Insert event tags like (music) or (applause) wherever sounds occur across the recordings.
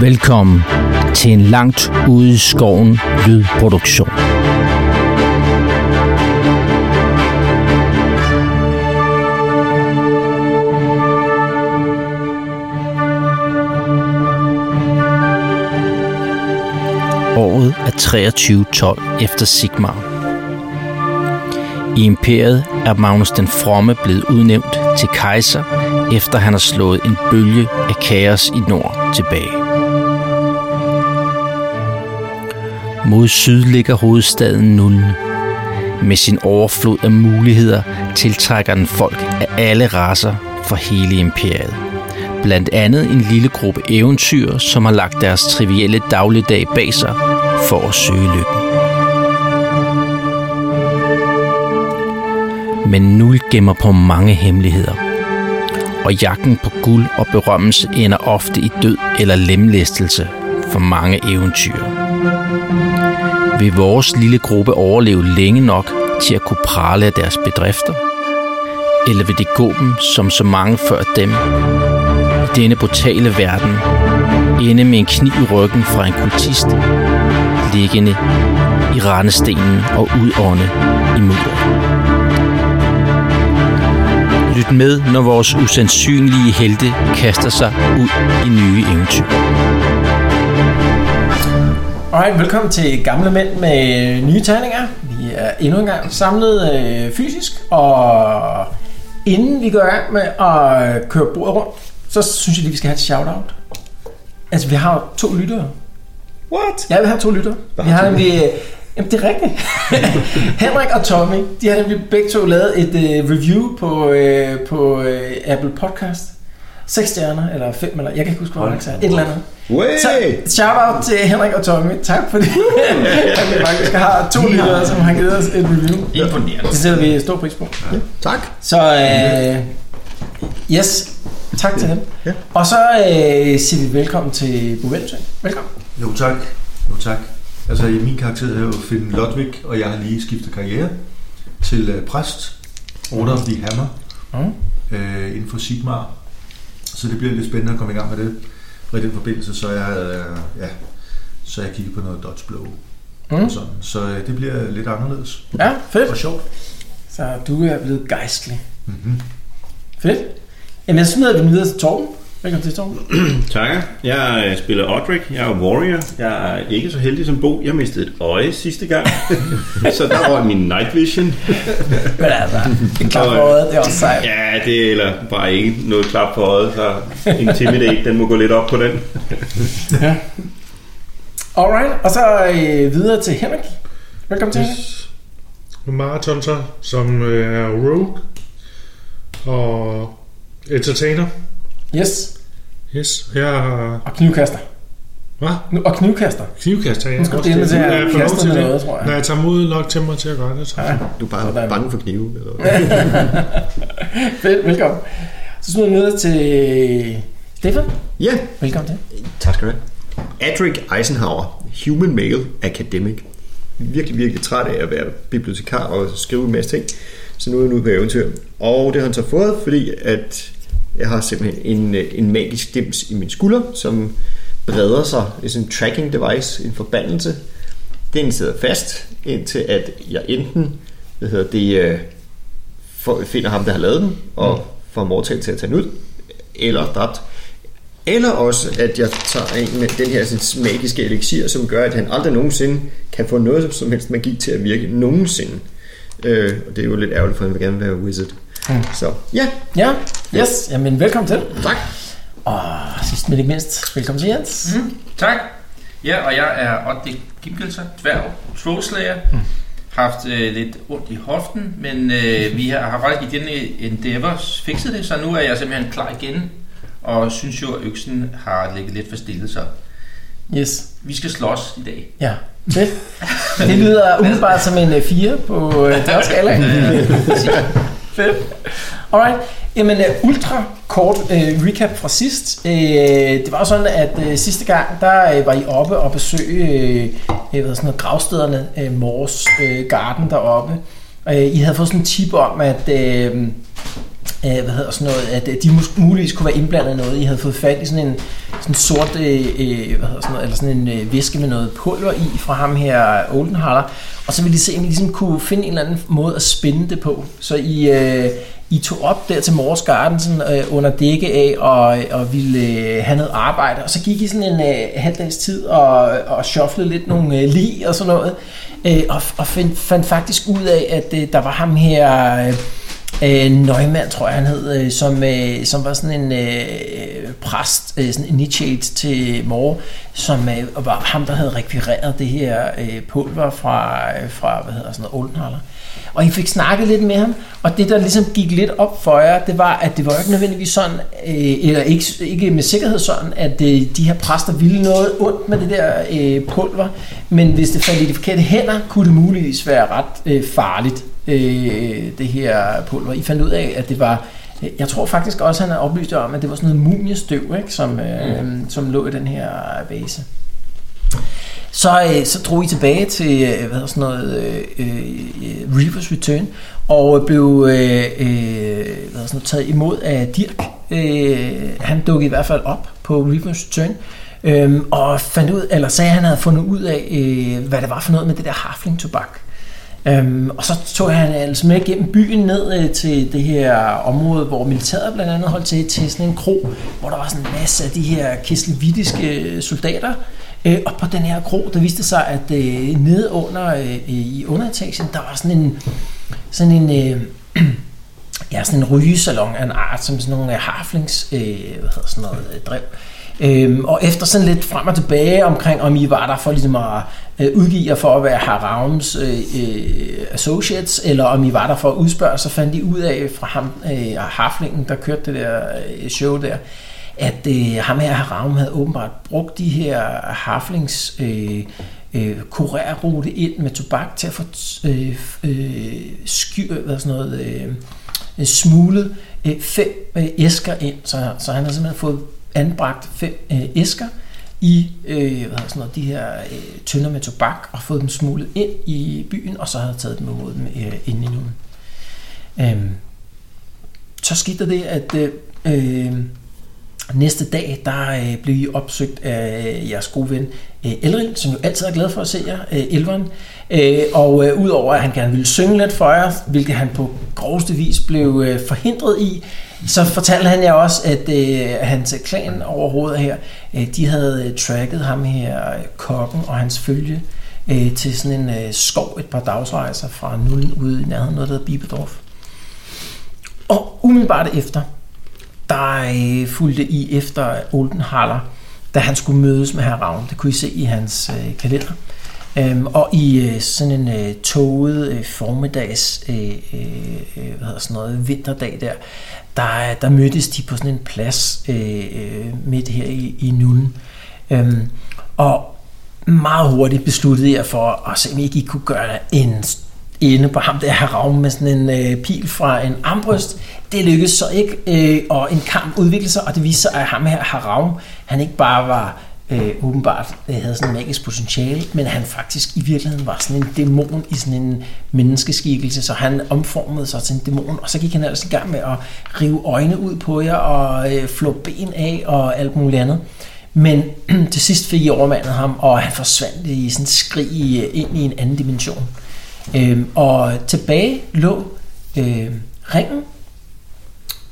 Velkommen til en langt ude i skoven lydproduktion. Året er 2312 efter Sigmar. I imperiet er Magnus den Fromme blevet udnævnt til kejser, efter han har slået en bølge af kaos i nord tilbage. Mod syd ligger hovedstaden Nulne. Med sin overflod af muligheder tiltrækker den folk af alle raser fra hele imperiet. Blandt andet en lille gruppe eventyr, som har lagt deres trivielle dagligdag bag sig for at søge lykken. Men Nul gemmer på mange hemmeligheder. Og jagten på guld og berømmelse ender ofte i død eller lemlæstelse for mange eventyr vil vores lille gruppe overleve længe nok til at kunne prale af deres bedrifter? Eller vil det gå dem, som så mange før dem, i denne brutale verden, ende med en kniv i ryggen fra en kultist, liggende i rendestenen og udånde i mudder? Lyt med, når vores usandsynlige helte kaster sig ud i nye eventyr. Alright, velkommen til Gamle Mænd med nye terninger. Vi er endnu en gang samlet øh, fysisk, og inden vi går i gang med at køre bordet rundt, så synes jeg lige, vi skal have et shout-out. Altså, vi har jo to lyttere. What? Ja, vi har to lyttere. Vi har nemlig... øh, Jamen, det er rigtigt. (laughs) Henrik og Tommy, de har nemlig begge to lavet et øh, review på, øh, på øh, Apple Podcast. 6 stjerner, eller 5, eller jeg kan ikke huske, hvor det er. Et eller andet. Way! Så shout out til Henrik og Tommy. Tak for det. At vi faktisk har to lyttere, som har givet os et review. Imponerende. Det sætter vi stor pris på. Tak. Så øh, yes, tak til dem. Ja. Og så øh, siger vi velkommen til Bovensø. Velkommen. Jo tak, jo tak. Altså i min karakter er jo Finn Lodvig, og jeg har lige skiftet karriere til øh, præst, Order of the Hammer, mm. øh, inden for Sigmar. Så det bliver lidt spændende at komme i gang med det. Og i den forbindelse, så jeg, øh, ja, så jeg kigger på noget Dodge Blow. Mm. Mm. Sådan. Så øh, det bliver lidt anderledes Ja, og fedt. sjovt. Så du er blevet gejstlig. Mm-hmm. Fedt. Jamen, jeg smider den videre til Torben. Velkommen til Torben. Tak. Jeg øh, spiller Odrik. Jeg er warrior. Jeg er ikke så heldig som Bo. Jeg mistede et øje sidste (laughs) gang. så der var min night vision. Men altså, det er klart Torben. for øjet, det er også sejt. Ja, det er eller bare ikke noget klap på øjet, så intimidate, den må gå lidt op på den. Alright, og så øh, videre til Henrik. Velkommen til Henrik. maraton så, som øh, er rogue og entertainer. Yes, Yes, her er... og knivkaster. Hvad? Nu, og knivkaster. Knivkaster, ja. Nu skal Også du dele til Nu er at jeg for lov kaste til med det. noget, tror jeg. Når jeg tager mod nok til mig til at gøre det, så... Ja. Du er bare bange for knive. Eller? (laughs) Fedt, velkommen. Så smider vi videre til Stefan. Ja, Velkommen til. tak skal du have. Adric Eisenhower, Human Male Academic. Virkelig, virkelig træt af at være bibliotekar og skrive en masse ting. Så nu er han ude på eventyr. Og det har han så fået, fordi at jeg har simpelthen en, øh, en magisk dims i min skulder, som breder sig. Det er sådan en tracking device, en forbandelse. Den sidder fast, indtil at jeg enten hvad hedder det, øh, for, finder ham, der har lavet den, og får ham overtalt til at tage den ud, eller dræbt. Eller også, at jeg tager en med den her sådan, magiske elixir, som gør, at han aldrig nogensinde kan få noget som helst magi til at virke nogensinde. Øh, og det er jo lidt ærgerligt, for han vil gerne være wizard. Mm. Så ja, Ja, yes. Jamen, velkommen til. tak. Og sidst men ikke mindst, velkommen til Jens. Mm. Tak. Ja, og jeg er Otdik Gimkelser, dværg, trollslager. Mm. Haft øh, lidt ondt i hoften, men øh, vi har, har faktisk i denne endeavor fikset det, så nu er jeg simpelthen klar igen. Og synes jo, at øksen har ligget lidt for stille, så Yes. vi skal slås i dag. Ja, fedt. Det lyder umiddelbart som en 4 på øh, deres skala. Fedt. Alright. Jamen, øh, ultra kort øh, recap fra sidst. Øh, det var jo sådan, at øh, sidste gang, der øh, var I oppe og besøge øh, øh, hvad hedder sådan noget, gravstederne, øh, Mors øh, Garden deroppe. Øh, I havde fået sådan en tip om, at... Øh, øh, hvad hedder sådan noget, at øh, de mus- muligvis kunne være indblandet i noget. I havde fået fat i sådan en sådan en sort, øh, øh, hvad hedder sådan noget, eller sådan en øh, væske med noget pulver i fra ham her Oldenhaller. Og så ville de se, om I ligesom kunne finde en eller anden måde at spænde det på. Så I, øh, I tog op der til Mors Garden sådan, øh, under dække af og, og ville øh, have noget arbejde. Og så gik I sådan en øh, halvdags tid og, og shufflede lidt nogle øh, lig og sådan noget. Øh, og og find, fandt faktisk ud af, at øh, der var ham her... Øh, Øh, Neumann, tror jeg han hed, øh, som, øh, som var sådan en øh, præst, øh, sådan initiate til Morge, som øh, var ham, der havde rekvireret det her øh, pulver fra, øh, fra hvad hedder sådan noget, Oldenhaller. Og I fik snakket lidt med ham, og det der ligesom gik lidt op for jer, det var, at det var jo ikke nødvendigvis sådan, øh, eller ikke, ikke med sikkerhed sådan, at øh, de her præster ville noget ondt med det der øh, pulver, men hvis det faldt i de forkerte hænder, kunne det muligvis være ret øh, farligt øh, det her pulver. I fandt ud af, at det var... øh, Jeg tror faktisk også, han har oplyst jer om, at det var sådan noget mumiestøv, ikke, som, øh, mm. som lå i den her vase. Så, øh, så drog I tilbage til øh, hvad hedder sådan noget, øh, øh, Reavers Return, og blev øh, øh, hvad hedder sådan noget, taget imod af Dirk. Øh, han dukkede i hvert fald op på Reavers Return, øh, og fandt ud, eller sagde, at han havde fundet ud af, øh, hvad det var for noget med det der harfling-tobak. Øhm, og så tog han altså med gennem byen ned øh, til det her område, hvor militæret blandt andet holdt til, til sådan en kro, hvor der var sådan en masse af de her kislevitiske øh, soldater. Øh, og på den her kro, der viste det sig, at øh, nede under øh, øh, i underetagen, der var sådan en, sådan en øh, ja, sådan en rygesalon af en art, som sådan nogle øh, harflings, øh, hvad hedder sådan noget, øh, drev. Øhm, og efter sådan lidt frem og tilbage omkring, om I var der for ligesom at øh, udgive jer for at være Harams øh, øh, associates, eller om I var der for at udspørge, så fandt de ud af fra ham, øh, Haflingen, der kørte det der øh, show der, at øh, ham her Haram havde åbenbart brugt de her Haflings øh, øh, kurerrute ind med tobak til at få øh, øh, sky, øh, hvad sådan noget, øh, øh, smuglet øh, fem øh, æsker ind, så, så han har simpelthen fået anbragt fem øh, æsker i øh, hvad hedder sådan noget, de her øh, tønder med tobak og fået dem smuglet ind i byen, og så havde taget dem imod dem øh, ind i nogen. Øhm, så skete der det, at øh, øh, næste dag, der øh, blev I opsøgt af jeres gode ven øh, Elrin, som jo altid er glad for at se jer, øh, Elveren. Øh, og øh, udover at han gerne ville synge lidt for jer, hvilket han på groveste vis blev øh, forhindret i, så fortalte han jer også, at øh, hans øh, klan overhovedet her, øh, de havde øh, tracket ham her, øh, kokken og hans følge, øh, til sådan en øh, skov et par dagsrejser fra nullen ude i nærheden, noget der hedder Bibedorf. Og umiddelbart efter, der øh, fulgte I efter Oldenhaller, da han skulle mødes med herr Ravn. Det kunne I se i hans øh, kalender. Øhm, og i øh, sådan en øh, toget øh, formiddags, øh, øh, øh, hvad hedder sådan noget, vinterdag der, der, der mødtes de på sådan en plads øh, øh, midt her i, i Nullen. Øhm, og meget hurtigt besluttede jeg for at se, om ikke I kunne gøre en ende på ham der her Ravn med sådan en øh, pil fra en armbryst. Det lykkedes så ikke, øh, og en kamp udviklede sig, og det viste sig, at ham her her Ravn, han ikke bare var øh, åbenbart øh, havde sådan en magisk potentiale, men han faktisk i virkeligheden var sådan en dæmon i sådan en menneskeskikkelse, så han omformede sig til en dæmon, og så gik han ellers i gang med at rive øjne ud på jer og øh, flå ben af og alt muligt andet. Men (clears throat) til sidst fik I overmandet ham, og han forsvandt i sådan et skrig i- ind i en anden dimension. Øhm, og tilbage lå øh, ringen,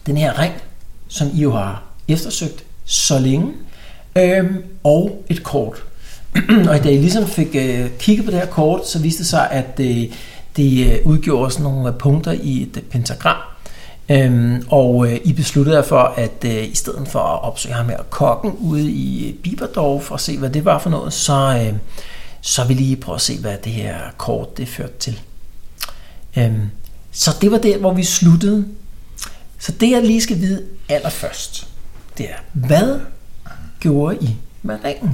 den her ring, som I jo har eftersøgt så længe, øhm, og et kort. (clears throat) og da I ligesom fik øh, kigget på det her kort, så viste det sig, at øh, det øh, udgjorde sådan nogle øh, punkter i et øh, pentagram. Øhm, og øh, I besluttede jer for, at øh, i stedet for at opsøge ham her kokken ude i øh, Biberdorf og se, hvad det var for noget, så, øh, så vil I prøve at se, hvad det her kort det førte til. Øhm, så det var der, hvor vi sluttede. Så det, jeg lige skal vide allerførst, det er, hvad gjorde I med ringen?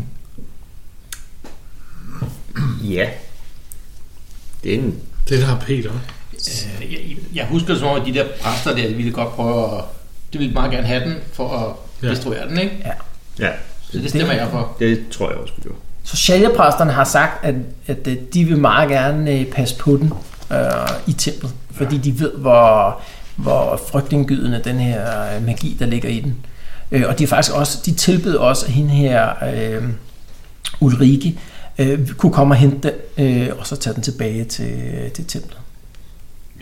Ja. Det er en... Det der har Peter. Øh, Jeg, jeg husker det som om, at de der præster der, de ville godt prøve at... De ville meget gerne have den for at Ja. destruere den, ikke? Ja, Så det stemmer jeg for. det tror jeg også, vi gjorde. Så sjælgepræsterne har sagt, at, at øh, de vil meget gerne øh, passe på den øh, i templet, fordi de ved, hvor, hvor frygtindgydende den her øh, magi, der ligger i den. Øh, og de, er faktisk også, de tilbød også, at hende her, øh, Ulrike, øh, kunne komme og hente den, øh, og så tage den tilbage til, til templet.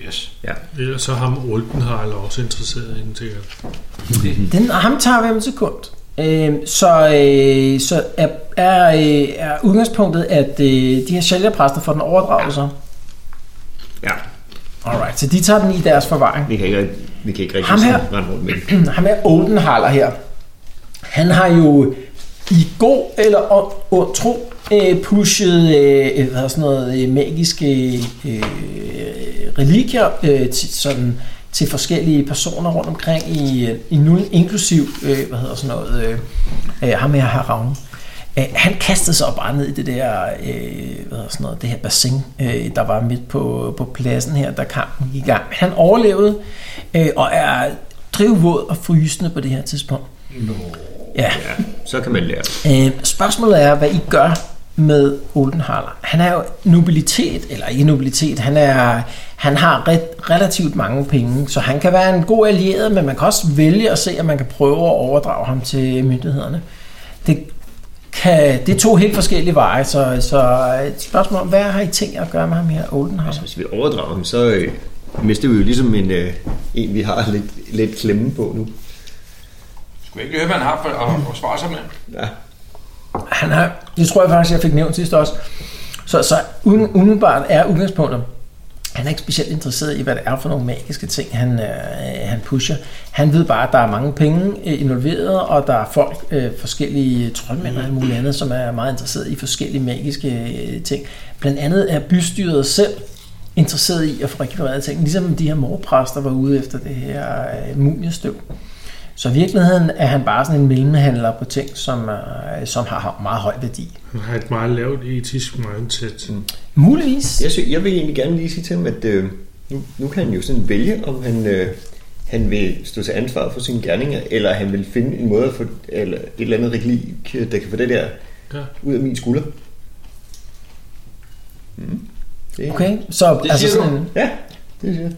Yes. Ellers så er ham Oldenheiler også interesseret i den sikkert. Den, og ham tager vi om et sekund. Øh, så øh, så er, er, øh, er udgangspunktet, at øh, de her sjælgerpræster får den overdraget sig. Ja, Alright, så de tager den i deres forvaring. vi kan ikke, rigtig- vi kan ikke rigtig Ham her. sådan rende rundt med det. ham er Oldenhaler her. Han har jo i god eller ond- ond tro øh, pushet øh, hvad hedder sådan noget, øh, magiske øh, religier øh, til, sådan, til forskellige personer rundt omkring i, øh, i nu, inklusiv øh, hvad hedder sådan noget, øh, øh, ham her Haravn. Øh, han kastede sig bare ned i det der, øh, hvad hedder sådan noget, det her bassin, øh, der var midt på, på pladsen her, da kampen gik i gang. Han overlevede øh, og er drivvåd og frysende på det her tidspunkt. No. Ja. Ja, så kan man lære det. Øh, spørgsmålet er, hvad I gør med Oldenhaler. Han er jo nobilitet, eller ikke nobilitet, han, er, han har ret, relativt mange penge, så han kan være en god allieret, men man kan også vælge at se, om man kan prøve at overdrage ham til myndighederne. Det, kan, det er to helt forskellige veje, så, så et spørgsmål om, hvad har I tænkt jer at gøre med ham her, Oldenhaler? Hvis vi overdrager ham, så øh, mister vi jo ligesom en, øh, en vi har lidt, lidt klemme på nu. Skulle jeg ikke lige høre, hvad han har for at forsvare sig med? Ja, Han har, det tror jeg faktisk, jeg fik nævnt sidst også. Så, så uden, umiddelbart er udgangspunktet, han er ikke specielt interesseret i, hvad det er for nogle magiske ting, han, øh, han pusher. Han ved bare, at der er mange penge øh, involveret, og der er folk, øh, forskellige troldmænd og alt muligt andet, som er meget interesseret i forskellige magiske øh, ting. Blandt andet er bystyret selv interesseret i at få rekvireret ting, ligesom de her morpræster var ude efter det her øh, mumiestøv. Så i virkeligheden er han bare sådan en mellemhandler på ting, som, øh, som har meget høj værdi. Han har et meget lavt etisk mindset. Mm. Muligvis. jeg, sy- jeg vil egentlig gerne lige sige til ham, at øh, nu, nu kan han jo sådan vælge, om han, øh, han vil stå til ansvar for sine gerninger, eller han vil finde en måde at få eller et eller andet relik, øh, der kan få det der Ja. ud af min skulder. Mm. Det, Okay, så Det altså siger sådan (clears throat) en, Ja, det siger jeg.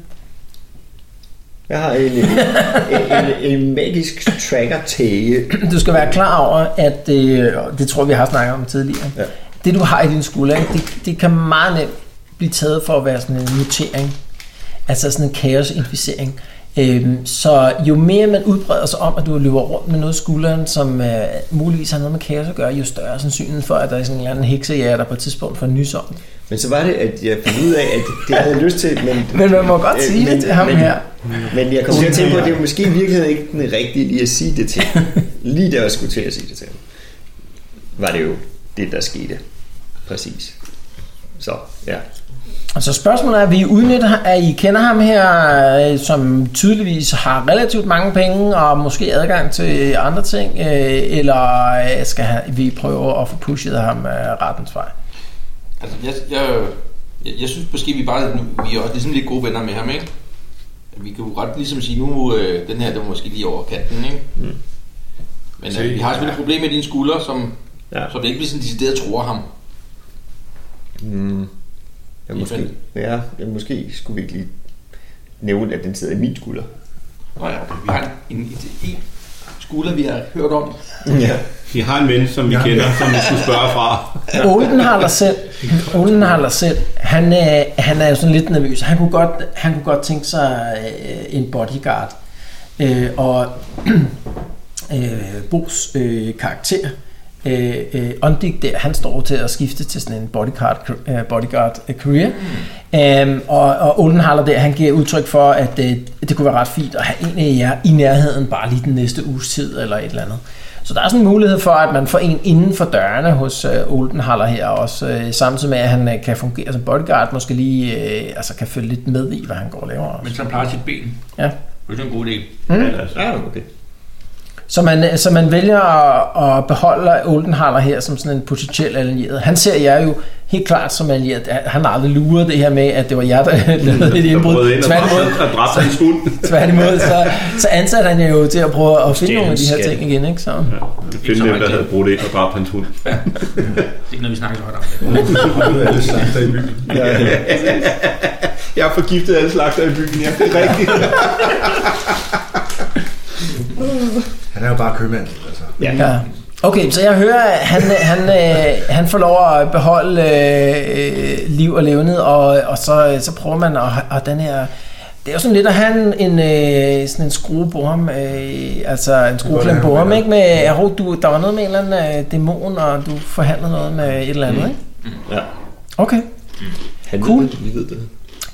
Jeg har en, øh, en, en, en magisk tracker-tage. du skal være klar over, at øh, og det tror jeg, vi har snakket om tidligere. Ja. Det du har i din skulder, ikke, det, det kan meget nemt blive taget for at være sådan en mutering. Altså sådan en kaosinficering. Øhm, så jo mere man udbreder sig om, at du løber rundt med noget i skulderen, som øh, muligvis har noget med kaos at gøre, jo større er sandsynligheden for, at der er sådan en eller anden heksejæger, der på et tidspunkt får nys om det. Men så var det, at jeg fandt ud af, at det havde jeg lyst til. Men, (laughs) Men man må godt øh, sige det til ham men, her. Men jeg kom til at tænke på, at det er måske i virkeligheden ikke den rigtige lige at sige det (laughs) til. ham. Lige da jeg skulle til at sige det til ham, var det jo det, der skete. Præcis. Så, ja. Så spørgsmålet er, vi udnytter, at I kender ham her, øh, som tydeligvis har relativt mange penge og måske adgang til andre ting, øh, eller øh, skal han- vi prøve at få pushet ham øh, rettens vej? Altså, jeg, jeg, jeg, jeg synes måske, vi bare nu, vi er også ligesom lidt gode venner med ham, ikke? At Vi kan jo ret ligesom sige, nu øh, den her, den er måske lige over kanten, ikke? Mm. Men øh, vi har selvfølgelig et problem med dine skuldre, som, Ja. ja. som det ikke bliver sådan decideret tror ham. Mm. Ja, måske, ja, ja, måske skulle vi ikke lige nævne, at den sidder i min skulder. Nå ja, okay. vi har en, en, en, en skulder, vi har hørt om. Ja. Vi har en ven, som vi ja. kender, som vi skulle spørge fra. Mm. Oldenhaler selv, Oldenhaler selv han, er, han er jo sådan lidt nervøs. Han kunne godt, han kunne godt tænke sig øh, en bodyguard. Øh, og øh, Bos øh, karakter, øh, øh, Ondik der, han står til at skifte til sådan en bodyguard, øh, bodyguard øh, career. Mm. Øhm, og, og Oldenhaler der, han giver udtryk for, at øh, det kunne være ret fint at have en af jer i nærheden bare lige den næste uges tid eller et eller andet. Så der er sådan en mulighed for, at man får en inden for dørene hos øh, Oldenhaler her også, øh, samtidig med, at han øh, kan fungere som bodyguard, måske lige øh, altså kan følge lidt med i, hvad han går og laver også. Mens han plejer sit ben. Ja. Det er sådan en god idé. altså, Ah, okay. Så man, øh, så man vælger at, at beholde Oldenhaler her som sådan en potentiel allieret. Han ser jeg jo helt klart som allieret. Han har aldrig luret det her med, at det var jer, der (laughs) lavede et Mm, Der indbrud. brød ind og Tværtimod, dræbte- og dræbte hans hund. tværtimod så, så ansatte han jer jo til at prøve at finde Stjæle nogle af de her skatte. ting igen. Ikke? Så. Finde dem, der havde brudt ind og dræbt hans hund. Det er ikke noget, vi snakker så højt om. Alle slagter i byen. Ja, ja. Jeg har forgiftet alle slagter i byen, ja, det er rigtigt. Han er jo bare købmand, altså. Ja. Okay, så jeg hører, at han, han, øh, han får lov at beholde øh, øh, liv og levnet, og, og så, så prøver man at have den her... Det er jo sådan lidt at have en, en, øh, sådan en skrueborum, øh, altså en skrueklem han ikke? Med, jeg håber, du, der var noget med en eller anden øh, dæmon, og du forhandlede noget med et eller andet, ikke? Ja. Okay, Han Cool. ved det, vi ved det.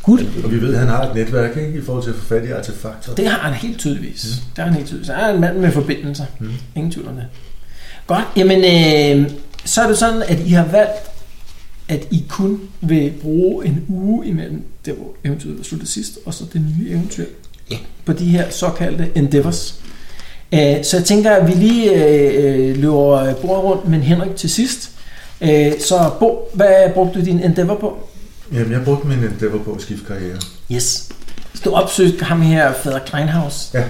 Gud. Og vi ved, at han har et netværk, ikke? I forhold til at få fat i artefakter. Det har han helt tydeligvis. Mm. Det har han helt tydeligvis. Han er en mand med forbindelser. Mm. Ingen tvivl om det. Godt. Jamen, øh, så er det sådan, at I har valgt, at I kun vil bruge en uge imellem det, hvor eventyret var sluttet sidst, og så det nye eventyr Ja. på de her såkaldte endeavors. Øh, så jeg tænker, at vi lige øh, øh, løber bordet rundt med Henrik til sidst. Øh, så Bo, hvad brugte du din endeavor på? Jamen, jeg brugte min endeavor på at skifte karriere. Yes. Så du opsøgte ham her, Fader Kleinhaus. Ja.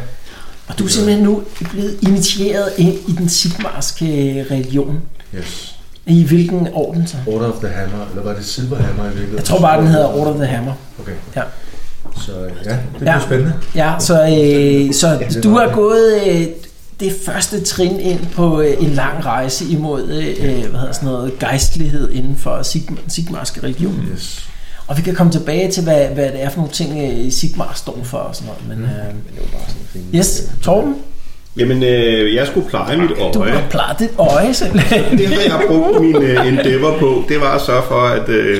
Og du er simpelthen nu blevet initieret ind i den sigmarske religion. Yes. I hvilken orden så? Order of the Hammer, eller var det Silver Hammer i virkeligheden? Jeg tror bare, den hedder Order of the Hammer. Okay. Ja. Så ja, det Ja. bliver spændende. Ja, så, øh, så det du var har det. gået øh, det første trin ind på øh, en lang rejse imod øh, hvad hedder sådan noget, gejstlighed inden for sigma- sigmarske religion. Yes. Og vi kan komme tilbage til, hvad, hvad det er for nogle ting, øh, Sigmar står for og sådan Mm. noget. Men, øh, yes, Torben, Jamen, øh, jeg skulle pleje mit du øje. har plejet dit øje (laughs) simpelthen. Det har jeg brugt min øh, endeavor på. Det var at sørge for, at... (laughs) Øh,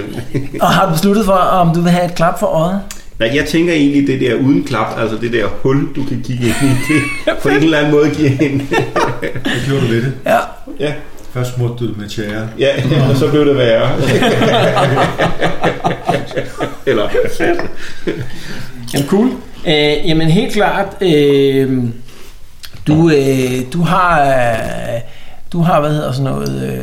Og har besluttet for, om du vil have et klap for øjet? Nej, jeg tænker egentlig det der uden klap, altså det der hul, du kan kigge ind i, det på en eller anden måde giver en... Hvad gjorde du ved det? Ja. Ja, Først smurte du det med tjære. ja, og så blev det værre. eller... Jamen cool. Øh, jamen helt klart, øh, du, øh, du har, øh, du har, hvad hedder sådan noget,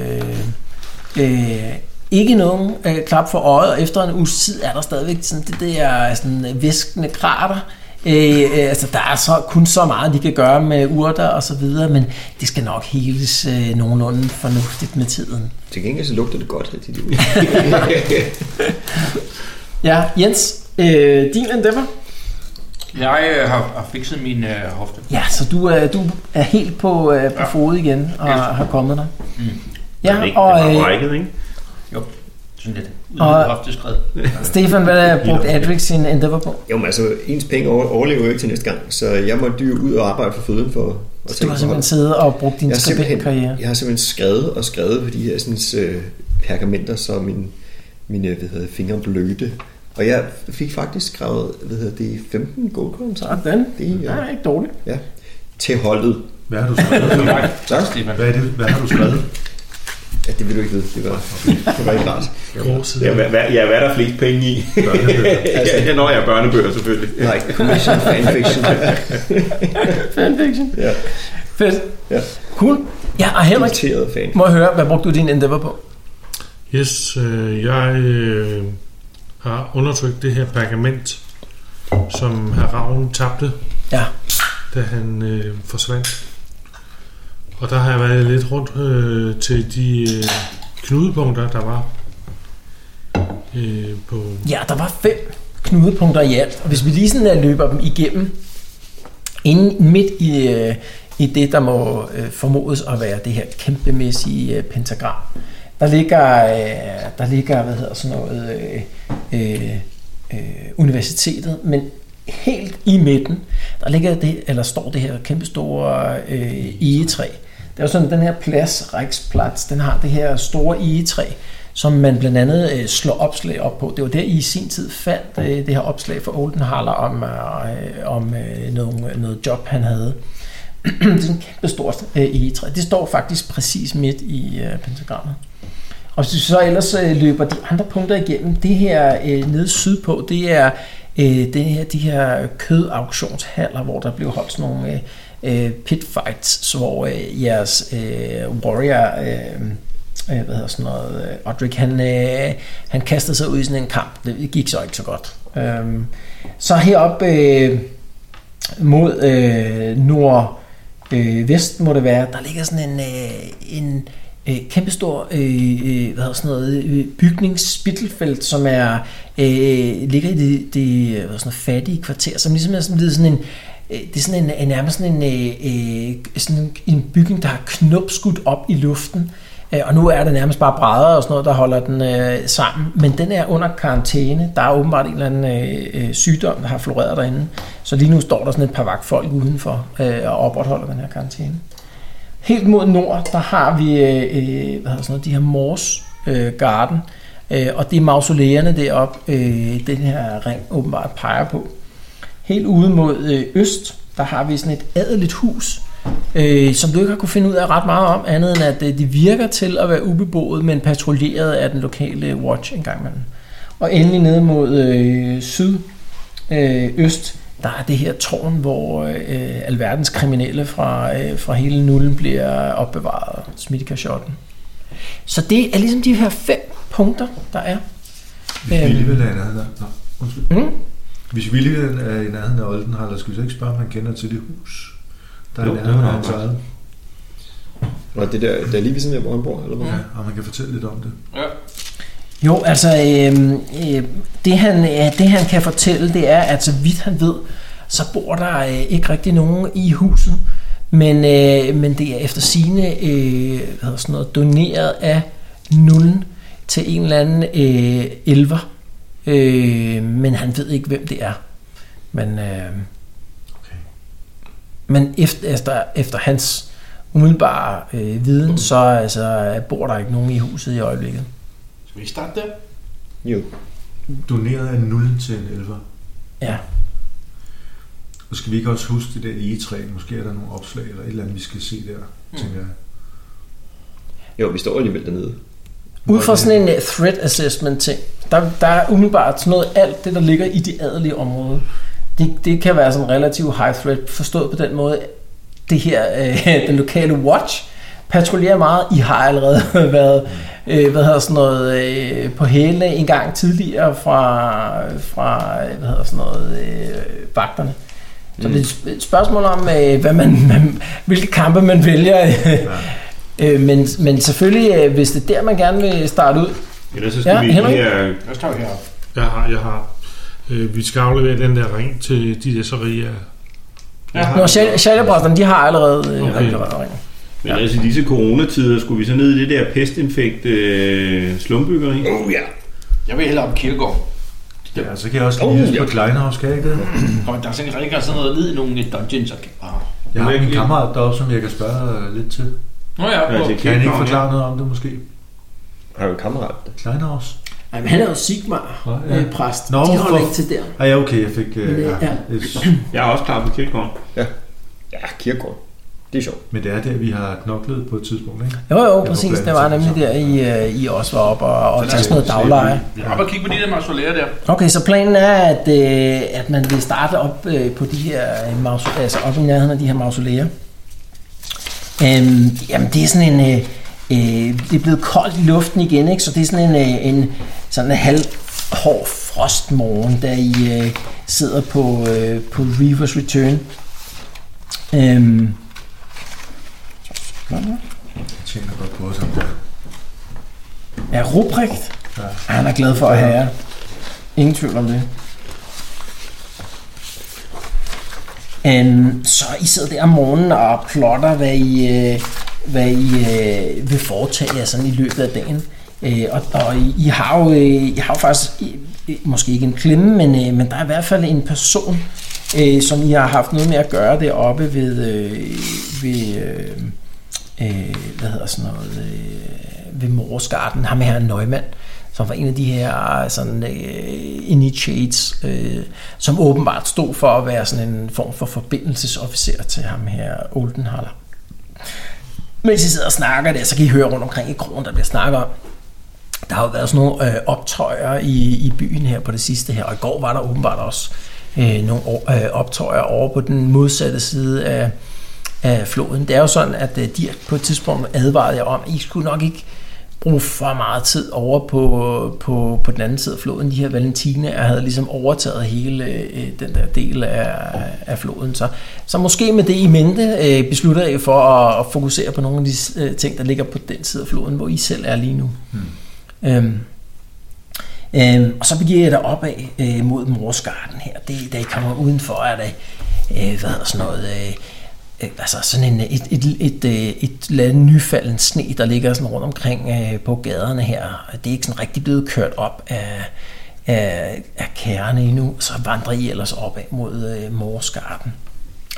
øh, øh, ikke nogen øh, klap for øjet, og efter en uges tid er der stadigvæk sådan det der sådan, øh, væskende krater. Øh, øh, altså der er så, kun så meget de kan gøre med urter og så videre Men det skal nok heles øh, nogenlunde fornuftigt med tiden Til gengæld så lugter det godt rigtig (laughs) ud. Ja, Jens, øh, din endeavor? Jeg øh, har, har fikset min øh, hofte. Ja, så du er, du er helt på, øh, på Ja. fod igen og Ja. har kommet dig. Mm. det Ja, ikke, og, og det var øh, rækket, ikke? Sådan lidt ud Og- i hofteskred. Stefan, hvad har brugt Adrix sin endeavor på? jo, men altså, ens penge over- overlever jo ikke til næste gang, så jeg må dyre ud og arbejde for føden for at Du har simpelthen siddet og brugt din jeg har, simpelthen, skribentkarriere. jeg har simpelthen skrevet og skrevet på de her sådan, øh, pergamenter, så min, mine hvad hedder, det, fingre blødte. Og jeg fik faktisk skrevet, hvad hedder det, 15 gold coins. Sådan. Det Ja, er ikke dårligt. ja, til holdet. Hvad har du skrevet? Tak, Tak. Stefan. Hvad, er det, hvad har du skrevet? Ja, det vil du ikke vide. Det var, det var ikke rart. Grå side. Ja, hvad, hvad- ja, hvad er der flest penge i? (laughs) ja, når jeg er børnebøger, selvfølgelig. Nej, commission (laughs) fanfiction. Fanfiction. Ja, Fedt. Ja. Cool. Ja, og Henrik, irriteret fan. må jeg høre, hvad brugte du din endeavor på? Yes, øh, jeg øh, har undersøgt det her pergament, som herr Ravn tabte, Ja. da han øh, forsvandt. Og der har jeg været lidt rundt øh, til de øh, knudepunkter, der var øh, på... Ja, der var fem knudepunkter i alt. Og hvis vi lige sådan øh, løber dem igennem, inden midt i, øh, i det, der må øh, formodes at være det her kæmpemæssige øh, pentagram, der ligger, øh, der ligger hvad hedder sådan noget, øh, øh, øh, universitetet, men helt i midten, der ligger det, eller står det her kæmpestore øh, egetræ. Det er jo sådan, den her plads, Riksplads, den har det her store egetræ, som man blandt andet øh, slår opslag op på. Det var der, I i sin tid fandt øh, det her opslag for Oldenhaler om, øh, om øh, nogle, noget job, han havde. (clears throat) det er sådan et kæmpe stort øh, egetræ. Det står faktisk præcis midt i øh, pentagrammet. Og hvis vi så ellers øh, løber de andre punkter igennem, det her øh, nede sydpå, det er øh, det her, de her kødauktionshaller, hvor der blev holdt sådan nogle øh, øh, pitfights, hvor øh, jeres øh, warrior, øh, øh, hvad hedder sådan noget, øh, Odrik, han, øh, han kastede sig ud i sådan en kamp. Det gik så ikke så godt. Øh, så heroppe øh, mod øh, nord øh, vest må det være, der ligger sådan en, øh, en øh, kæmpestor øh, øh, hvad hedder sådan noget, øh, bygning, Spittelfeldt, som er, øh, ligger i det, det hvad hedder sådan noget, fattige kvarter, som ligesom er sådan, lidt sådan en, øh, det er sådan en, en nærmest sådan en, øh, øh, sådan en bygning, der har knopskudt op i luften. Øh, Og nu er det nærmest bare brædder og sådan noget, der holder den øh, sammen. Men den er under karantæne. Der er åbenbart en eller anden øh, øh, sygdom, der har floreret derinde. Så lige nu står der sådan et par vagtfolk udenfor øh, og opretholder den her karantæne. Helt mod nord, der har vi øh, øh, hvad hedder sådan noget, de her Mors øh, Garden, øh, og det er mausolæerne deroppe, øh, den her ring åbenbart peger på. Helt ude mod øh, øst, der har vi sådan et adeligt hus, øh, som du ikke har kunne finde ud af ret meget om, andet end at øh, de virker til at være ubeboet, men patruljeret af den lokale øh, watch engang imellem. Og endelig ned mod øh, syd, øh, øst, der er det her tårn, hvor øh, alverdens kriminelle fra, øh, fra hele nullen bliver opbevaret, smidt i kashotten. Så det er ligesom de her fem punkter, der er. Hvis Øhm. Viljevel er i nærheden af... Nå, undskyld. Mm. Hvis Viljevel er i nærheden af Oldenhaller, skal vi så ikke spørge, om han kender til det hus, der er Jo, i det nærheden var af nok hans godt. eget? Og det der, der er lige ved siden af, hvor han bor, eller hvad? Ja, og man kan fortælle lidt om det. Ja. Jo, altså øh, øh, det, han, øh, det han kan fortælle, det er, at så vidt han ved, så bor der øh, ikke rigtig nogen i huset, men, øh, men det er efter sine øh, hvad hedder sådan noget, doneret af nullen til en eller anden øh, elver, øh, men han ved ikke, hvem det er. Men, øh, Okay. men efter, efter, efter hans umiddelbare øh, viden, så altså, bor der ikke nogen i huset i øjeblikket. Skal vi ikke starte der? Jo. Doneret af nullen til en elver. Ja. Og skal vi ikke også huske det der egetræ? Måske er der nogle opslag eller et eller andet, vi skal se der, Mm. tænker jeg. Jo, vi står alligevel dernede. Ud fra sådan en øh, threat assessment ting, der, der er umiddelbart sådan noget, alt det, der ligger i de adelige område, det, det kan være sådan relativt high threat, forstået på den måde, det her, øh, (laughs) den lokale watch, patruljerer meget. I har allerede (laughs) været øh, hvad hedder sådan noget, øh, på hælene en gang tidligere fra, fra øh, hvad hedder sådan noget, øh, vagterne. Så det er et sp- et spørgsmål om, øh, hvad man, (laughs) man, hvilke kampe man vælger. Øh, men, men selvfølgelig, øh, hvis det er der, man gerne vil starte ud, Ellers så skal Ja, ja, altså, vi Henrik. her... Lad os tage herop. Jeg har, jeg har. Øh, vi skal aflevere den der ring til de der så rige. er. Ja. Nå, Sjællebrøsterne, de har allerede øh, Okay. allerede ringet. Men altså i disse coronatider, skulle vi så ned i det der pestinfekt øh, slumbyggeri? Oh ja. Jeg vil hellere op kirkegård. Ja, så kan jeg også lige Oh, huske på ja. Kleinhaus, skal jeg ikke det? Mm. Kom, der er sådan rigtig sådan noget ned i nogle øh, dungeons og kæmper. Jeg har Virkelig. en kammerat deroppe, som jeg kan spørge øh, lidt til. Nå ja, Ja, Kan på. det han ikke Kirkegaard, forklare noget om det måske? Har du en kammerat? Kleinhaus? Jamen, han er jo Sigmar, Nå, ja. øh, præst. Nå, de holder for- ikke til der. Ah, ja, okay, jeg fik... Øh, Men, øh, ja. ja. Jeg er også klar på kirkegården. Ja, Kirkegaard. Det er sjovt. Men det er der, vi har knoklet på et tidspunkt, ikke? Jo, jo, var præcis. blandet Det var sammen. nemlig der, I, øh, I også var oppe og, og Så tage der sådan noget dagleje. Vi er oppe og kigge på de der mausolæer der. Okay, så planen er, at, øh, at man vil starte op øh, på de her øh, maus- altså op i nærheden af de her mausolæer. Øhm, jamen, det er sådan en... Øh, øh, det er blevet koldt i luften igen, ikke? Så det er sådan en, øh, en, sådan en halvhård frostmorgen, da I øh, sidder på, øh, på Reavers Return. Øhm, Jeg tjener godt på os. ja, Ruprecht. Ja. Han er glad for at have jer. Ingen tvivl om det. Um, så I sidder der om morgenen og plotter, hvad I, øh, hvad I øh, vil foretage jer sådan i løbet af dagen. Øh, og, og I, I har jo, øh, I har jo faktisk, I, I- måske ikke en klemme, men, øh, men der er i hvert fald en person, øh, som I har haft noget med at gøre deroppe ved, øh, ved øh, øh, hvad hedder sådan noget, øh, ved Morsgarden, ham her Nøgmand, som var en af de her sådan, øh, initiates, øh, som åbenbart stod for at være sådan en form for forbindelsesofficer til ham her Oldenhaller. Mens I sidder og snakker der, så kan I høre rundt omkring i krogen, der bliver snakket om, der har jo været sådan nogle øh, optøjer i, i byen her på det sidste her, og i går var der åbenbart også øh, nogle o- øh, optøjer over på den modsatte side af, af floden. Det er jo sådan, at øh, Dirk på et tidspunkt advarede jer om, at I skulle nok ikke bruge for meget tid over på, på, på den anden side af floden. De her Valentinaer havde ligesom overtaget hele øh, den der del af, af floden. Så, så måske med det i mente øh, beslutter I for at, at fokusere på nogle af de øh, ting, der ligger på den side af floden, hvor I selv er lige nu. Mm. Øhm, øhm, og så begiver jeg dig opad øh, mod Morsgarden her. Det, da I kommer udenfor, er det øh, hvad hedder sådan noget... Øh, øh, altså sådan en, et, et, et, øh, et land nyfalden sne, der ligger sådan rundt omkring øh, på gaderne her. Det er ikke sådan rigtig blevet kørt op af, af, af kærne endnu, så vandrer I ellers opad mod øh, Morsgarden.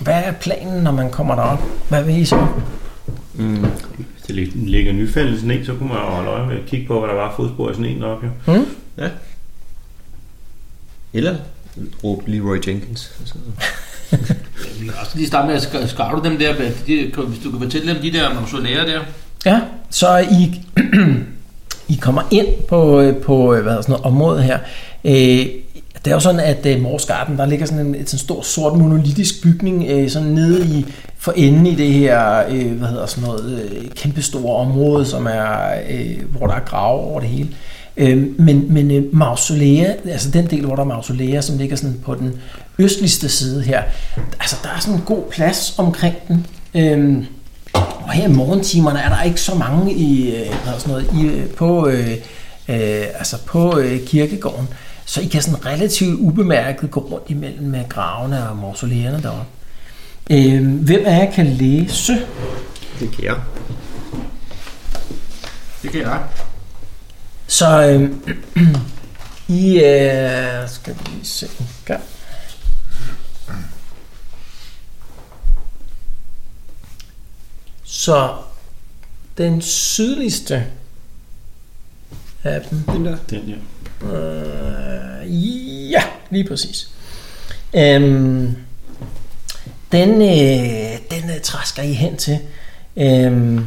Hvad er planen, når man kommer derop? Hvad vil I så? Mm. Hvis det lig- ligger nyfaldet sne, så kunne man jo holde øje med at kigge på, hvad der var af fodspor i sneen op, jo. Mm. Ja. Eller råb Leroy Jenkins. Altså, Jeg kan også lige starte med at sk- skarve dem der, hvad- de, hvis du kan fortælle dem de der mausolæer der. Ja, så I, (clears throat) I kommer ind på, øh, på øh, hvad hedder sådan noget, området her. Øh, det er jo sådan, at øh, Mors Garden, der ligger sådan en, sådan en stor sort monolitisk bygning øh, sådan nede i for enden i det her, øh, hvad hedder sådan noget, øh, kæmpestore område, som er, øh, hvor der er grave over det hele. Øh, men men øh, mausolea, altså den del, hvor der er mausolea, som ligger sådan på den østligste side her, altså der er sådan en god plads omkring den. Øh, og her i morgentimerne er der ikke så mange i, øh, hvad hedder sådan noget, i, øh, på, øh, øh, altså på øh, kirkegården, så I kan sådan relativt ubemærket gå rundt imellem med gravene og mausoleerne deroppe. Øh, hvem af jer kan læse? det kan jeg. Det kan jeg. Så øh, (clears throat) I øh, skal vi lige se en gang. Så den sydligste af dem, Den der. Den der. Øh, ja, lige præcis. Øhm, den, øh, den øh, træsker I hen til. Øhm,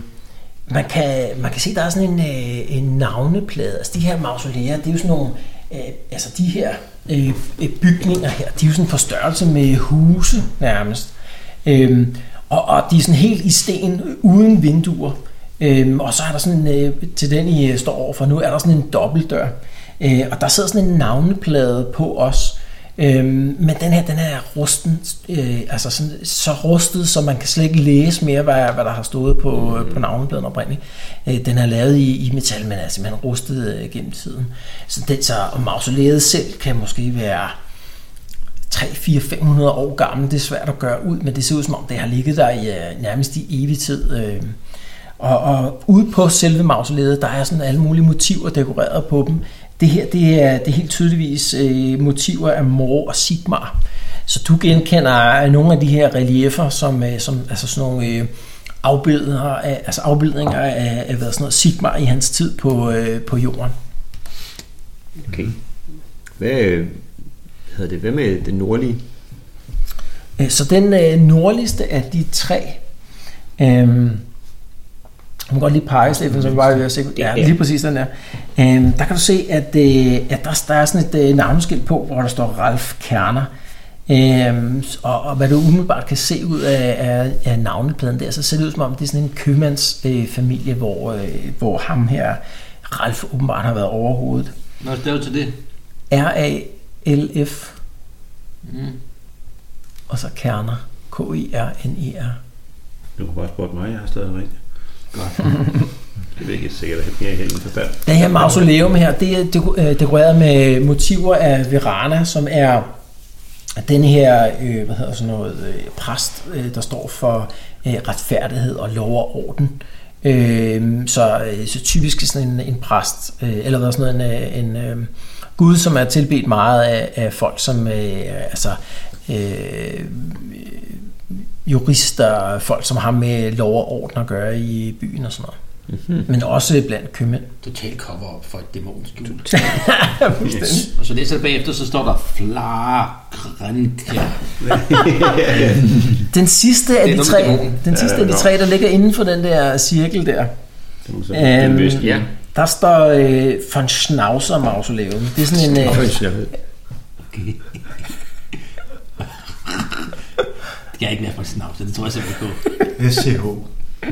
man, kan, man kan se, der er sådan en, øh, en navneplade. Altså de her mausoleer, det er jo sådan nogle... Øh, altså de her øh, øh, bygninger her, de er jo sådan på størrelse med huse nærmest. Øhm, og, og de er sådan helt i sten, øh, uden vinduer. Øhm, og så er der sådan en, øh, til den I øh, står overfor nu, er der sådan en dobbeltdør. Øh, og der sidder sådan en navneplade på os. Øhm, men den her, den er rusten, øh, altså sådan, så rustet, så man kan slet ikke læse mere, hvad, hvad der har stået på, øh, på navnepladen oprindeligt. Øh, den er lavet i, i metal, men er simpelthen rustet øh, gennem tiden. Så, den, så og mausoleet selv kan måske være 3, 4, 500 år gammel. Det er svært at gøre ud, men det ser ud som om, det har ligget der i øh, nærmest i evig tid. Øh. Og, og ude på selve mausoleet, der er sådan alle mulige motiver dekoreret på dem. Det her, det er, det er helt tydeligvis øh, motiver af Mor og Sigmar. Så du genkender øh, nogle af de her reliefer, som, øh, som altså sådan nogle øh, afbildninger af, altså afbildninger af, af hvad sådan noget, Sigmar i hans tid på, øh, på jorden. Okay. Hvad øh, hedder det? Hvad med den nordlige? Øh, Så den øh, nordligste af de tre, øhm, jeg må godt lige pege, Steffen, så vi bare er sikre. Ja, Ja. lige præcis den der. Øhm, der kan du se, at, øh, at der, der er sådan et øh, navneskilt på, hvor der står Ralf Kerner. Øhm, og, og hvad du umiddelbart kan se ud af, af, af navnepladen der, så ser det ud som om, det er sådan en købmandsfamilie, øh, familie, hvor, øh, hvor ham her, Ralf, åbenbart har været overhovedet. Nå, det er jo til det. R-A-L-F Mm. og så Kerner. K-I-R-N-E-R. Du kunne bare spørge mig, jeg har stadig rigtigt. Godt. (laughs) det er ikke sikkert, at jeg bliver helt forstand. Den her mausoleum her, det er deko- øh, dekoreret med motiver af Verana, som er den her øh, hvad hedder sådan noget, øh, præst, øh, der står for øh, retfærdighed og lov og orden. Øh, så, øh, så typisk sådan en, en præst, øh, eller hvad sådan noget, en, øh, en øh, gud, som er tilbedt meget af, af folk, som øh, altså, øh, jurister, folk, som har med lov og orden at gøre i byen og sådan noget. Mm-hmm. Men også blandt købmænd. Total cover op for et (laughs) dæmonskjul. Yes. Og så læser jeg bagefter, så står der Flar Grandkær. Den sidste af Det er de dumt, tre, dæmonen. den sidste Ja, af de nå. tre, der ligger inden for den der cirkel der, Det må så Øhm, den vestlige. ja. der står øh, von Schnauzer mausoleum. Det er sådan en... Øh, Det kan jeg ikke være for snart, så det tror jeg simpelthen på. SCH.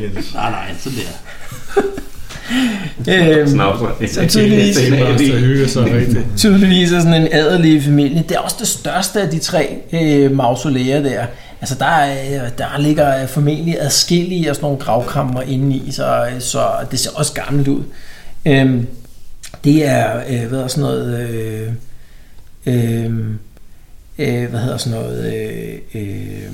Jens. Nej, nej, sådan der. Øhm, Snavs. så tydeligvis- Det er bare at hygge sig rigtigt. tydeligvis er sådan en adelig familie. Det er også det største af de tre øh, mausolæer der. Altså der, er, øh, der ligger øh, formentlig adskillige af sådan nogle gravkammer inde i, så, øh, så det ser også gammelt ud. Øhm, det er, øh, hvad er sådan noget, øh, øh, øh, hvad hedder sådan noget, øh, øh,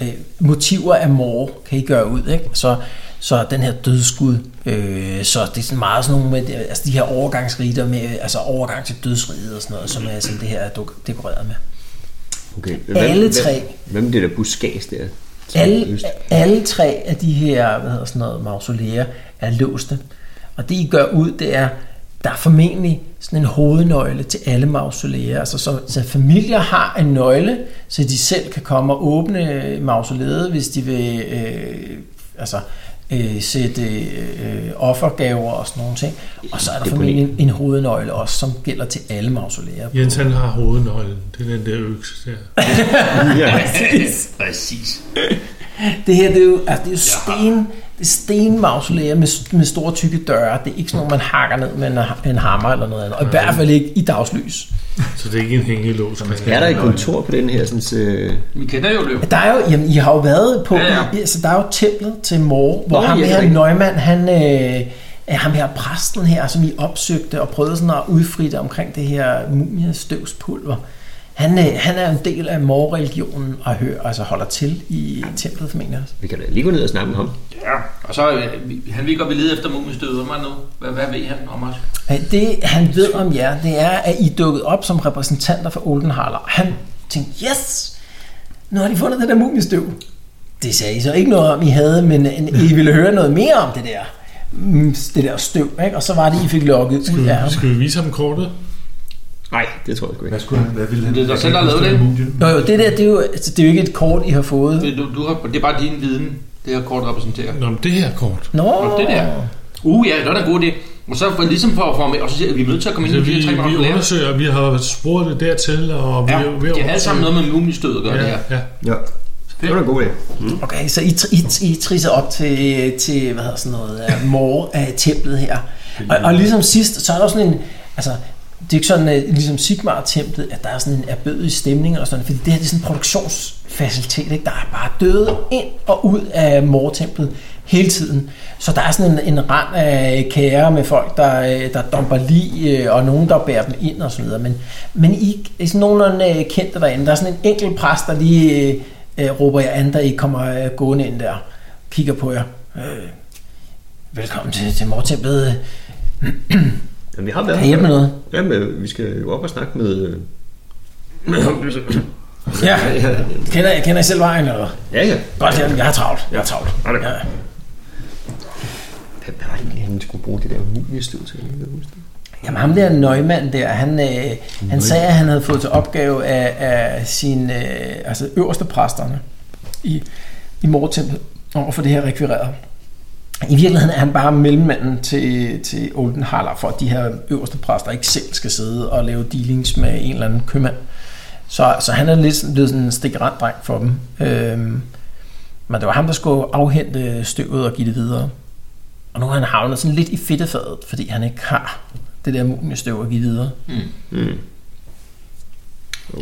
øh, motiver af mor kan I gøre ud, ikke? Så, så den her dødsskud, øh, så det er sådan meget sådan nogle, med, altså de her overgangsriter med, altså overgang til dødsriget og sådan noget, som, er, som det her er duk- dekoreret med. Okay. Alle tre. Hvem, hvem er det der buskads der? Som er Alle, øst? alle tre af de her, hvad hedder sådan noget, mausolæer er låste. Og det I gør ud, det er, der er formentlig sådan en hovednøgle til alle mausolæer. Altså, så, så familier har en nøgle, så de selv kan komme og åbne mausolæet, hvis de vil øh, altså, øh, sætte øh, offergaver og sådan nogle ting. Og så er der formentlig en, en hovednøgle også, som gælder til alle mausolæer. Jens han har hovednøglen. Det er den der økse der. (laughs) Præcis. Præcis. Det her, det er jo, altså, det er jo sten, det er stenmausolæer med, med store tykke døre. Det er ikke sådan noget, man hakker ned med en, en hammer eller noget andet. Og i hvert fald ikke i dagslys. Så det er ikke en hængelås. Man Er der et kontor på den her? Sådan, øh, Vi kender jo løb. Der er jo, jamen, I har jo været på, Ja, ja, ja. ja. så der er jo templet til mor, hvor Nå, ham ja, det er her rigtigt. nøgmand, han, øh, er ham her præsten her, som I opsøgte og prøvede sådan at udfri dig omkring det her mumiestøvspulver. Han, øh, han er jo en del af morreligionen og hører, altså holder til i templet, formentlig også. vi kan da lige gå ned og snakke med ham. Ja. Og så, øh, vi- han ved godt, vi leder efter mumiens døde mig nu. Hvad, hvad ved han om os? Men Det, han ved om jer, det er, at I dukkede op som repræsentanter for Oldenhaler. Og han tænkte, yes, nu har de fundet det der mumiestøv. Det sagde I så ikke noget om, I havde, men øh, I ville høre noget mere om det der, mm, det der støv. Ikke? Og så var det, I fik lukket ud af ham. Mm. Skal vi vise ham kortet? Nej, det tror jeg sgu ikke. Hvad, skulle han, hvad ville han? Det er dig Jeg selv, kan der ikke lavede huske mumie. Jo, jo, det der, det er jo, altså, det er jo ikke et kort, I har fået. Det, du, du har, det er bare din viden, det her kort repræsenterer. Nå, men det her kort. Nå, Og det der. Uh, ja, det var da en god idé. Og så for, ligesom for at få ham med, og så siger jeg, at vi er nødt til at komme ind Så i de Altså, vi, her tre vi mausolæer. undersøger, vi har spurgt det dertil, og vi Ja, er ved det er alt sammen noget med mumiestød at gøre, det ja, her. ja. Ja. Det var da en god idé. Okay, så I, tr- I, tr- I trisser op til, til hvad hedder sådan noget, uh, mor af templet her. Og, og ligesom sidst, så er der sådan en, altså, det er ikke sådan, uh, ligesom Sigmar-templet, at der er sådan en erbødig stemning og sådan, fordi det her det er sådan en produktionsfacilitet, ikke? der er bare døde ind og ud af mor-templet hele tiden. Så der er sådan en, en rand af kære med folk, der, øh, der domper lige, øh, og nogen, der bærer dem ind og så videre. Men, men I er sådan nogenlunde øh, kendte derinde. Der er sådan en enkelt præst, der lige... øh, øh, råber jeg an, da I kommer øh, gående ind der. Kigger på jer. Øh, velkommen til, til mortemplet. Jamen, vi har Kan været I hjælpe med noget? Jamen, øh, vi skal jo op og snakke med... øh, Ja. Ja, Kender, jeg kender I selv vejen, eller hvad? ja. ja. Godt, jeg, jeg har travlt. Jeg har travlt. Ja, det er Ja. Hvad hvad var det egentlig, han skulle bruge det der mumiestøv til? Jeg kan ikke huske det. Jamen ham der nøgmand der, han, øh, han sagde, at han havde fået til opgave af, af sin, øh, altså øverste præsterne i, i mortemplet over for det her rekvireret. I virkeligheden er han bare mellemmanden til, til Olden Haller, for at de her øverste præster ikke selv skal sidde og lave dealings med en eller anden købmand. Så, så han er lidt sådan- blevet sådan en stikkerand-dreng for dem. Øhm, men det var ham, der skulle afhente støvet og give det videre. Og nu har han havnet sådan lidt i fedtefadet, fordi han ikke har det der mumiestøv at give videre. Okay.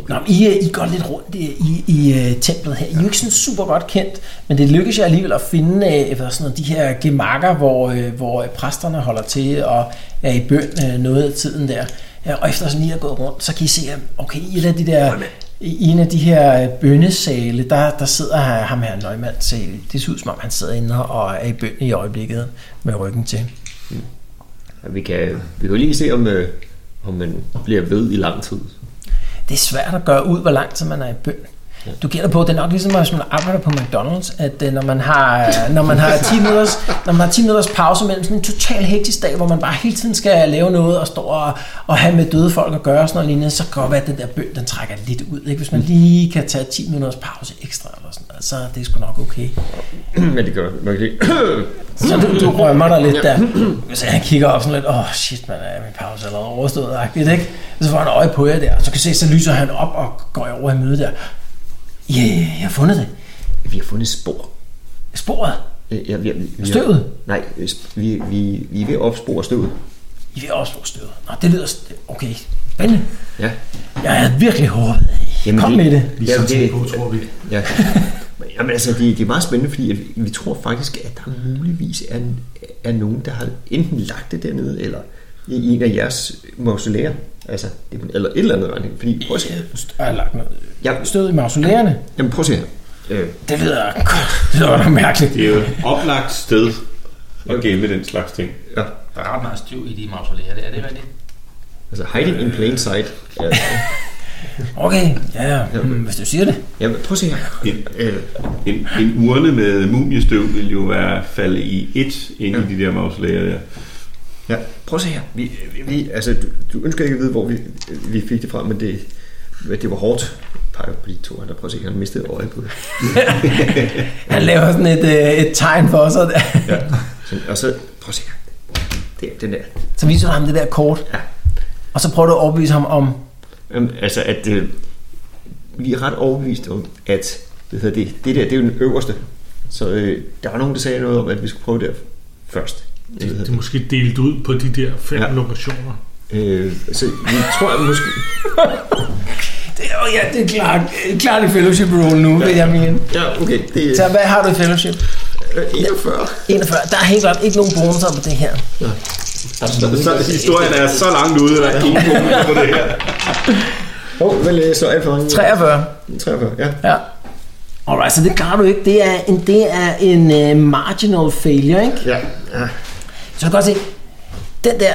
Nå, men I, øh, I går lidt rundt i, i, i uh, templet her. I er jo ikke sådan super godt kendt, men det lykkedes jer alligevel at finde uh, sådan noget, de her gemakker, hvor, uh, hvor øh, præsterne holder til og er i bøn uh, noget af tiden der. Ja, og efter sådan lige at gået rundt, så kan I se, at okay, i et af de der... I en af de her øh, bønnesale, der, der sidder her- ham her nøgmand til. Det ser ud som om, han sidder inde og er i bøn i øjeblikket med ryggen til. Ja, vi, kan, vi kan jo lige se, om, øh, om man bliver ved i lang tid. (clears throat) Det er svært at gøre ud, hvor lang tid man er i bøn. Du gætter på, at det er nok ligesom, hvis man arbejder på McDonald's, at øh, når man har, når man har 10 minutters, når man har 10 minutters pause mellem sådan en total hektisk dag, hvor man bare hele tiden skal lave noget og stå og, og have med døde folk at gøre og sådan noget lignende, så kan det godt være, at den der bøn, den trækker lidt ud. Ikke? Hvis man lige kan tage 10 minutters pause ekstra eller sådan noget, så er det sgu nok okay. Men det gør man kan lige... (clears throat) Så du, du rømmer dig lidt der. Så han kigger op sådan lidt, åh oh, shit, man er min pause allerede overstået, agtigt, ikke? Så får han øje på jer der, så kan I se, så lyser han op og går over i møde der. Ja, yeah, jeg har fundet det. Vi har fundet spor. Sporet. Øh, Ja, vi, vi, vi, Støvet? Nej, øh, sp- vi, vi, vi er ved at opspore støvet. I vil også bruge støvet. Nå, det lyder... st- Okay, spændende. Ja. Jeg havde virkelig håbet. Jamen, Kom med det. Vi er sådan set det, på, tror vi. Ja. Men, (laughs) Jamen altså, det, det er meget spændende, fordi at vi- vi tror faktisk, at der muligvis er, er nogen, der har enten lagt det dernede, eller i en af jeres mausolæer. Altså, det, eller et eller andet retning. Fordi, prøv at se. Jeg har lagt noget Ja, stød i mausolærerne. jamen, prøv at se her. Øh, Det lyder godt. Det lyder da mærkeligt. Det er jo et oplagt sted at gemme den slags ting. ja. Der er ret meget støv i de mausolæer, det er det rigtigt? Altså, hiding in plain sight. Ja, Okay, ja, hmm, hvis du siger det. jamen, prøv at se her. En, Øh, en, en urne med mumiestøv vil jo være falde i et inde i de der mausolæer der. ja, prøv at se her. Vi, vi- vi, altså, du, du ønsker ikke at vide, hvor vi, vi fik det fra, men det, men det var hårdt. Jeg Peger på de to andre. Prøv at se, han mistede øjet på det. Han laver sådan et, øh, et tegn for os. og- Sådan, og så, prøv at se her. Det, den der. Så viser du ham det der kort. Ja. Og så prøver du at overbevise ham om... Øhm, altså, at øh, vi er ret overbevist om, at det, hedder det, det der, det er jo den øverste. Så øh, der var nogen, der sagde noget om, at vi skulle prøve der først. Det, hedder Det er måske delt ud på de der fem Ja. ja. lokationer. Øh, så vi tror at måske... Det, oh ja, det er klart, klart i fellowship roll nu, vil jeg mene. Ja, okay, det Så er hvad har du i fellowship? øh, 41. 41. Der er helt klart ikke nogen bonusser på det her. Så historien er så langt ude, at der er ingen bonus på det her. Åh, oh, vel, øh, så alt for mange. 43. 43, ja. Ja. Alright, så det klarer du ikke. Det er en, det er en uh, marginal failure, ikke? Ja, ja. Så kan godt se, den der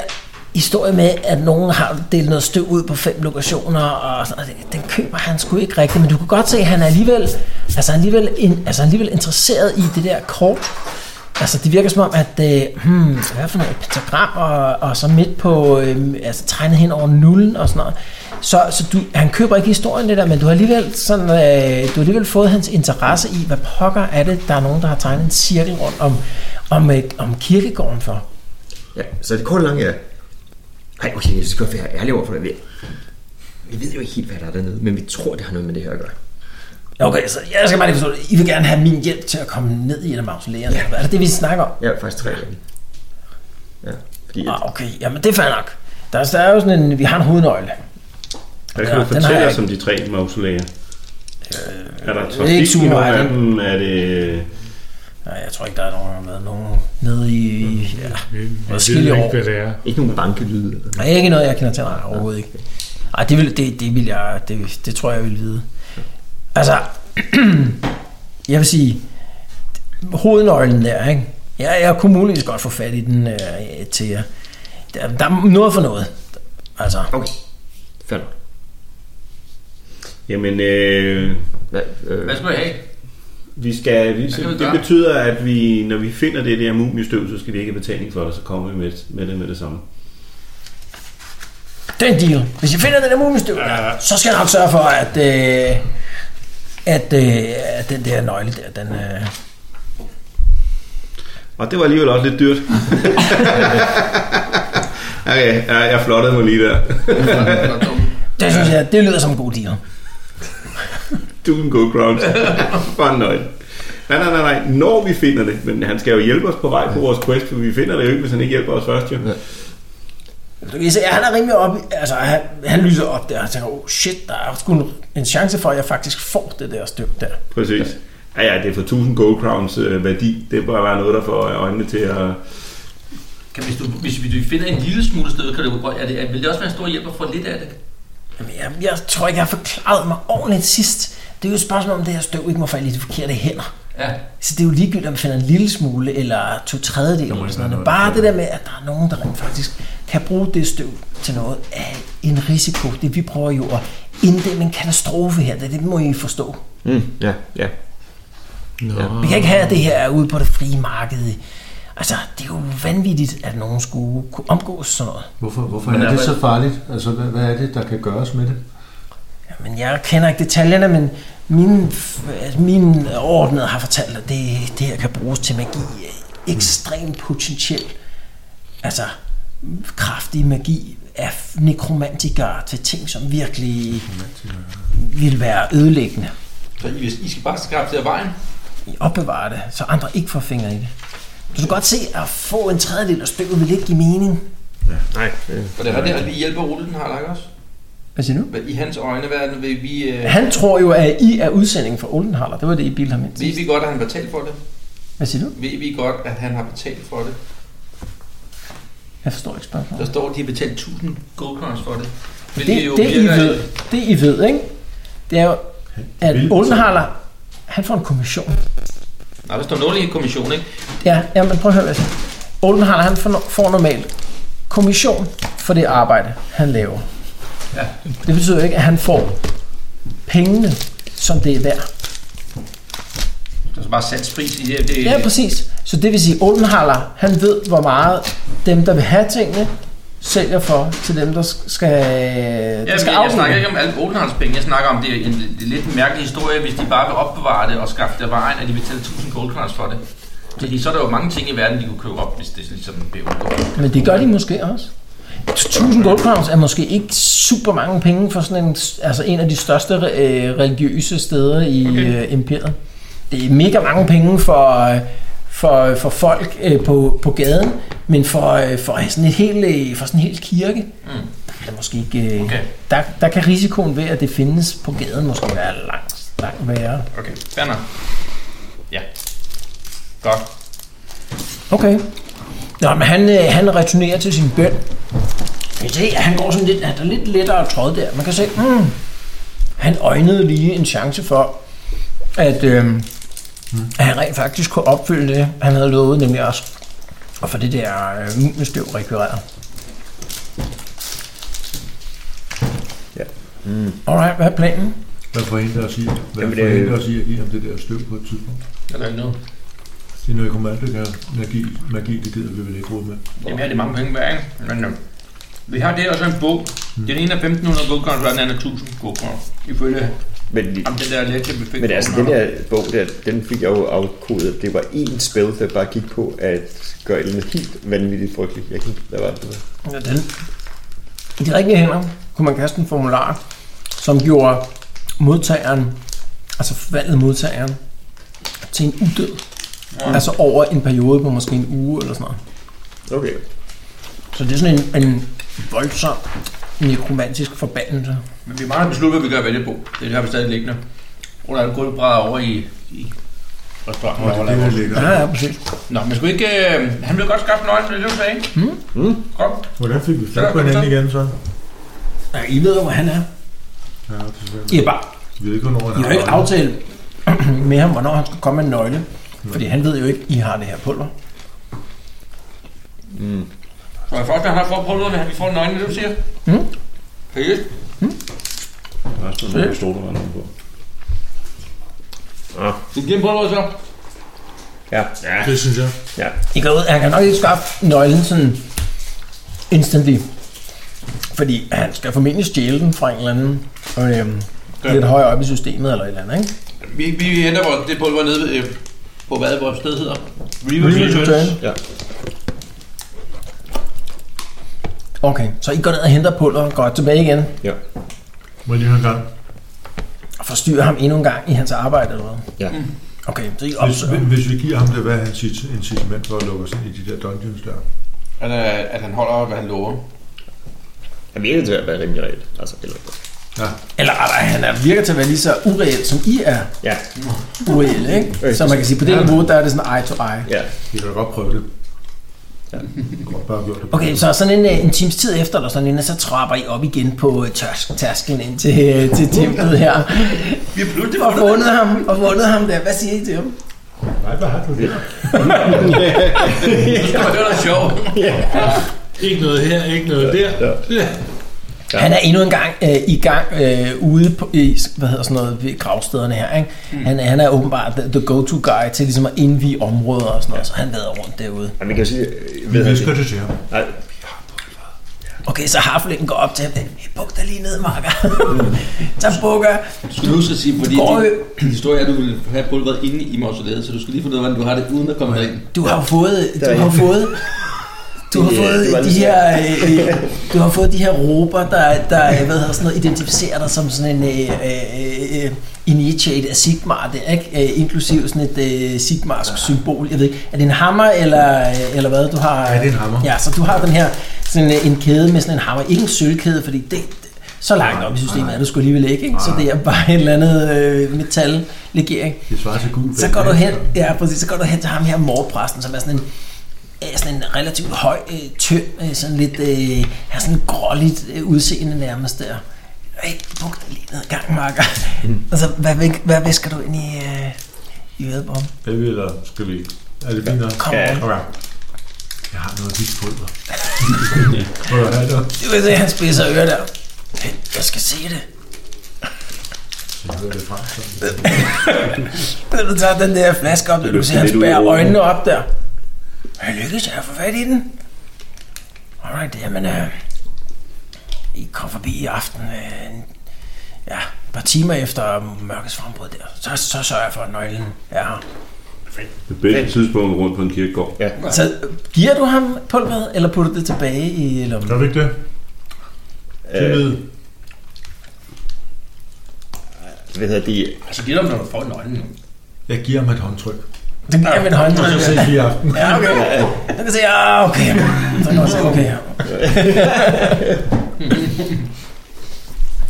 historie med, at nogen har delt noget støv ud på fem lokationer, og sådan, noget, den køber han sgu ikke rigtigt, men du kan godt se, at han er alligevel, altså han er alligevel, in, altså han er alligevel interesseret i det der kort. Altså det virker som om, at øh, hmm, hvad for noget, et pentagram, og, og så midt på, øh, altså tegnet hen over nullen og sådan noget. Så, så du, han køber ikke historien det der, men du har alligevel, sådan, øh, du har alligevel fået hans interesse i, hvad pokker er det, der er nogen, der har tegnet en cirkel rundt om, om, øh, om kirkegården for. Ja, så det korte og lange er... Nej, okay, jeg skal godt være ærlig over for dig. Vi, vi ved jo ikke helt, hvad der er dernede, men vi tror, det har noget med det her at gøre. Okay, så jeg skal bare lige forstå det. I vil gerne have min hjælp til at komme ned i en af mausolæerne. Ja. Er det det, vi snakker om? Ja, faktisk tre af dem. Ja, fordi... At, Ah, okay, jamen det er fair nok. Der er, der er jo sådan en, vi har en hovednøgle. Hvad Ja, kan du den har fortælle jeg Øh, os om de tre mausolæer? Er der er ikke trafik i super nogle af meget. dem? Er det... Nej, jeg tror ikke, der er nogen, der har været nogen nede i... Ja. Vi, vi Mm, ved Adskillige jo år. ikke, hvad det er. ikke nogen bankelyde. Eller Nej, ikke noget, jeg kender til. Nej, overhovedet ikke. Nej, det vil, det, det vil jeg... Det, det tror jeg, jeg vil vide. Altså, (clears throat) jeg vil sige, hovednøglen der, ikke? Jeg, jeg kunne muligvis godt få fat i den øh, til jer. Der, der er noget for noget. Altså, Okay, fair nok. Jamen, øh, Hvad, øh, Hvad skal du have? (laughs) vi skal, vi, kan vi det gøre? betyder, at vi, når vi finder det der mumiestøv, så skal vi ikke have betaling for det, så kommer vi med, med det med det samme. Den deal. Hvis jeg finder den der mumistøv, ja. så skal jeg nok sørge for, at, øh, at, øh, at den der nøgle der, den... Øh, Og det var alligevel også lidt dyrt. (laughs) okay, jeg, jeg flottede mig lige der. det synes jeg, det lyder som en god deal. Du can go (laughs) ground. Bare nøj. Nej, nej, nej, nej. Når vi finder det. Men han skal jo hjælpe os på vej på vores quest, for vi finder det jo ikke, hvis han ikke hjælper os først. Jo. Du kan se, at han er rimelig op, altså han, han lyser op der, og tænker, oh shit, der er sgu en, en chance for, at jeg faktisk får det der støv der. Præcis. Ja, ja, det er for 1000 gold crowns øh, værdi. Det bør være noget, der får øjnene til at... Kan, hvis, du, hvis vi finder en lille smule stød, kan det, jo godt- er det, er- vil det også være en stor hjælp at få lidt af det? Jamen, jeg, jeg tror ikke, jeg har forklaret mig ordentligt sidst. Det er jo et spørgsmål om, det her støv ikke må falde i de forkerte hænder. Ja. Så det er jo ligegyldigt, om man finder en lille smule, eller to tredjedel, eller sådan noget. Bare det der med, at der er nogen, der rent faktisk kan bruge det støv til noget af en risiko. Det vi prøver jo at inddæmme en katastrofe her, det, det må I forstå. Mm, ja, ja. Nå, Vi kan ikke have at det her ude på det frie marked. Altså, det er jo vanvittigt, at nogen skulle kunne omgås sådan noget. Hvorfor, hvorfor Men er er det man- så farligt? Altså, hvad, hvad er det, der kan gøres med det? Men jeg kender ikke detaljerne, men mine, f- altså, mine ordnede har fortalt, at det, det her kan bruges til magi. Ekstremt potentiel. Altså, kraftig magi af nekromantikere til ting, som virkelig vil være ødelæggende. Så I, I skal bare skaffe det af vejen? opbevare det, så andre ikke får fingre i det. Du kan godt se, at få en tredjedel af støvet vil ikke give mening. Nej. Og det er rigtigt, at vi hjælper Ole, den har ikke også? Hvad siger du? Hvad- I hans øjne, hvad er det, vil vi... Øh, Han tror jo, at I er udsendingen for Oldenhaler. Det var det, I bildte ham ind ved til. vi godt, at han betalte for det? Hvad siger du? Ved vi godt, at han har betalt for det? Jeg forstår ikke Der spørgsmålet. står, at de har betalt 1000 goldcoins for det. Det, Hvilket jo det, I virker- ved, det I ved, ikke? Det er jo, at Vildt. Oldenhaler, han får en kommission. Nej, der står 0 i kommission, ikke? Ja, ja, men prøv at høre, hvad jeg siger. Oldenhaler, han får, får normalt kommission for det arbejde, han laver. Ja. Det betyder jo ikke, at han får pengene, som det er værd. Der er så Altså bare salgspris i det her. Det, Ja, præcis. Så det vil sige, at Oldenhaler, han ved, hvor meget dem, der vil have tingene, sælger for til dem, der skal, Ja, der skal men jeg aflevere. snakker ikke om alle Odenholms penge. Jeg snakker om, det er en det er lidt mærkelig historie, hvis de bare vil opbevare det og skaffe det af vejen, at de betaler 1000 goldcoins for det. Fordi så er der jo mange ting i verden, de kunne købe op, hvis det ligesom blev udgået. Men det gør de måske også. 1000 gold crowns er måske ikke super mange penge for sådan en, altså en af de største øh, religiøse steder i okay. øh, imperiet. Det er mega mange penge for, øh, for, for folk øh, på, på gaden, men for, øh, for, sådan et helt, øh, for sådan en hel kirke, mm. der, er det måske ikke, øh, Okay. der, der kan risikoen ved, at det findes på gaden, måske være langt, langt værre. Okay, fair nok. Ja. Godt. Okay. Nå, men han, øh, han returnerer til sin bøn. Man kan se, at han går sådan lidt, han er lidt lettere tråd der. Man kan se, mm, han øjnede lige en chance for, at, øh, at han rent faktisk kunne opfylde det, han havde lovet, nemlig også at få det der øh, mumiestøv rekvireret. Ja. Mm. Alright, hvad er planen? Hvad forhindrer os i, hvad Jamen, det- forhindrer os i at give ham det der støv på et tidspunkt? Eller ikke noget. Det er noget kommando, magi, magi, det gider vi vel ikke råd med. Jamen her er det mange penge værd, ikke? Men, øh, vi har det også en bog. Den ene er 1500 goldcoins, og den anden er 1000 goldcoins. Ifølge Men, om den der lektie, vi fik. men fra altså, den Odenholm. der bog der, den fik jeg jo afkodet. Det var én spil, der bare gik på at gøre et eller andet helt vanvittigt frygteligt. Jeg kan ikke, hvad var det? det var? Ja, den. I de rigtige hænder kunne man kaste en formular, som gjorde modtageren, altså forvandlede modtageren, til en udød. Mm. Altså over en periode på måske en uge eller sådan noget. Okay. Så det er sådan en, en voldsom nekromantisk forbandelse. Men vi mangler at beslutte, hvad vi gør ved det, Bo. Det har vi stadig liggende. Under alle gulvbrædder over i, i restauranten. Og det er det, der ligger. Ja, ja, præcis. Nå, men skulle ikke... Øh, han blev godt skabt nøgen, det er det, du sagde, ikke? Mm. Godt. Hvordan fik vi fat på hinanden igen, så? Ja, I ved jo, hvor han er. Ja, det er svært. I har bare Vi ved ikke, hvornår han I har jo ikke arbejdet. aftalt med ham, hvornår han skulle komme med en nøgle. Fordi han ved jo ikke, I har det her pulver. Så jeg først, han har fået prøvet, at vi får nøgen, det er det, du siger. Mm. Fedt. Der er sådan nogle stolerne på. Du giver en prøve, så. Ja. Det synes jeg. I går ud, han kan nok ikke skaffe nøglen sådan instantly. Fordi han skal formentlig stjæle den fra en eller anden øhm, Ja. lidt højere op i systemet eller et eller andet, ikke? Vi, vi henter vores, det pulver nede ved, øh, på hvad vores sted hedder. Reverse Reverse Returns. Ja. Okay, så I går ned og henter pulver og går tilbage igen Ja. Må jeg lige høre en gang? og forstyrrer ham endnu en gang i hans arbejde eller hvad? Ja. Okay, så I Hvis, opsøger. hvis vi giver ham det, hvad er hans sit- incitament for at lukke os ind i de der dungeons der? At, øh, at han holder, hvad han lover. Jeg virker til at være rimelig reelt. Altså, eller... Eller rettere, han er, virker til at være lige så ureelt, som I er Ja. ureelle, ikke? Øh, Så man kan sige, på det niveau, der er det sådan eye to eye. Ja. Vi kan da godt prøve det. Ja. Vi kan godt bare gøre det. Okay, så sådan en, øh, en times tid efter, eller sådan en, så trapper I op igen på øh, tærs- tærsklen ind til, øh, til templet her. Vi har pludselig Og fundet ham, og fundet ham der. Hvad siger I til ham? Nej, hvad har du det? det var da sjovt. Ikke noget her, ikke noget der. Ja. Ja. Han er endnu en gang øh, i gang øh, ude på, i, hvad hedder sådan noget, ved gravstederne her. Ikke? Mm. Han, han er åbenbart the, the go-to guy til ligesom at indvige områder og sådan noget, ja. så han lader rundt derude. Ja, man kan jo sige... Vi Ved han visker det? det til ham. Nej, Okay, så Harflingen går op til ham. Buk dig lige ned, Marker. (laughs) så bukker. Skulle du så sige, fordi Går din, din historie er, at du vil have pulveret inde i mausoleet, så du skal lige finde ud af, hvordan du har det, uden at komme derind. (laughs) Du har jo fået, er du har ikke- fået Du har Det, øh, det var fået de lidt her, øh, øh, du har fået de her råber, der, der hvad hedder sådan noget, identificerer dig som sådan en øh, øh, øh, initiate af Sigmar, det er ikke? Øh, inklusiv sådan et øh, Sigmars symbol. Jeg ved ikke, er det en hammer, eller, øh, eller hvad du har? Ja, det er en hammer. Ja, så du har den her, sådan øh, en kæde med sådan en hammer. Ikke en sølvkæde, fordi det, så langt op i systemet er du skulle alligevel ikke, ikke? Så det er bare en eller anden øh, metallegering. Det svarer til gul. Så går du hen, ja, præcis, så går du hen til ham her morpræsten, som er sådan en er sådan en relativt høj, øh, tynd, øh, sådan lidt, øh, har sådan en gråligt øh, udseende nærmest der. Hey, buk dig lige ned gang, Marker. altså, hvad, væk- hvad visker du ind i, øh, i ødebom? Hvad vil der? Skal vi? Er det fint nok? Kom ja. on. Okay. Jeg har noget hvidt pulver. Må jeg have det? Du kan se, han spidser ører der. Hey, jeg skal se det. Jeg hører det fra. Så. (laughs) Når du tager den der flaske op, du kan se, han lidt ud i spærer rummet. øjnene op der. Har jeg lykkes jeg at få fat i den? Alright, jamen, øh, I kom forbi i aften, øh, en- ja, et par timer efter mørkets frembrud der. Så, så sørger jeg for, at nøglen er her. Det bedste tidspunkt rundt på en kirkegård. Ja. Så øh, giver du ham pulveret, eller putter det tilbage i lommen? Gør vi ikke det? Tillid. Hvad hedder det? Altså, giv dig, når du får nøglen. Jeg giver ham et håndtryk. Det giver jeg min hånd. Så ses vi i aften. Ja, okay. Du kan se, ja, okay. Så kan jeg se, okay. (laughs)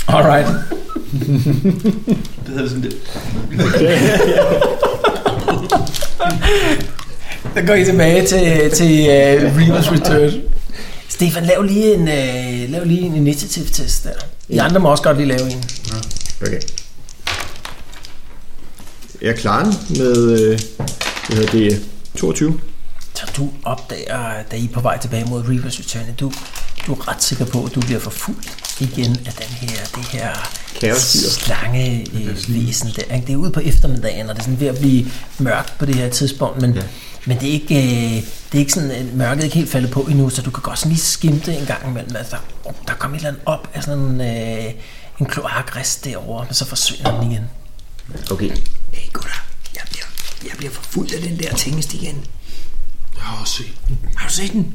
Alright. Det hedder sådan det. Så går I tilbage til, til uh, Remus Return. Stefan, lav lige en, uh, lav lige en initiativ-test der. I andre må også godt lige lave en. Okay. Jeg klarer den med, øh, hvad hedder det, 22. Så du opdager, da I er på vej tilbage mod Remus Return, at du, du er ret sikker på, at du bliver forfulgt igen af den her, det her Kaosdyr. slange øh, væsen der. Ikke? Det er ude på eftermiddagen, og det er sådan ved at blive mørkt på det her tidspunkt, men, ja. men det, er ikke, øh, det er ikke sådan, at mørket er ikke helt faldet på endnu, så du kan godt sådan lige skimte en gang imellem. Altså, der, oh, der kom et eller andet op af sådan en, øh, en kloakrest derovre, men så forsvinder den igen. Okay. Hey gutter, jeg bliver, jeg bliver forfulgt af den der tingest igen. Jeg har også set. Har du set den?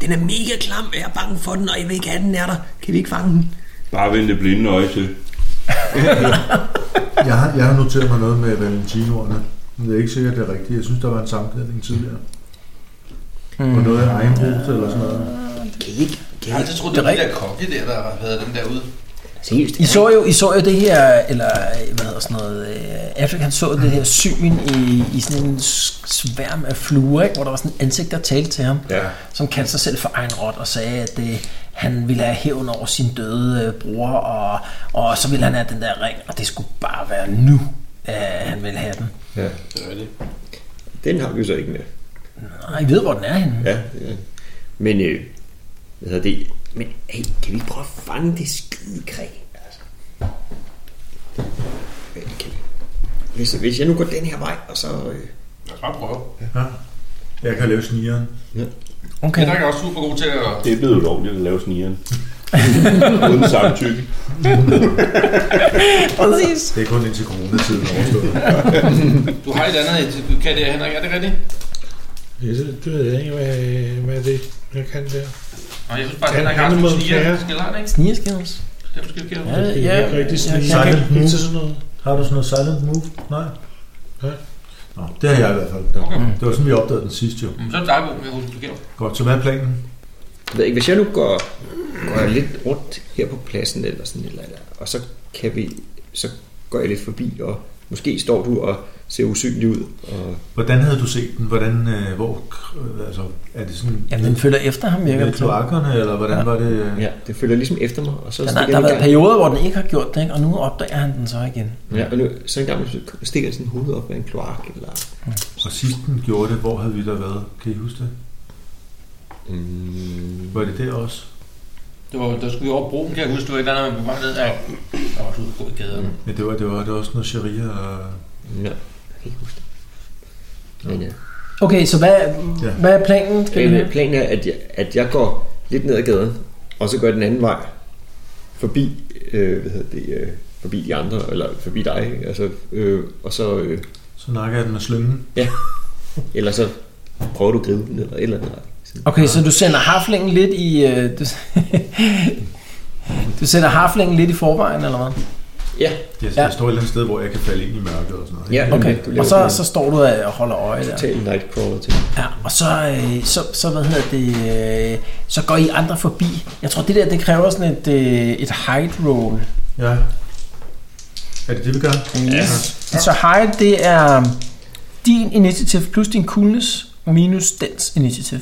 Den er mega klam, og jeg er bange for den, og jeg vil ikke have, at den er der. Kan vi ikke fange den? Bare vend det blinde øje til. Jeg har, jeg har noteret mig noget med Valentinoerne. Men det er ikke sikkert, det er rigtigt. Jeg synes, der var en sammenklædning tidligere. Mm. Og noget af egen hus eller sådan noget. Kan I ikke? Jeg Kan har I altid ikke? troet, det var de der kokke der, der havde den der ude. Seriøst? I så jo, I så jo det her, eller øh, hvad hedder sådan noget, øh, Afrika, han så det her syn i, i sådan en s- sværm af fluer, ikke? hvor der var sådan et ansigt, der talte til ham, ja. som kaldte sig selv for egen rot og sagde, at øh, han ville have hævn over sin døde øh, bror, og, og så ville han have den der ring, og det skulle bare være nu, at han ville have den. Den har vi jo så ikke med. Og I ved, hvor den er henne. Ja. ja. Men, øh, hvad hedder det? Men hey, kan vi ikke prøve at fange det skide kræg? Altså. Øh, Kan vi? Hvis, hvis jeg nu går den her vej, og så... Øh, Lad os bare prøve. Ja. Jeg kan lave snigeren. Men Okay. der er også super god til at... Det er blevet ulovligt at lave snigeren. (laughs) Uden samtykke. Præcis. Det er kun indtil coronatiden overstået. Du har et andet, du kan det, Henrik, er det rigtigt? Ja, det, det ved jeg ikke, hvad, hvad det er, jeg kan der. Og jeg synes bare, at Ja, Henrik har han er sådan mod en stiger, kære. skal lade, ikke? Snigerskævns. Det er måske forkert. Ja, Det er ikke rigtig sådan jeg, jeg, Silent ikke move. til sådan noget. Har du sådan noget silent move? Nej. Nej. Nå, det har jeg i hvert fald. Okay. Det var sådan, vi opdagede den sidste jo. Mm, Så er det dig, Bo, jeg husker forkert. Godt, så hvad er planen? jeg ved ikke, hvis jeg nu går, går jeg lidt rundt her på pladsen, eller sådan et eller andet, og så kan vi... Så går jeg lidt forbi, og måske står du og ser usynlig ud. Og, Hvordan havde du set den? Hvordan, øh, hvor, øh, altså, er det sådan Jamen, den følger efter ham, virker ved det til. kloakkerne, eller hvordan var det? øh? ja, det følger ligesom efter mig, og så Den stikker har, der den har en været gang. perioder, hvor den ikke har gjort det, ikke? og nu opdager han den så igen. Ja, og nu, så en gang så stikker sådan hovedet op af en kloak, eller... Og sidst den gjorde det, hvor havde vi der været? Kan I huske det? Mm, Var det der også? Det var, der skulle vi over broen, kan jeg huske, det var et eller andet, man var ned af. Der var også ude på i gaderne. Men det var, det var, det var også noget sharia. og- nej, jeg kan ikke huske det. Men, ja. Okay, så hvad, ja. hvad er planen? Skal vi Planen, planen er, at jeg, at jeg går lidt ned ad gaden, og så går jeg den anden vej forbi, øh, hvad hedder det, øh, forbi de andre, eller forbi dig, ikke? altså, øh, og så, øh, Så nakker jeg den med slyngen. eller så prøver du at gribe den, eller et eller andet. Okay, så du sender haflingen lidt i... øh, Du, (laughs) du sender haflingen lidt i forvejen, eller hvad? Ja, Jeg, ja. Ja. jeg står et eller andet sted, hvor jeg kan falde ind i mørket og sådan noget. ja du Okay, laver og så, sådan så står du og holder øje der. en nightcrawler til. Ja, og så, øh, så, så, hvad hedder det, øh, så går I andre forbi. Jeg tror, det der, det kræver sådan et, øh, et hide roll. Ja. Er det det, vi gør? Yes. Så hide, det er øh, din initiativ plus din coolness minus dens initiativ.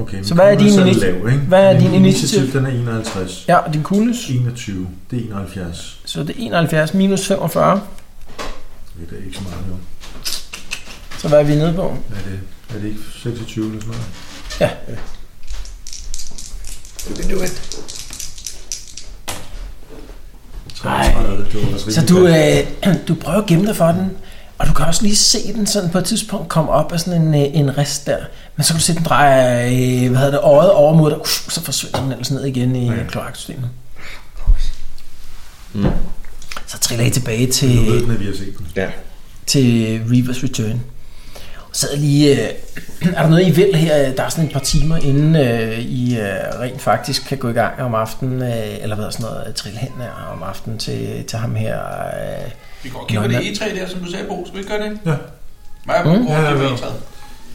Okay, Så hvad er din initiativ? initi- Lav, ikke? hvad er Min din initiativ? Den er 51. Ja, og din coolness, 21, det er 71. så det er 71 minus 45. Okay, det er ikke så meget, jo. Så hvad er vi nede på? Er det, er det ikke 26 eller sådan noget? Du kan do it. 33, det var også Så rigtig du, godt. øh, (clears throat) du prøver at gemme dig for den, og du kan også lige se den sådan på et tidspunkt komme op af sådan en, øh, en rest der. Men så kan du se, den drejer øh, hvad hedder det, øjet over mod dig, uff, så forsvinder den ellers ned igen i ja. kloaksystemet. Mm. Så triller I tilbage Du ved til, den, at vi har set den. Ja. til Reavers Return. Og sad lige, øh, (clears throat) er der noget, I vil her? Der er sådan et par timer, inden øh, I øh, rent faktisk kan gå i gang om aftenen, øh, eller hvad sådan noget, trille hen her om aftenen til, til ham her. Øh, Vi går og kigger på Nå, det ja. E3 der, som du sagde, Bo. Skal vi ikke gøre det? Ja. Maja, mm. Mm. går og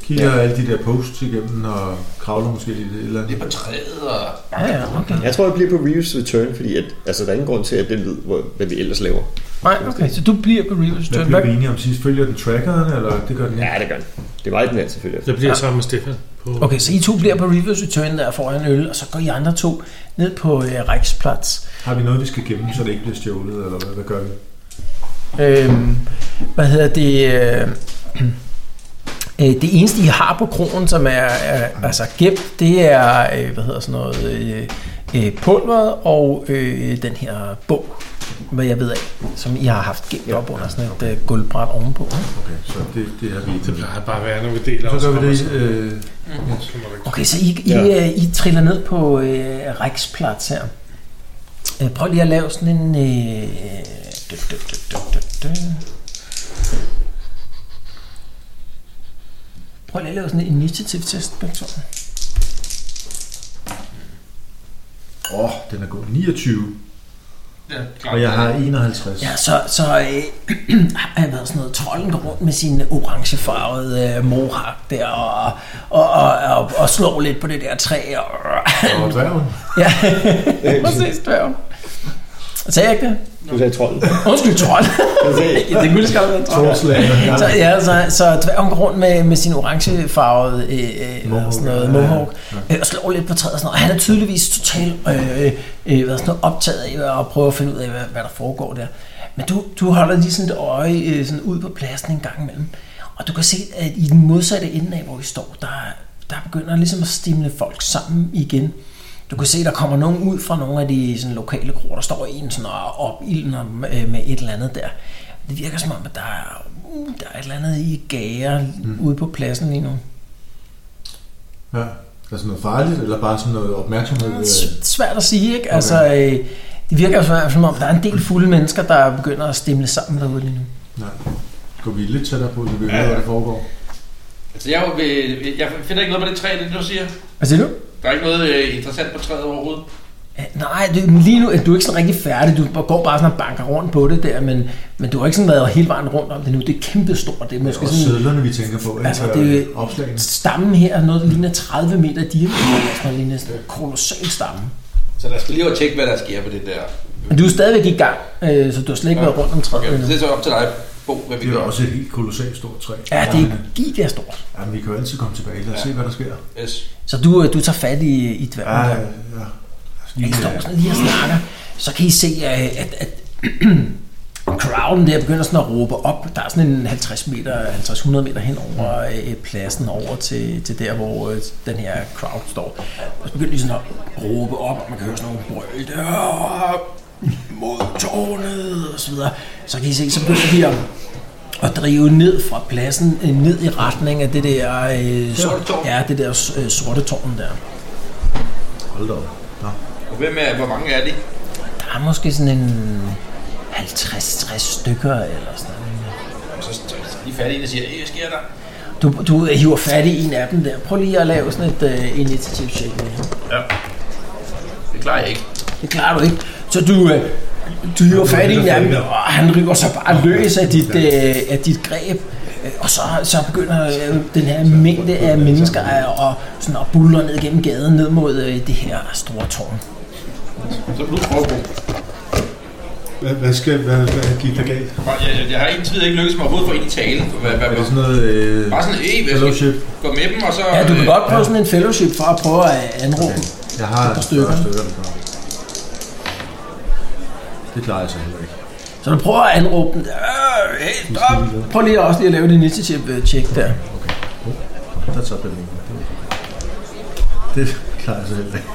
Ja, kigger ja. Kigger på E3. alle de der posts igennem og kravler måske lidt i det eller Det er andet. på træet og... ja, ja, okay. Jeg tror, jeg bliver på Reeves Return, fordi at, altså, der er ingen grund til, at den ved, hvor, hvad vi ellers laver. Nej, okay, så du bliver på Reavers Hvad Return. bliver Hvad, vi enige om sidst? Følger den trackeren, eller det gør den ikke? Ja, det gør den. Det er meget den her, selvfølgelig. Jeg bliver sammen med Stefan. På, okay, så I to bliver på Reavers Return der og får en øl, og så går I andre to ned på øh, Riksplads. Har vi noget, vi skal gemme, så det ikke bliver stjålet, eller hvad, hvad gør vi? Øhm, hvad hedder det? Øh, (clears throat) øh, det eneste, I har på krogen, som er, er altså gemt, det er, øh, hvad hedder sådan noget, øh, øh, pulveret og øh, den her bog, hvad jeg ved af, som I har haft gemt op under sådan et øh, gulvbræt ovenpå. ikke? Okay, så det, det har vi Det ikke. plejer bare at være, når vi deler Så os gør vi om os. det. Øh, Så må der ikke- Okay, så I, I, Ja. ja. I triller ned på øh, Riksplads her. Øh, prøv lige at lave sådan en... Øh, dø, dø, dø, dø, dø, dø. Prøv lige at lave sådan en initiativ-test, begge to. øh, åh, den er god. 29, Ja, klart. og jeg har 51. Ja, så, så øh, (clears throat) har jeg været sådan noget, trolden går rundt med sin orangefarvede øh, mohawk der, og, og, og, og, og slår lidt på det der træ, og, Og dværgen. Ja, (laughs) (laughs) præcis, dværgen. Sagde jeg ikke det? Du sagde trolden. Undskyld, trold. Jeg sagde, Ja, det kunne lige så godt være en trold. Torslager. Så, ja, så, så dværgen går rundt med, med sin orangefarvede øh, øh, mohawk, sådan noget, ja, ja. mohawk øh, og slår lidt på træet og sådan noget. Han er tydeligvis totalt øh, øh, øh, hvad sådan noget, optaget af at prøve at finde ud af, hvad, hvad der foregår der. Men du, du holder lige sådan et øje øh, sådan ud på pladsen en gang imellem. Og du kan se, at i den modsatte ende af, hvor vi står, der, der begynder ligesom at stimle folk sammen igen. Du kan se, der kommer nogen ud fra nogle af de sådan, lokale kroer, der står en sådan, og opildner dem, øh, med et eller andet der. Det virker som om, at der er, uh, der er et eller andet i gager mm. ude på pladsen lige nu. Ja. Der er sådan noget farligt, eller bare sådan noget opmærksomhed. S- øh, Svært at sige, ikke? Altså, øh, det virker jo svært, som om, der er en del fulde mennesker, der begynder at stimle sammen derude lige nu. Nej. Går vi lidt tættere på, så vi ved, hvad der foregår. Altså, jeg, er jo ved- jeg finder ikke noget på det træ, det du siger. Hvad siger du? Der er ikke noget øh, interessant på træet overhovedet. Ja, Nej, det, men lige nu er du ikke sådan rigtig færdig. Du går bare sådan og banker rundt på det der, men, men du har ikke sådan været hele vejen rundt om det nu. Det er kæmpestort. Det er måske Og sådan sædlerne, vi tænker på, ikke? Altså, Og øh, det- Opslagene. stammen her er noget, der ligner 30 meter diameter. eller Sådan noget ligner sådan en kolossal stamme. Så lad os lige over tjekke, hvad der sker på det der. Men du er stadigvæk i gang, øh, så du har slet ikke Ja. været rundt om træet Okay, endnu. det er så op til dig, Bo, hvad vi Det er gør. jo også et helt kolossalt stort træ. Ja, det er Jamen, gigastort. Jamen, vi kan jo altid komme tilbage. Lad os se, hvad der sker. Yes. Så du, øh, du tager fat i, i dværgen Ja, der. ja. ja. Altså, I lige, står øh, sådan lige og snakker, så kan I se, øh, at, (clears throat) at crowden der begynder sådan at råbe op. Der er sådan en 50 meter, 50-100 meter hen over øh, pladsen, over til, til der, hvor øh, den her crowd står. Og så begynder de sådan at råbe op, og man kan høre sådan nogle brøl, "Øh, mod tårnet og så videre. Så kan I se, så begynder de at at drive ned fra pladsen, øh, ned i retning af det der, øh, Sorte sorte, tårn. ja, det der øh, sorte tårn der. Hold da op. Nå. Og hvem er, hvor mange er de? Der er måske sådan en 50-60 stykker eller sådan noget. Og så tager de fat i en og siger, hey, hvad sker der? Du, du hiver fat i en af dem der. Prøv lige at lave sådan et uh, initiativ check med ham. Ja. Det klarer jeg ikke. Det klarer du ikke. Så du, øh, du hiver fat i en af dem, og han river sig bare løs af dit, øh, af dit greb. Øh, Og så, så begynder øh, den her mængde af mennesker at, og sådan at buller ned gennem gaden, ned mod øh, det her store tårn. Så nu prøver jeg. Hvad, hvad, skal, hvad, hvad gik der galt? Jeg, jeg, jeg har indtil videre ikke lykkes mig overhovedet at få ind i talen. Hvad, hvad, Er det hvad, sådan noget... Øh, bare sådan, øh, hvad skal fellowship? gå med dem, og så... Ja, du kan øh, godt prøve sådan en fellowship for at prøve at anråbe. Jeg har et stykker. stykker. stykker der kommer. det klarer jeg så heller ikke. Så du prøver at anråbe den. Øh, hey, stop! Prøv lige også lige at lave et initiativ-check der. Der tager den ikke. Det klarer jeg så heller ikke.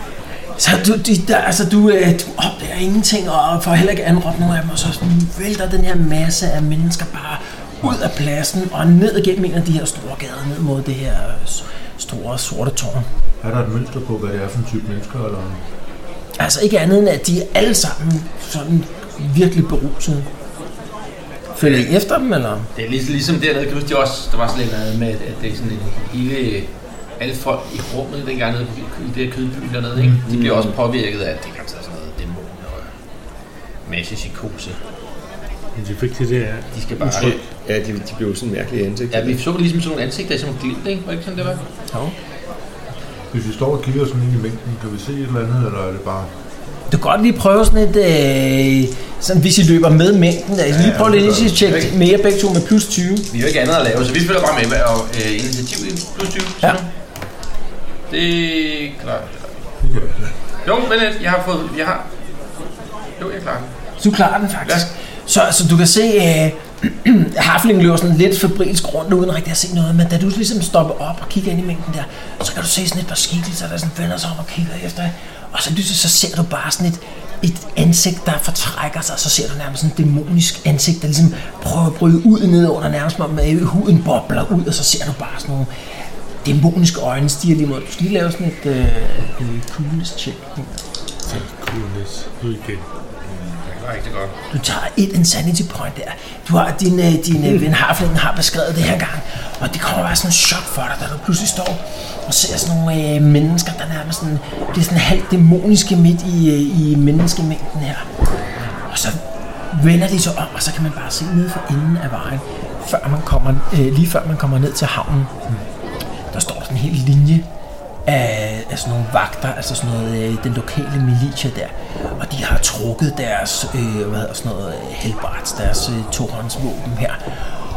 Så du, de, der, altså, du, øh, du opdager ingenting og får heller ikke anråbt nogen af dem, og så vælter den her masse af mennesker bare ud af pladsen og ned igennem en af de her store gader, ned mod det her øh, s- store sorte tårn. Er der et mønster på, hvad det er for en type mennesker? Eller? Altså ikke andet end, at de er alle sammen sådan virkelig berusede. Følger I efter dem, eller? Det er ligesom, ligesom dernede, kan du huske det også, der var sådan noget med, at, at det er sådan en hele, alle folk i rummet dengang nede på- i det her kødby dernede, ikke? De bliver også påvirket af, at det kan tage sådan noget dæmoner og masse psykose. Men det vigtige det er, De skal bare... Ja, de, de blev sådan mærkelige ansigt. Ja, vi så ligesom sådan nogle ansigter, som glimt, ikke? Var det ikke sådan, det var? Hvis vi står og kigger sådan ind i mængden, kan vi se et eller andet, eller er det bare... Du kan godt lige prøve sådan et, øh, sådan, hvis I løber med mængden. Altså, lige prøv lidt initiativ-check mere begge to med plus 20. Vi har jo ikke andet at lave, så vi følger bare med, hvad og øh, initiativ i plus 20. Ja. sådan. Det er klart. Jo, men øh, jeg har fået... Jeg har... Jo, jeg klarer den. Du klarer den faktisk. Så, så du kan se, at øh, (clears throat) Hafling løber sådan lidt fabrilsk rundt, uden rigtig at se noget, men da du ligesom stopper op og kigger ind i mængden der, så kan du se sådan et par skikkelser, der sådan vender sig om og kigger efter jer. Og så lige så ser du bare sådan et, et ansigt, der fortrækker sig, og så ser du nærmest sådan et dæmonisk ansigt, der ligesom prøver at bryde ud nedenunder, nærmest som om øh, huden bobler ud, og så ser du bare sådan nogle dæmoniske øjne stiger lige mod. Du skal lige lave sådan et øh, øh, coolness check. coolness, nu igen. Jeg klarer ikke det godt. Du tager et insanity point der. Du har, din, øh, din øh, ven Harflingen har beskrevet det her gang, og det kommer bare sådan en chok for dig, da du pludselig står og ser sådan nogle øh, mennesker, der nærmest sådan, bliver sådan halvt dæmoniske midt i, øh, i menneskemængden her. Og så vender de sig om, og så kan man bare se ned for enden af vejen, før man kommer, øh, lige før man kommer ned til havnen. Der står sådan en hel linje af, af sådan nogle vagter, altså sådan noget, øh, den lokale militia der. Og de har trukket deres, øh, hvad hedder sådan noget, øh, helbards, deres øh, tohåndsvåben her.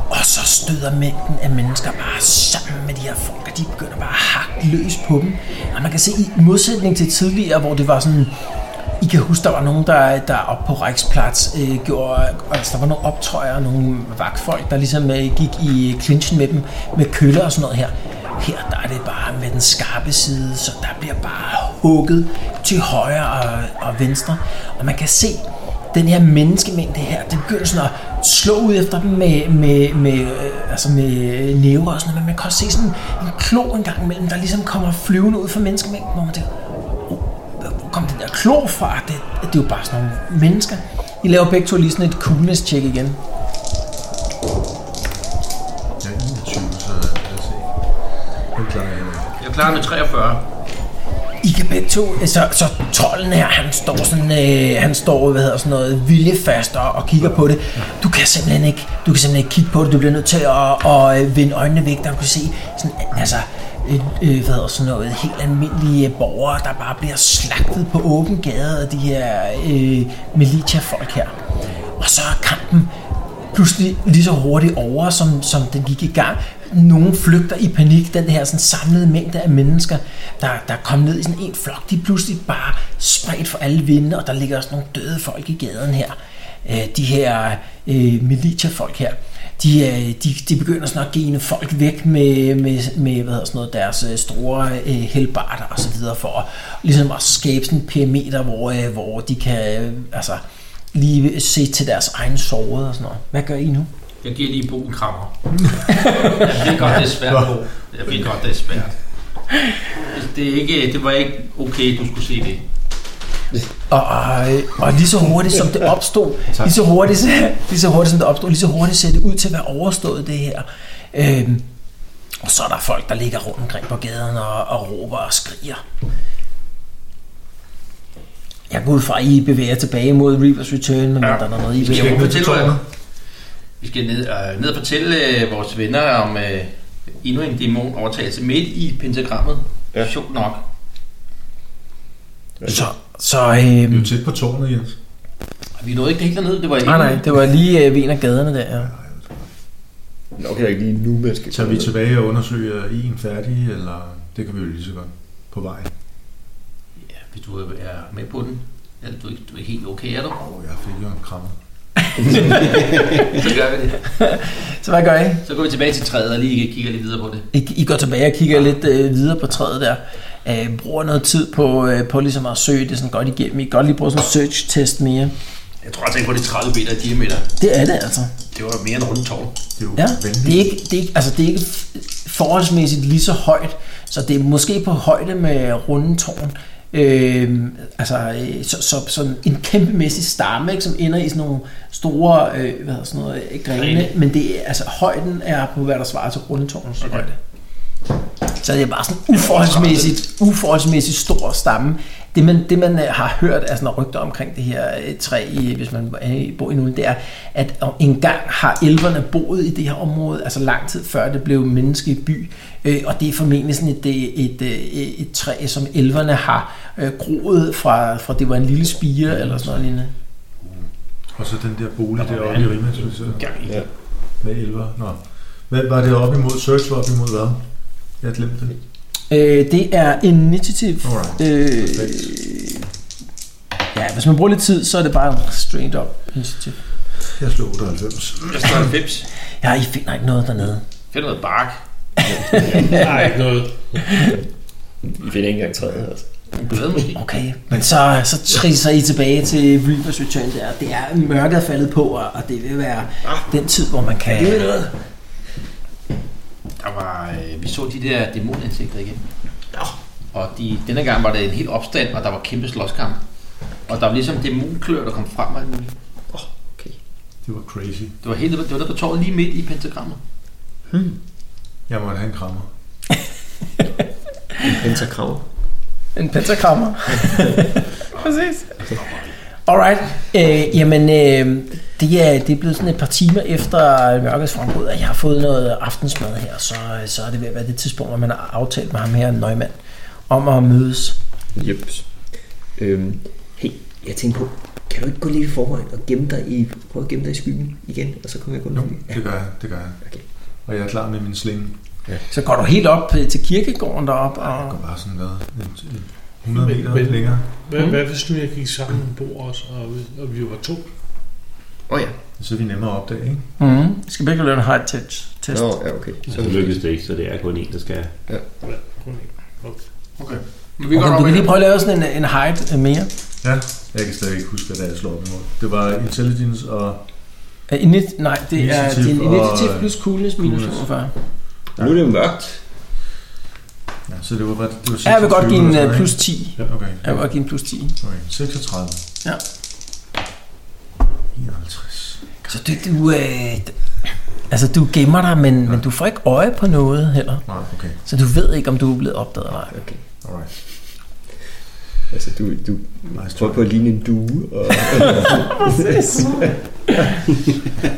Og så støder mængden af mennesker bare sammen med de her folk, og de begynder bare at hakke løs på dem. Og man kan se, i modsætning til tidligere, hvor det var sådan, i kan huske, der var nogen, der, der oppe på Riksplads øh, gjorde, altså der var nogle optøjer, nogle vagtfolk, der ligesom øh, gik i clinchen med dem, med køller og sådan noget her. Her der er det bare med den skarpe side, så der bliver bare hugget til højre og, og venstre. Og man kan se, den her menneskemængde her, det begynder sådan at slå ud efter dem med, med, med, øh, altså med næver og sådan noget, men man kan også se sådan en klo en gang imellem, der ligesom kommer flyvende ud fra menneskemængden, hvor man tænker, "Oh, hvor kom den der klo fra? Det, det er jo bare sådan nogle mennesker. I laver begge to lige sådan et coolness check igen. Jeg er 21, så lad os se. Den klarer jeg heller ikke. Jeg klarer med 43. I kan begge to, øh, så, så trolden her, han står sådan, øh, han står, hvad hedder sådan noget, viljefast og, og kigger på det. Du kan simpelthen ikke, du kan simpelthen ikke kigge på det, du bliver nødt til at, at, øh, vende øjnene væk, der du kan se sådan, altså, øh, øh, hvad hedder sådan noget, helt almindelige øh, borgere, der bare bliver slagtet på åben gade af de her øh, militia-folk her. Og så er kampen pludselig lige så hurtigt over, som, som den gik i gang. Nogle flygter i panik, den her sådan samlede mængde af mennesker, der, der kom ned i sådan en flok, de er pludselig bare spredt for alle vinde, og der ligger også nogle døde folk i gaden her. Øh, De her øh, militia-folk her, de, øh, de, de begynder sådan at gene folk væk med, med, med hvad hedder sådan noget, deres øh, store øh, helbarter og så videre for at, ligesom at skabe sådan en perimeter, hvor, øh, hvor de kan øh, altså, lige se til deres egen sårede og sådan noget. Hvad gør I nu? Jeg giver lige Bo en krammer. jeg ved godt, det er svært, Bo. Jeg ved godt, det er svært. Det, er ikke, det var ikke okay, du skulle se det. Og, og, øh, og lige så hurtigt som det opstod, lige så hurtigt, lige så hurtigt som det opstod, lige så hurtigt ser det ud til at være overstået det her. Øhm, Og så er der folk, der ligger rundt omkring på gaden og, og råber og skriger. Jeg går ud fra, at I bevæger jer tilbage mod Reapers Return, men ja. Ja. der er noget, I Vi vil. skal, jo fortælle, hvad- vi skal ned, øh, ned og fortælle øh, vores venner om øh, endnu en dæmon overtagelse midt i pentagrammet. Ja. Ja. Sjovt nok. Så, så Vi er øhm, jo tæt på tårnet, Jens. Og Vi nåede ikke helt derned. Det var nej, nej, det var lige øh, ved en af gaderne der. Ja. Nok heller ikke lige nu, man skal Tager vi til. tilbage og undersøger en færdig, eller det kan vi jo lige så godt på vej. Ja, hvis du er med på den. Eller du, er ikke- du er ikke helt okay, er du? Åh, jeg fik jo en krammer. Så gør vi det. Så hvad gør I? Så går vi tilbage til træet og lige kigger lidt videre på det. I, I går tilbage og kigger lidt øh, videre på træet der. Øh, bruger noget tid på, øh, på ligesom at søge det sådan godt igennem. I kan godt lige bruge sådan en search test mere. Jeg tror altså ikke på de 30 meter i diameter. Det er det altså. Det var mere end rundt tårn. Det er jo Ja, det er vanvittigt. ikke, det er ikke, altså det er ikke f- forholdsmæssigt lige så højt, så det er måske på højde med rundetårn. Øh, altså øh, så, så, sådan en kæmpemæssig stamme, ikke, som ender i sådan nogle store øh, hvad hedder sådan noget, øh, grene, Grene. men det er, altså, højden er på hvad der svarer til rundetårnens okay. højde. Så det er bare sådan en uforholdsmæssigt, uforholdsmæssigt stor stamme. Det man, det man øh, har hørt af sådan rygter omkring det her øh, træ, i- hvis man øh, bor i nogen, det er, at om- engang har elverne boet i det her område, altså lang tid før det blev menneske i by, øh, og det er formentlig sådan et, øh, et, øh, et, et træ, som elverne har øh, groet fra, fra det var en lille spire eller sådan noget lignende. Og så den der bolig deroppe i Rima, synes jeg. Gang i det. Ja. Med elver. Nå. Hvad var det op imod? Search var op imod hvad? Jeg glemte det. Øh, det er initiativ. Alright. Øh, Perfekt. ja, hvis man bruger lidt tid, så er det bare straight up initiativ. Jeg slog 98. Jeg står 90. Ja, I finder ikke noget dernede. Find noget bark. Der er ikke noget. Mm. Vi finder ikke engang træet, altså. En blad måske. Okay, men så, så trisser I tilbage til Reapers Return der. Det er mørket er faldet på, og og det vil være den tid, hvor man kan... Der var, øh, vi så de der dæmonansigter igen. Og de, denne gang var det en helt opstand, og der var kæmpe slåskamp. Og der var ligesom dæmonklør, der kom frem. og alt muligt. Det var crazy. Det var helt det var der på tårnet lige midt i pentagrammet. Jeg måtte have en krammer. Pentagram. En (laughs) pentakrammer. Præcis. Alright. Øh, jamen, øh, det, er, det er blevet sådan et par timer efter mørkets frembrud, at jeg har fået noget aftensmad her, så, så er det ved at være det tidspunkt, hvor man har aftalt med ham her, Nøgmand, om at mødes. Yep. Øhm, Hey, jeg tænkte på, kan du ikke gå lidt i forvejen og gemme dig i, prøve at gemme dig i skyggen igen, og så kommer jeg kun Jo, det gør jeg. Det gør jeg. Okay. Og jeg er klar med min slinge. Så går du helt op øh, til kirkegården derop Jeg og... går bare sådan noget. en- en 100 meter Men- men- længere. Hvad, hvad hvis nu jeg gik sammen om bord også, og, vi- og vi var to? Så er vi nemmere at opdage, ikke? Mm-hmm. Skal begge lave en high touch test? Nå, ja, okay. Så lykkes det ikke, så det er kun en, der skal... Ja, kun én. Okay. Okay. Men vi går Okay, du okay, kan lige lige... prøve at lave sådan en, en height øh, mere. Ja. Jeg kan stadig ikke huske, hvad det er, jeg slår op imod. Det var intelligence og... Øh, Init, nej, det er, det er en Initiativ og- initiativ plus coolness minus Coolness. 45. Nu er det mørkt. Ja, så det var bare... Det var Ja, jeg vil godt 26 give en eller sådan øh, noget, plus 10. ikke? Ja, okay. Jeg vil godt give en plus 10. okay. 36. Ja. 51. Så du, du øh, d- altså du gemmer dig, men, men du får ikke øje på noget heller. Nej, okay. Så du ved ikke, om du er blevet opdaget eller ej. Alright. Altså, du, du Nice prøver på at ligne en due, og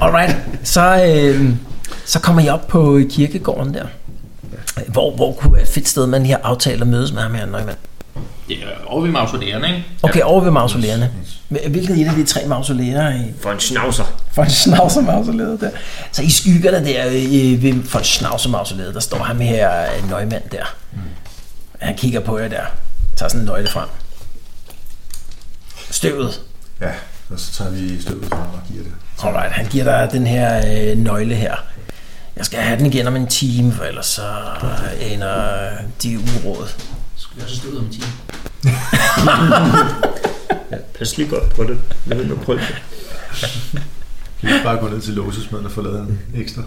Alright, så, øh, så kommer jeg op på kirkegården der. Hvor, hvor kunne være et fedt sted, man lige har aftalt at mødes med ham her, Nøgman. Det er over ved mausoleerne, ikke? Okay, over ved mausoleerne. Hvilket er et af de tre mausoleer i for en schnauzer. von Schnauzer mausoleet der. Så i skyggerne der øh, ved von Schnauzer mausoleet, der står ham her øh, nøgmand der. Mm. Han kigger på jer der, tager sådan en nøgle frem. Støvet. Ja, og så tager vi støvet fra og giver det. Alright, han giver dig den her øh, nøgle her. Jeg skal have den igen om en time, for ellers så øh, ender de uråd. Skulle jeg så stå ud om 10? Pas lige godt på det. Jeg ved, man prøver det. Kan vi ikke bare gå ned til låsesmeden og få lavet en ekstra?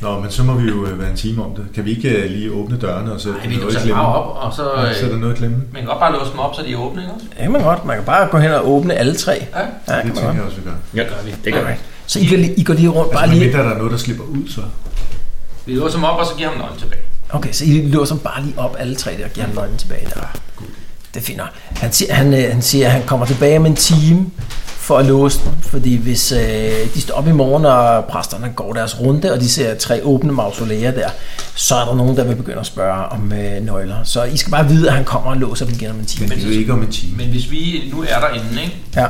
Nå, men så må vi jo øh, være en time om det. Kan vi ikke øh, lige åbne dørene og sætte Nej, vi kan noget i tage klemme? bare op, og så... Ja, sætte Øh, noget i klemme? man kan godt bare låse dem op, så de er åbne, ikke? også? Ja, man godt. Man kan bare gå hen og åbne alle tre. Ja. Ja, Det kan man tænker godt. (laughs) jeg også, vi gør. Ja, det gør vi. Alright. Så I går, lige- I går lige rundt bare Altså, lige... medmindre der er noget, der slipper ud, så. Vi låser ham op, og så giver ham nøglen tilbage. Okay, så I låser dem bare lige op alle tre der og giver ham nøglen tilbage der. Det finder han. Siger, han, øh, han siger, at han kommer tilbage om en time for at låse den, fordi hvis øh, de står op i morgen, og præsterne går deres runde, og de ser tre åbne mausoleer der, så er der nogen, der vil begynde at spørge om øh, nøgler. Så I skal bare vide, at han kommer og låser dem igen om en time. Men det er jo ikke om en time. Men hvis vi nu er derinde, ikke? Ja,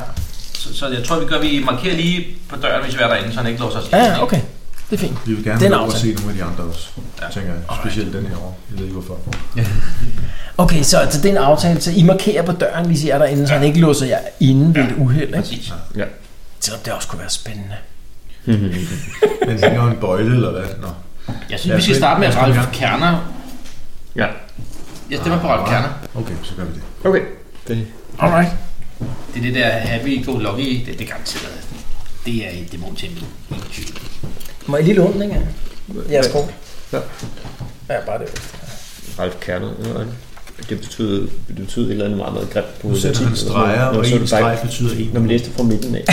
Så, så jeg tror, vi gør, vi markerer lige på døren, hvis vi er derinde, så han ikke låser os ind. ja ikke? okay. Det er fint. Vi vil gerne Den have lov at aftale. se nogle af de andre også, ja. tænker jeg. Specielt den her år. Jeg ved ikke hvorfor. Okay, så altså, det er en aftale, så I markerer på døren, hvis I er derinde, så han ikke låser jer inde ved et uheld. Ikke? Præcis. Selvom det også kunne være spændende. Men hænger jo en bøjle eller hvad? Nå. Jeg Lad synes, os vi skal se. starte med Lad os komme i Ralf gang. Kerner. Ja. Jeg stemmer på Ralf Kerner. Okay, så gør vi det. Okay. Det. Alright. Det er det der happy go lucky, det, det er garanteret. Det er et dæmontempel. Ingen tvivl. Må jeg lige låne den, ikke? Jeres kort? Ja. Ja, bare det. Ralf Kerner. eller hvad? Det betød, det betød et eller andet meget, meget grimt på Nu sætter han streger, og en streg betyder en. Når man læste fra midten (laughs) af.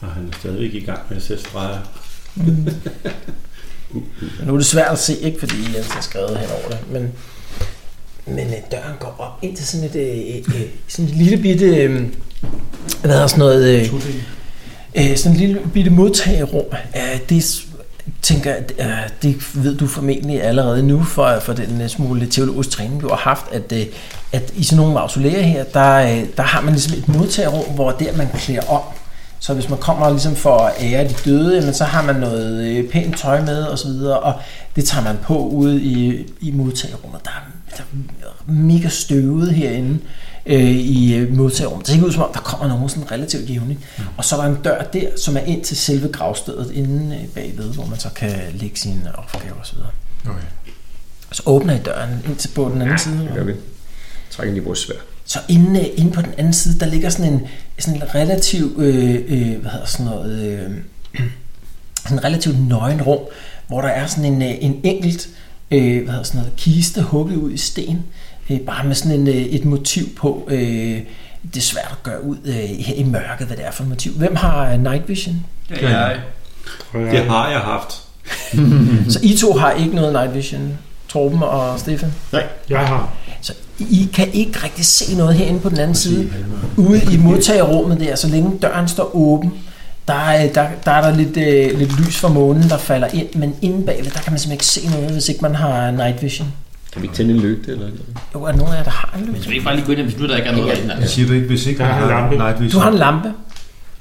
Og han er stadigvæk i gang med at sætte streger. Men nu er det svært at se, ikke? Fordi Jens har skrevet hen over det. Men, men øh, døren går op ind til sådan et, øh, øh, sådan et lille bitte... Øh, hvad hedder sådan noget... Øh, øh, sådan et lille bitte modtagerum. Øh, det er s- tænker, jeg, at, øh, det ved du formentlig allerede nu for, for den øh, smule teologisk træning, du har haft, at, øh, at i sådan nogle mausolæer her, der, øh, der har man ligesom et modtagerum, hvor der man klæder om. Så hvis man kommer ligesom for at ære de døde, jamen, så har man noget øh, pænt tøj med og så videre, og det tager man på ude i, i modtagerummet. Der er, der er mega støvet herinde øh, i øh, modtagerummet. Det ser ikke ud som om, der kommer nogen sådan relativt jævnligt. Mm. Og så er der en dør der, som er ind til selve gravstedet inde øh, bagved, hvor man så kan lægge sine opgaver og så videre. Okay. Og så åbner I døren ind til på den anden side. Det gør vi. Trækker lige vores svær. Så inde, øh, inde på den anden side, der ligger sådan en sådan en relativ, øh, øh, hvad hedder sådan noget, øh, (clears throat) sådan en relativt nøgen rum, hvor der er sådan en, øh, en enkelt, øh, hvad hedder sådan noget, kiste hugget ud i sten, øh, bare med sådan en, øh, et motiv på, øh, det er svært at gøre ud øh, her i mørket, hvad det er for et motiv. Hvem har øh, night vision? Det er jeg. Det har jeg haft. Så I to har ikke noget night vision, Torben og Stefan? Jeg har. Så I kan ikke rigtig se noget herinde på den anden side. Ude i modtagerummet der, så længe døren står åben, der er der, der, er der lidt, øh, lidt lys fra månen, der falder ind, men inde bagved, der kan man simpelthen ikke se noget, hvis ikke man har night vision. Kan vi ikke tænde en lygte eller noget? Jo, er der nogen af jer, der har en lys? Skal vi ikke bare lige gå ind og beslutte, at der ikke er noget derinde? Jeg Altså? siger du ikke, hvis ikke Der man er en har lampe. night vision. Du har en lampe.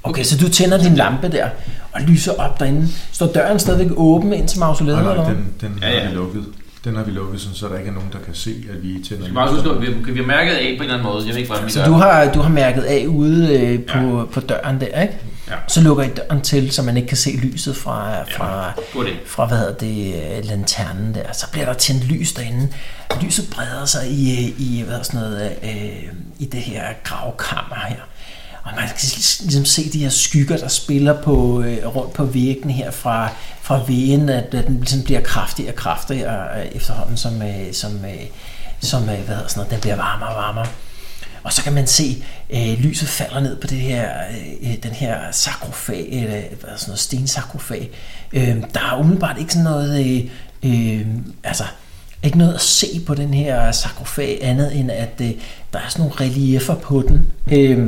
Okay, så du tænder din lampe der og lyser op derinde. Står døren stadigvæk åben ind til mausoleet Nej, eller nej, hvad? den, den Ja, ja. har vi lukket. Den har vi lukket, sådan, så der ikke er nogen, der kan se, at vi tænder Vi skal bare huske, at vi, vi har mærket af på en eller anden måde. Jeg ved ikke, hvordan vi Så gør. du har, du har mærket af ude øh, på, ja. på døren der, ikke? Ja. Så lukker I døren til, så man ikke kan se lyset fra, fra, God idé. fra hvad hedder det, øh, lanternen der. Så bliver der tændt lys derinde. Lyset breder sig i, øh, i, hvad hedder sådan noget, øh, i det her gravkammer her. Og man kan lis- ligesom se de her skygger, der spiller på, øh, rundt på væggen her fra, fra vægen, at at den ligesom bliver kraftigere og kraftigere øh, efterhånden, som, øh, som, øh, som øh, hvad hedder sådan noget, den bliver varmere og varmere. Og så kan man se, øh, lyset falder ned på det her, øh, øh, den her sarkofag, eller hvad er sådan noget, stensarkofag. Øh, der er umiddelbart ikke sådan noget, øh, øh, altså ikke noget at se på den her sarkofag, andet end at øh, der er sådan nogle reliefer på den. Øh,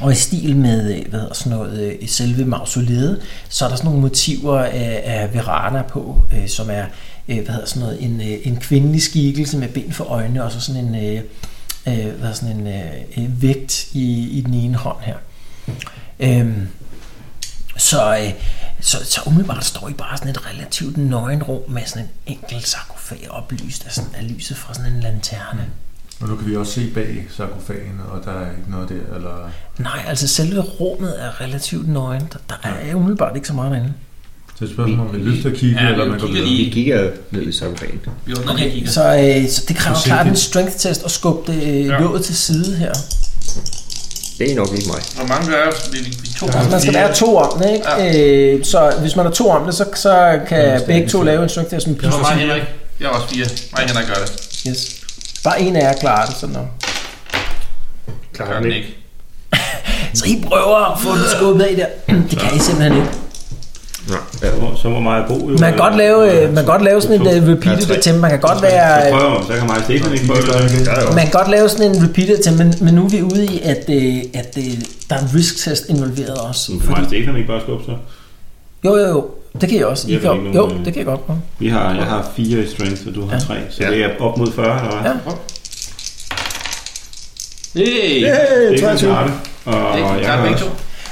og i stil med øh, hvad hedder sådan noget, øh, i selve mausoleet, så er der sådan nogle motiver af, af Verana på, øh, som er øh, hvad hedder sådan noget, en, øh, en kvindelig skikkelse med ben for øjnene, og så sådan en, øh, øh, hvad hedder sådan en øh, øh, vægt i, i den ene hånd her. Øhm, så, øh, så, så umiddelbart står I bare sådan et relativt nøgen rum med sådan en enkelt sarkofag oplyst af, sådan, af lyset fra sådan en lanterne. Og nu kan vi også se bag sarkofagen, og der er ikke noget der, eller... Nej, altså selve rummet er relativt nøgen. Der, der er umiddelbart ikke så meget derinde. Så er spørgsmålet, om vi lyster at kigge, Ja, eller vi man går kigger videre. lige. Vi kigger ned i sarkofagen. Vi åbner okay. lige. Så, øh, så det kræver Forsigtigt. klart en strength test at skubbe det øh, Ja. låget til side her. Det er nok ikke mig. Hvor mange gør vi? Vi, vi to. Man skal være to om det, ikke? Ja. Øh, så hvis man er to om det, så, så kan begge to lave en strength test med plus. Hvor meget Henrik? Jeg er også fire. Nej, Henrik gør det. Yes. Bare en af jer klarer det, sådan noget. Klarer den ikke. Så I prøver at få den skubbet af der. (clears throat) Det kan I simpelthen ikke. Ja, hvor- så må mig bo Man jo. kan godt lave, øh, man kan godt lave sådan et øh, repeated attempt. Man kan godt være... Jeg prøver, så kan mig Stefan ikke prøve det. Ja, jo. Man kan godt lave sådan en repeated attempt, men, men nu er vi ude i, at, øh, at øh, der er en risk test involveret også. Men Kan mig Stefan ikke bare skubbe så? Jo, jo, jo. Det kan I også. I Jeg kan, ved ikke, jo, om, øh, det kan I godt prøve. Vi har, jeg har fire i strength, og du har tre. Så det er op mod 40, eller hvad? Ja. Hey, Det er ikke det. det Og jeg er har begge også to.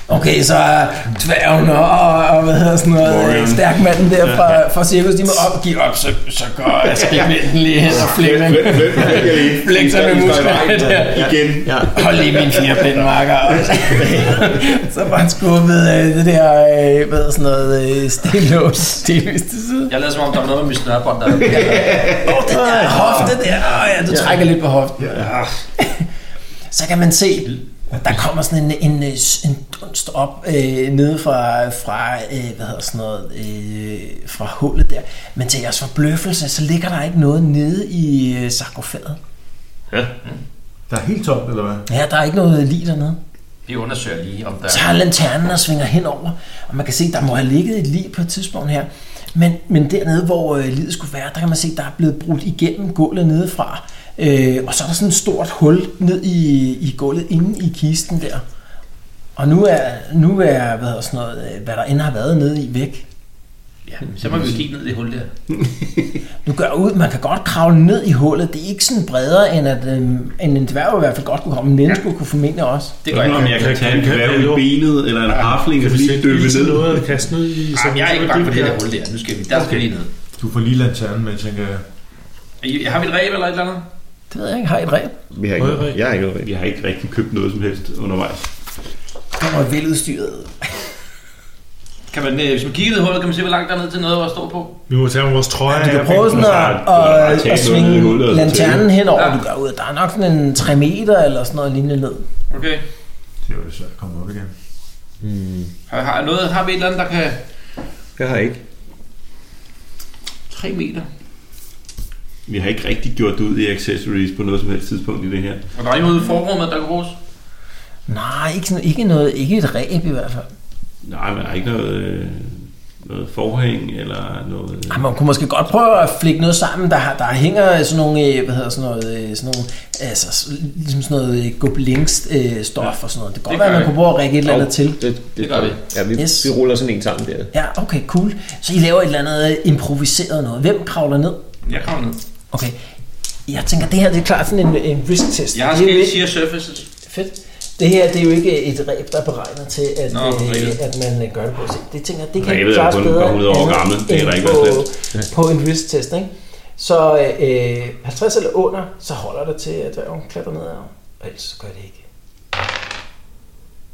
Okay, så er dværgen og, og hvad hedder sådan noget, øh, Warrior. stærkmanden der fra, fra cirkus, de må op, give op, så, så går eksperimenten lige hen og flækker. Flæk sig med musklerne der. Igen. Ja. Hold lige min firepinde, (laughs) Marker. så bare skubbet øh, det der, øh, hvad hedder sådan noget, øh, stenlås. Stenlås til side. Jeg lader som om, der var noget med mit snørbånd, der Åh, oh, den der hofte der. Åh oh, ja, du trækker lidt på hoften. Ja. (laughs) Så kan man se, der kommer sådan en, en, øh, s- en dunst op øh, nede fra, fra øh, hvad hedder sådan noget, øh, fra hullet der. Men til jeres forbløffelse, så ligger der ikke noget nede i øh, sarkofaget. Der er helt tomt, eller hvad? Ja, der er ikke noget lige dernede. Vi undersøger lige, om der Så har lanternen og svinger henover, og man kan se, der må have ligget et lig på et tidspunkt her. Men, men dernede, hvor øh, livet skulle være, der kan man se, der er blevet brudt igennem gulvet nedefra. Øh, og så er der sådan et stort hul ned i, i gulvet inde i kisten der. Og nu er, nu er hvad, hedder sådan noget, øh, hvad der end har været nede i væk. Ja, så må vi jo kigge ned i det hul der. Du gør ud, man kan godt kravle ned i hullet. Det er ikke sådan bredere, end at øh, end en dværg i hvert fald godt kunne komme. En menneske kunne formentlig også. Det Det gør er ikke, om jeg. jeg kan tage en kvæv i benet, eller en harfling, og Kan vi lige sætte dykke ild til ned. noget og kaste ned i? Ej, jeg er ikke bange for det der hul der. Nu skal vi, der skal vi lige ned. Du får lige lanternen med, tænker jeg. I- Har vi et ræb eller et eller andet? Det ved jeg ikke. Har I et ræb? Vi har ikke noget. Jeg har ikke noget. Vi har ikke rigtig købt noget som helst undervejs. Kommer et veludstyret Kan man, øh, hvis man kigger ned i hullet, kan man se, hvor langt der er ned til noget at stå på. Vi må tage vores trøje Ja, du kan af. prøve sådan så har- at, du har bare at, taget at noget i svinge hullet og lanternen taget. henover, Ja. du gør ud. Der er nok sådan en 3 meter eller sådan noget lignende ned. Okay. Det er jo svært at komme op igen. Har, har, jeg noget, har vi et eller andet, der kan... Jeg har ikke. 3 meter. Vi har ikke rigtig gjort det ud i accessories på noget som helst tidspunkt i det her. Og der er ikke noget i forrummet, der kan bruges. Nej, ikke, sådan, ikke, noget, ikke et ræb i hvert fald. Nej, men der er ikke noget, øh, noget forhæng eller noget... Ej, man kunne måske godt prøve at flække noget sammen, der, har- der hænger sådan nogle, øh, hvad hedder sådan noget, øh, sådan nogle, altså s- ligesom sådan noget øh, goblins øh, stof og sådan noget. Det kan godt gør være, at man jeg. kunne prøve at række et eller andet til. Det, Det gør vi. Ja, vi, Yes. yes. vi ruller sådan en sammen der. Ja, okay, cool. Så I laver et eller andet øh, improviseret noget. Hvem kravler ned? Jeg kommer ned. Okay. Jeg tænker, det her det er klart sådan en, en risk test. Jeg har Det er jo skæld ikke- sheer surfaces. Fedt. Det her, det er jo ikke et ræb, der er beregnet til, at, Nå, Nå, øh, rigtigt. at man øh, gør det på sig. Det tænker jeg, det kan Rebet ikke er klares kun bedre 100 år andet gammel. Det er end der ikke på, på en risk-test, ikke? Så øh, 50 eller under, så holder det til, at dværgen klatrer ned og ellers så gør det ikke.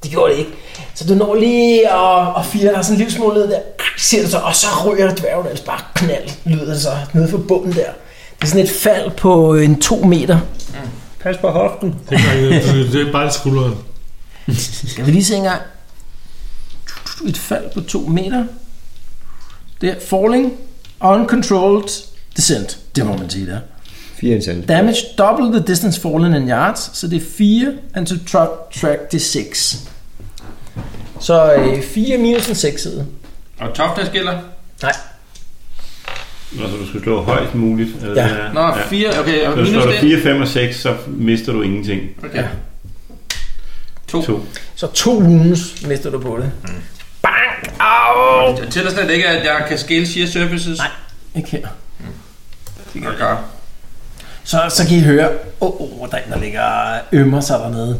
Det gjorde det ikke. Så du når lige og, og fire, der er sådan en livsmulighed der, siger du så, og så ryger dværgen altså bare knald, lyder det så, nede for bunden der. Det er sådan et fald på øh, en to meter. Pas på hoften. Det, gør ikke noget. Det- det er bare skulderen. Skal vi lige se en gang? Et fald på 2 meter. Det er falling, uncontrolled descent. Det må man sige der. Fire indsatte. Damage double the distance fallen in yards, så det er 4, and subtract det 6. Så 4 minus en 6 side. Og toften skiller. Nej, Altså, du skal slå højst muligt. Eller Ja. hvad det er. Nå, 4. Okay, og Så slår minus du det. 4, 5 og 6, så mister du ingenting. Okay. To. To. så 2 wounds mister du på det. Bang! Au! Jeg tæller slet ikke, at jeg kan scale sheer surfaces. Nej. Ikke her. Det kan jeg gøre. Så, så kan I høre, åh, oh, oh, der, er en, der ligger og ømmer sig dernede.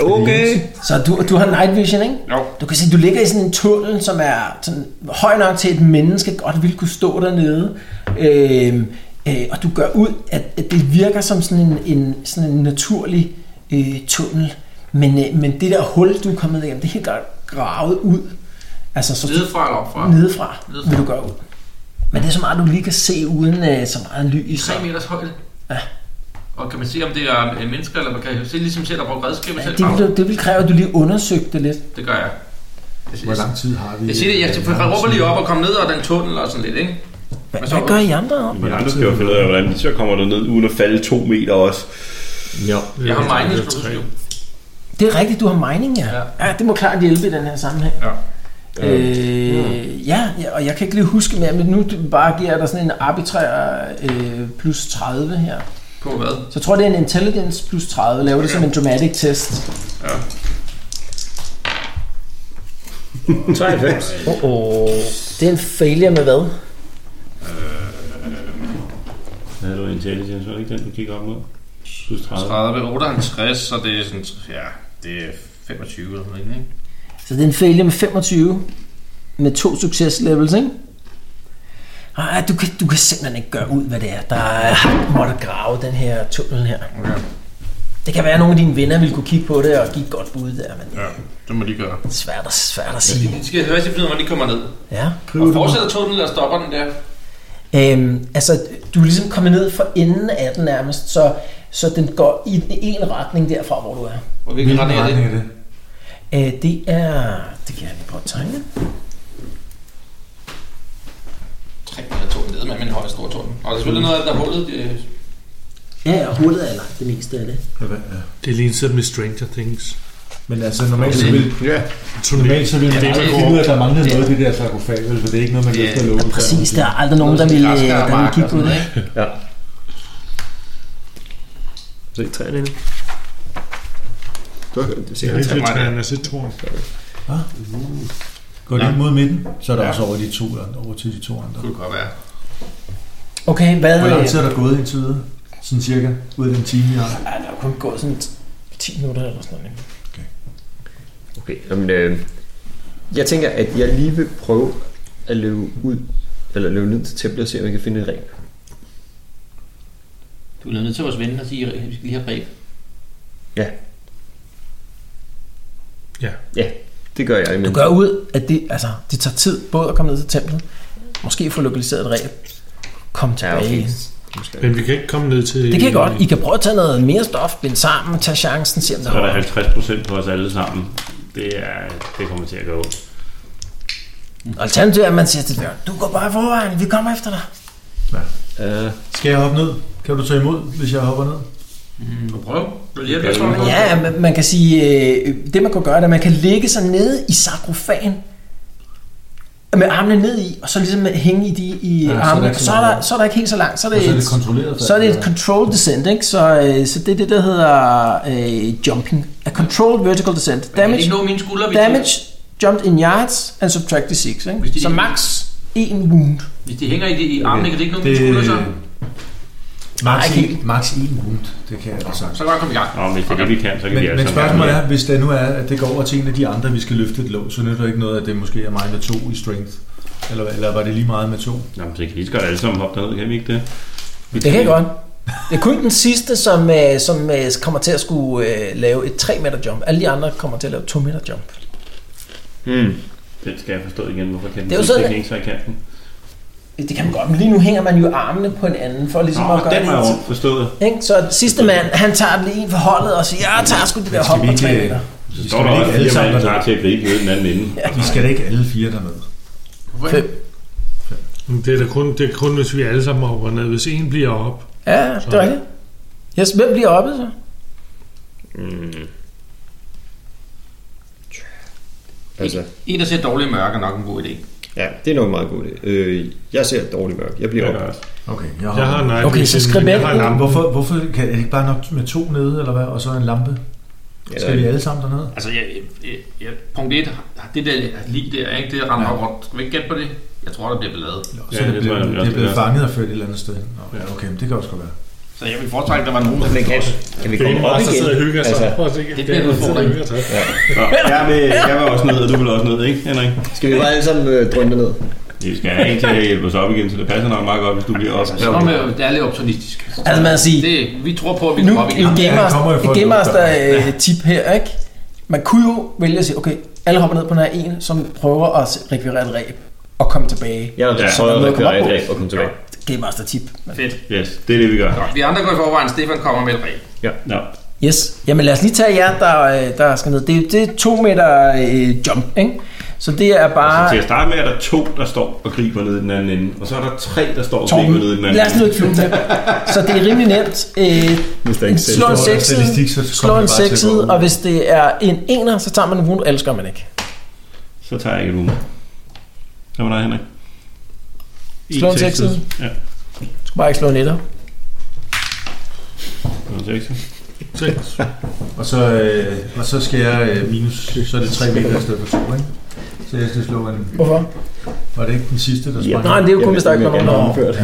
Okay. Så du, du har night vision, ikke? Jo. Du kan se, du ligger i sådan en tunnel, som er sådan høj nok til, at et menneske godt ville kunne stå dernede. Øhm, øh, og du gør ud, at, at det virker som sådan en, en, sådan en naturlig øh, tunnel. Men, øh, men det der hul, du er kommet igennem, det er helt klart gravet ud. Altså, så Nedefra eller opfra? nedefra, Nedefra. vil du gøre ud. Men det er så meget, du lige kan se uden øh, så meget lys. 3 meters højde. Ja. Og kan man se, om det er øh, mennesker, eller man kan se ligesom selv, der bruger redskab Ja, selv. det, vil, det vil kræve, at du lige undersøgte det lidt. Det gør jeg. Jeg Hvor siger, lang tid har vi? jeg, siger det, jeg, jeg råber lige op og kommer ned og den tunnel og sådan lidt, ikke? Hvad, Hvad så? hvad gør I andre? Men andre skal jo finde ud af, hvordan de så kommer du ned, uden at falde 2 meter også. Ja. Jeg har minus Øh, Det er tre. plus, jo. Det er rigtigt, du har mining, ja. ja. Ja, det må klart hjælpe i den her sammenhæng. Ja. Øh, ja, ja, og jeg kan ikke lige huske mere, men nu bare giver jeg dig sådan en arbitrær øh, plus 30 her. På hvad? Så jeg tror, det er en intelligence plus 30. Laver det som en dramatic test. Ja. 93. Oh, oh. Det er en failure med hvad? Havde du intelligence, var det ikke den, du gik op mod? Plus 30. 30, 58, så det er sådan, ja, det er 25 eller sådan noget, ikke? Så det er en failure med 25. Med to success levels, ikke? Ej, du kan, du kan simpelthen ikke gøre ud, hvad det er, der har måtte grave den her tunnel her. Okay. Det kan være, at nogle af dine venner ville kunne kigge på det og give et godt bud der, men det Ja, det må de gøre. er svært at, svært at sige. Vi skal høre, til når de kommer ned. Ja. Og fortsætter tunnelen, eller stopper den der? Øhm, altså, du er ligesom kommet ned fra enden af den nærmest, så, så den går i en retning derfra, hvor du er. Og hvilken Hvilken retning er det? retning er det? Øh, det er... Det kan jeg lige prøve at tegne. 3 eller 2 ned, men en høj stor tunnel. Og der er selvfølgelig noget af det, der er hullet. øh, Ja, ja, hullet er langt det meste af det. Ja, hvad- ja. Det ligner sådan med Stranger Things. Men altså normalt så vil, Ja. normalt så vil man det er aldrig det. finde ud af, at der manglede noget af det der sarkofag, vel, for det er ikke noget, man Ja, løfter og låner. Præcis, der er aldrig nogen, noget der som vil, øh, der græskar og vil mark kigge og på sådan det. noget, ikke? Se træerne inde. Du har det Jeg sikkert. har Ja, ikke tager set mig der. træerne, altså, jeg har set tårn. Går det ikke mod midten, så er der også over, de to, over til de to andre. Det kunne godt være. Okay, hvad... øh, Hvor lang tid Ja, er der gået indtil videre? Sådan cirka, ud af den time, jeg har. der er kun gået sådan 10 minutter eller sådan noget. Okay, jamen, øh, jeg tænker, at jeg lige vil prøve at løbe ud, eller løbe ned til templet og se, om jeg kan finde et reb. Du er nødt til vores ven og sige, at vi skal lige have brev. Det gør jeg. Du Men, gør ud, at det, altså, det tager tid både at komme ned til templet, måske få lokaliseret et ræb, kom Ja, tilbage. okay. Men vi kan ikke komme ned til... Det kan I godt. I kan prøve at tage noget mere stof, binde sammen, tage chancen, se om det Så er der holder. 50 procent på os alle sammen. Det, er, det kommer til at gå ondt. Alternativet er, at man siger til døren, du går bare i forvejen, vi kommer efter dig. Uh, Skal jeg hoppe ned? Kan du tage imod, hvis jeg hopper ned? Mm. Prøv. Vil du hjælpe? Jeg Ja, tror, vi må- jeg- Ja, man, man kan sige, øh, det man kan gøre, det er, at man kan ligge sig nede i sarkofagen, med armene ned i, og så ligesom hænge i de i Ja, så er ja, der armene. ikke så Så er, meget. der, så er der ikke helt så langt. Så er Og så er det, det kontrolleret. så er det et control descent, ikke? Så, øh, så det er det, der hedder øh, jumping. A controlled vertical descent. Kan de Damage, ikke nå mine skuldre, hvis, damage de, jumped in yards and subtract the 6, Hvis ikke? de- Så max 1 wound. hvis de hænger i, de, i armene, kan de ikke nå det... mine skuldre, så? Øh, Max, Nej, ikke en, max en hund, det kan jeg da sagt. Så kan jeg komme i gang. Nå, men hvis det er det, vi kan, så kan Men, vi alle men sammen spørgsmålet være med. er, hvis det nu er, at det går over til en af de andre, vi skal løfte et låg, så nytter det ikke noget, at det måske er mig med to i strength. Eller, eller var det lige meget med to? Nå, men så kan vi lige så godt alle sammen hoppe derned, kan vi ikke det? Vi Det kan jeg godt. Det er kun den sidste, som, øh, som øh, kommer til at skulle øh, lave et 3 meter jump. Alle de andre kommer til at lave 2 meter jump. mm. Den skal jeg forstå igen, hvorfor kan den Det er jo sidste sådan- ikke så i kanten? Det kan man godt, men lige nu hænger man jo armene på en anden, for ligesom Nå, at gøre den var det. jo til- forstået. Ikke? Så sidste mand, han tager lige en for holdet og siger, jeg tager sgu det der Men skal hop vi på 3 ikke, øh, meter. Så Vi står skal der vel også ikke alle fire sammen mand klar derned. til at gribe ved den anden ende. Vi skal da ikke alle fire dernede. Fem. Men Det er, da kun, det er kun, hvis vi alle sammen hopper ned. Hvis en bliver op, Ah. Ja, det er rigtigt. Yes, hvem bliver oppe så? Altså, En, der ser dårligt mørke, er nok en god idé. ja, det er nok en meget god idé. Øh, jeg ser dårligt mørk. Jeg bliver Jeg op. gør også. Okay, Jeg har en Okay, så vision, skriv men jeg ind. har en lampe. Hvorfor, hvorfor kan, er det ikke bare nok med to nede, eller hvad? Og så en lampe? Ja, Skal vi alle sammen dernede? Altså, jeg, jeg, jeg, punkt 1, det der lige der, ikke, det render nok rundt. Skal vi ikke gætte på det? Jeg tror, der bliver beladet. Nå, Ja, så det det, tror jeg, blev, det det også blev bliver. fanget og ført et eller andet sted. Nå, ja, okay, men det kan også godt være. Så jeg vil foretrække, at der var nogen, der Men kan, kan vi Det er en komme op meget, der sidder og igen? hygger sig. Altså, Prøv at se, det bliver en der udfordring. sidder og hygger sig. Nå, jeg, vil, jeg var også nede, og du vil også ned, ikke Henrik? skal vi bare alle sammen øh, drønne ned? Vi skal have en til at hjælpe os op igen, så det passer nok meget godt, hvis du bliver op. Så er man jo, det er lidt optimistisk. Altså man siger, Det, vi tror på, at vi nu kommer op igen. en Ja, han kommer jo for gamer, at gamer lukke der øh, tip her, ikke? Man kunne jo vælge at sige, okay, alle hopper ned på den her en, som prøver at rekvirere et ræb og komme tilbage. Jeg Ja. ja, prøver Så at kom op køre et på. ræb og komme tilbage. Game Master tip. Fedt. Yes, det er det, vi gør. Vi andre går i forvejen, Stefan kommer med et reg. Nå, Yes. Jamen lad os lige tage jer, der, øh, der skal ned. Det, er- det er to meter øh, jump, ikke? Så det er Så til bare... at starte med er der to, der står og griber ned i den anden ende, og så er der tre, der står og griber Torben, ned i den anden lad os nu ende. ikke flytte med. Så det er rimelig nemt. Øh, Hvis der en, ikke selv slå en står der statistik, så seksside, kommer slå en det bare til at gå seksside, over. og hvis det er en ener, så tager man en wound, ellers gør man ikke. Så tager jeg ikke et humor. Hvad var der, Henrik? Slå en seksside. Ja, Du skal bare ikke slå en etter. slå en sekser. Seks. Og så, øh, og så skal jeg øh, minus, så er det 3 meter i stedet for 2, ikke? Så jeg skal slå en... Hvorfor? Var det ikke den sidste, der sprang? Nej, det er jo kun, hvis der ikke var nogen der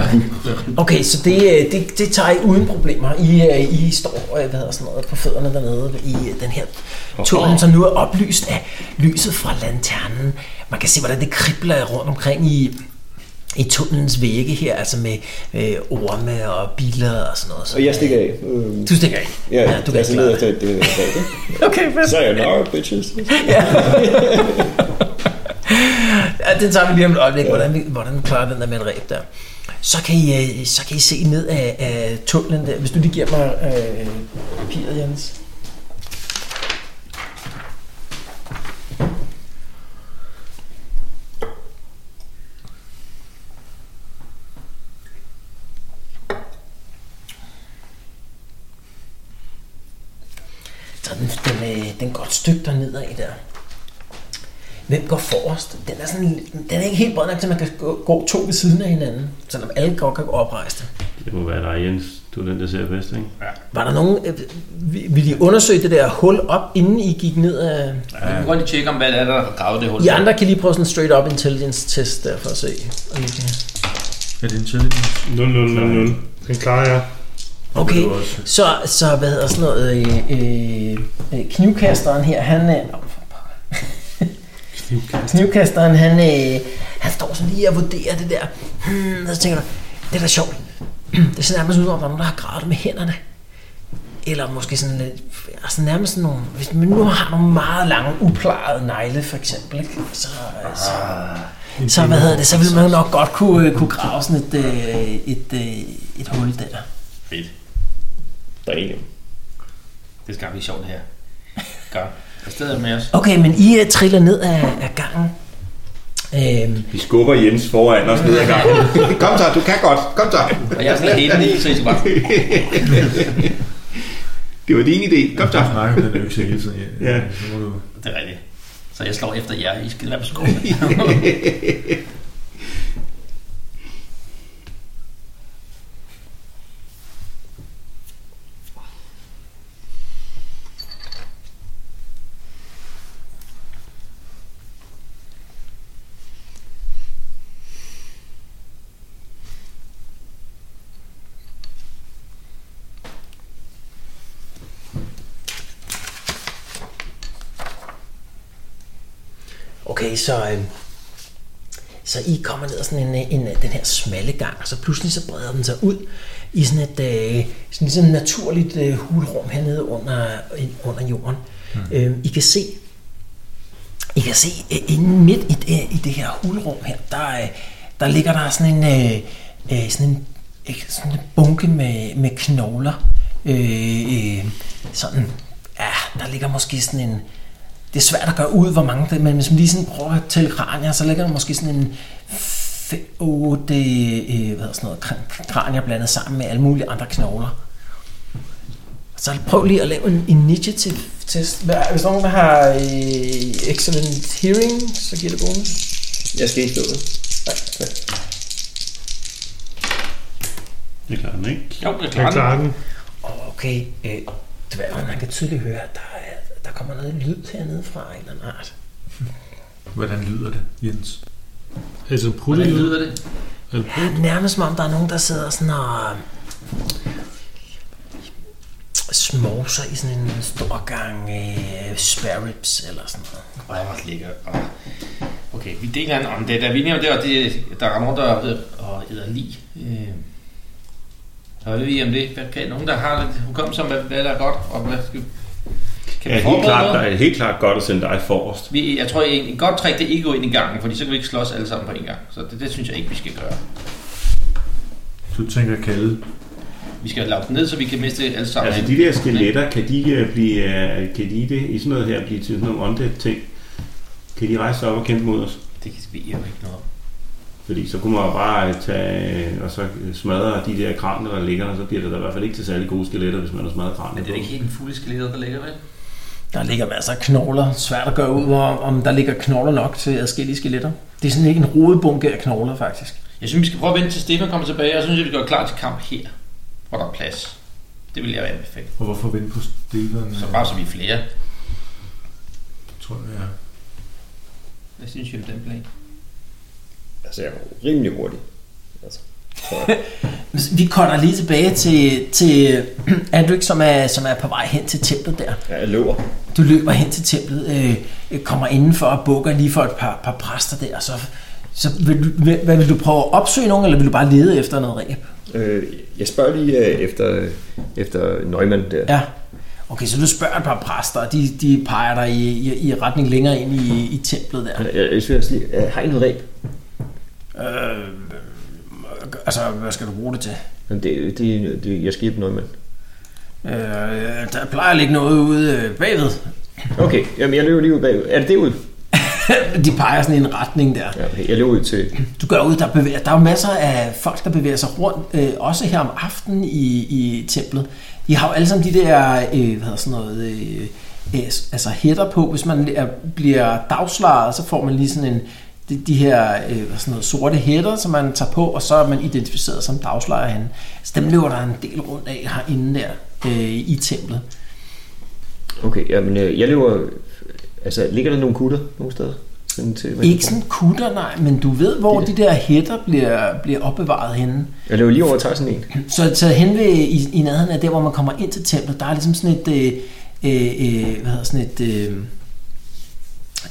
(laughs) Okay, så det, øh, det, det tager I uden problemer. I, øh, I står øh, hvad hedder sådan noget, på fødderne dernede i øh, den her tunnel, som nu er oplyst af lyset fra lanternen. Man kan se, hvordan det kribler rundt omkring i, i tunnelens vægge her, altså med øh, orme og biler og sådan noget. Så, Og jeg stikker af. Øh, Du stikker ikke? ja, ja du kan jeg ikke sådan ned klare efter det. et øh, slag, (laughs) ikke? Okay, fedt. Så er jeg nok, bitches. Ja, den tager vi lige om et øjeblik, hvordan, vi, hvordan vi klarer den der med et ræb der. Så kan I, øh, så kan I se ned af, af tunnelen der, hvis du lige giver mig øh, papiret, Jens. Så den, den, øh, den går et stykke dernedad i der. Hvem går forrest? Den er, sådan, lidt- den er ikke helt bred nok, til man kan gå, gå to ved siden af hinanden, selvom alle godt kan gå oprejste. Det må være dig, Jens. Du er den, der ser bedst, ikke? Var der nogen... Øh, vi- ville I undersøge det der hul op, inden I gik ned af... Vi kan godt lige tjekke, om hvad det er, der har gravet det hul. I andre kan lige prøve sådan en straight up intelligence test der for at se. om I kan- Er det en challenge? 0, 0, 0, 0. Den klarer jeg. Okay, Det var også- så, så hvad hedder sådan noget... Øh, øh, øh, knivkasteren her, han... Øh, nå, for pokker. knivkasteren, han, øh, han står sådan lige og vurderer det der. Hmm, og så tænker du, det er da sjovt. Det ser nærmest ud, om der er nogen, der har gravet det med hænderne. Eller måske sådan lidt, altså nærmest sådan nogle, hvis man nu har nogle meget lange, uplarede negle for eksempel, ikke? så, øh, så, så, hvad hedder det, så ville man nok godt kunne, øh, kunne grave sådan et, øh, et, øh, et hul der. Fedt. Der er en af dem. Det skal blive sjovt, det her. Godt. Afsted med os. Okay, men I uh, triller ned af, af gangen. Øhm, Vi skubber Jens foran os ned ad gangen. (laughs) Kom så, du kan godt. Kom så. Og jeg er sådan helt enig, så I skal bare... Det var din idé. Kom så. Du snakker med den økse hele tiden. Ja. Ja. ja. Så må du... Det er rigtigt. Så jeg slår efter jer. I skal være på skolen. okay, så, øhm, så I kommer ned ad sådan en, øh, en, øh, den her smalle gang, og så pludselig så breder den sig ud i sådan et øh, sådan ligesom naturligt øh, hulrum hernede under, ind- under jorden. Mm. Øhm, I kan se I kan se, øh, inde midt i det, i det her hulrum her, der, øh, der ligger der sådan en, øh, øh, sådan en, øh, sådan en bunke med, med knogler. Øh, øh, sådan, ja, der ligger måske sådan en... Det er svært at gøre ud, hvor mange det men hvis man lige sådan prøver at tælle kranier, så ligger der måske sådan en 8 øh, hvad hedder sådan noget, kran- kranier blandet sammen med alle mulige andre knogler. Så prøv lige at lave en initiative test. Hvad- Hvis nogen der har øh, excellent hearing, så giver det bonus. Jeg skal ikke stå det. Det klarer den, ikke? jo, det er Jeg klart. klarer den. Og okay, øh, dværgen, han kan tydeligt høre, at der, er, der kommer noget lyd hernede fra en eller anden art. Hvordan lyder det, Jens? Altså en putte Hvordan lyd. lyder det? Ja, nærmest som om, der er nogen, der sidder sådan og øh, småser i sådan en stor gang øh, spare ribs eller sådan noget. Og jeg var lækker. Og... Okay, vi deler en om det. Der, vi nævner det, og det, der er nogen, der hedder- og hedder Li. Øh. Så ved vi om det. Hvad kan nogen, der har lidt hukommelse om, hvad, hvad der er godt, og hvad skal kan vi Ja, helt forberede klart, noget? der er helt klart godt at sende dig forrest. Vi, jeg tror, en, en godt trick, det er ikke at gå ind i gangen, fordi så kan vi ikke slås alle sammen på en gang. Så det, det synes jeg ikke, vi skal gøre. Du tænker kalde. Vi skal lave den ned, så vi kan miste alle sammen. Altså de der skeletter, kan de øh, blive, øh, kan de det, i sådan noget her blive til sådan nogle undead ting? Kan de rejse sig op og kæmpe mod os? Det kan vi jo ikke noget om. Fordi så kunne man jo bare øh, tage og så øh, smadre de der kraner, der ligger, og så bliver det da i hvert fald ikke til særlig gode skeletter, hvis man har smadret kranen. Men det er ikke helt en fuld skelet, der ligger, vel? Der ligger masser af knogler. Svært at gøre ud, om om der ligger knogler nok til adskillige skeletter. Det er sådan ikke en rodebunke af knogler, faktisk. Jeg synes, vi skal prøve at vente til Stefan kommer tilbage, og så synes jeg, vi går klar til kamp her, hvor der er plads. Det vil jeg anbefale. Og hvorfor vente på Stefan? Så bare så vi er flere. Tror jeg, ja. Hvad synes I om den plan? Altså, jeg var rimelig hurtig. Altså, så, Vi kommer lige tilbage til, til (clears throat) Andrik, som er, som er på vej hen til templet der. ja, jeg løber. Du løber hen til templet, øh, øh, kommer indenfor og bukker lige for et par, par præster der, og så, så vil du, vil, hvad vil du prøve at opsøge nogen, eller vil du bare lede efter noget ræb? Øh, jeg spørger lige øh, efter, efter Neumann der. Ja. Okay, så du spørger et par præster, og de, de peger dig i, i, i retning længere ind i, i templet der. Jeg, jeg synes lige, øh, har I noget ræb? Øh, altså, hvad skal du bruge det til? Jamen, Det, det, det, jeg skal hjælpe Neumann. Øh, der plejer at ligge noget ude øh, bagved. (laughs) Okay, jamen, jeg løber lige ud bagud. Er det det ud? De peger sådan i en retning der. Ja, okay, jeg løber ud til... Du går ud, der, bevæger, der er jo masser af folk, der bevæger sig rundt, øh, også her om aftenen i, i templet. De har jo alle sammen de der, øh, hvad hedder sådan noget, øh, øh, s- altså hætter på. Hvis man er, bliver dagslaret, så får man lige sådan en, de, de her øh, hvad sådan noget, sorte hætter, som man tager på, og så er man identificeret som dagslejer henne. Så dem løber der en del rundt af herinde der øh, i templet. Okay, jamen, øh, jeg løber... Altså, ligger der nogle kutter nogle steder? Sådan til, man kan Ikke sådan kutter, nej, men du ved, hvor de der hætter bliver, bliver opbevaret henne. få- Jeg løber lige over og tager sådan en. Så, så hen ved, i, i nærheden af der, hvor man kommer ind til templet, der er ligesom sådan et, øh, øh, øh, hvad hedder sådan et, øh,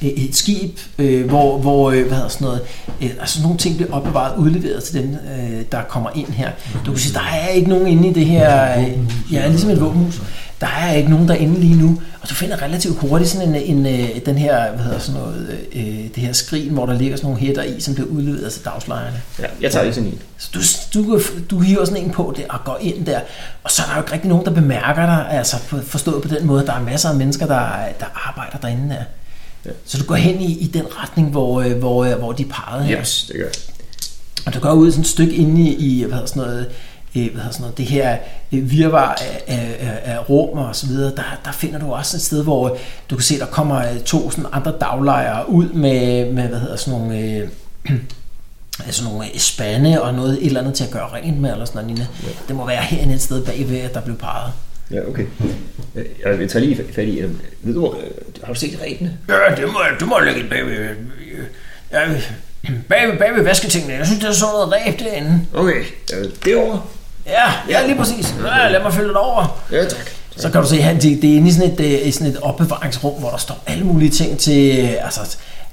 et et skib, øh, hvor, hvor øh, hvad hedder sådan noget, øh, altså nogle ting bliver opbevaret udleveret til dem, øh, der kommer ind her. Du kan sige, der er ikke nogen inde i det her, øh, ja, ligesom et våbenhus. Der er ikke nogen derinde lige nu, og du finder relativt hurtigt sådan en, en øh, den her, hvad hedder sådan noget, øh, det her skrin, hvor der ligger sådan nogle hætter i, som bliver udleveret til dagslejerne. Ja, jeg tager lige sådan en. Så du, du, du hiver sådan en på der og går ind der, og så er der jo ikke rigtig nogen, der bemærker dig, altså for- forstået på den måde, der er masser af mennesker, der, der arbejder derinde der. Ja. Så du går hen i, i den retning, hvor, øh, hvor, øh, hvor de pegede her. Yes, det gør jeg. Og du går ud sådan et stykke inde i, i hvad hedder sådan noget, øh, hvad hedder sådan noget, det her øh, virvar af, af, af- af rum og så videre, der, der finder du også et sted, hvor øh, du kan se, der kommer øh, to sådan andre daglejere ud med, med hvad hedder sådan nogle, øh, (clears throat) altså nogle øh, spande og noget et eller andet til at gøre rent med eller sådan noget lignende. Det må være herinde et sted bagved, at der blev peget. Ja, okay. Øh, Jeg, jeg tager lige fa- fat i... øh, Ved du, øh, har du set ræbene? Ja, det må, det må ligge bagved. øh, Ja, bagved, bagved vasketingene. Jeg synes, der er sådan noget ræb derinde. Okay, øh, derovre. Ja, ja, lige præcis. Ja, lad mig følge dig over. Ja, tak. Så kan du se, at det, det er inde i sådan et, øh, i sådan et opbevaringsrum, hvor der står alle mulige ting til øh, altså,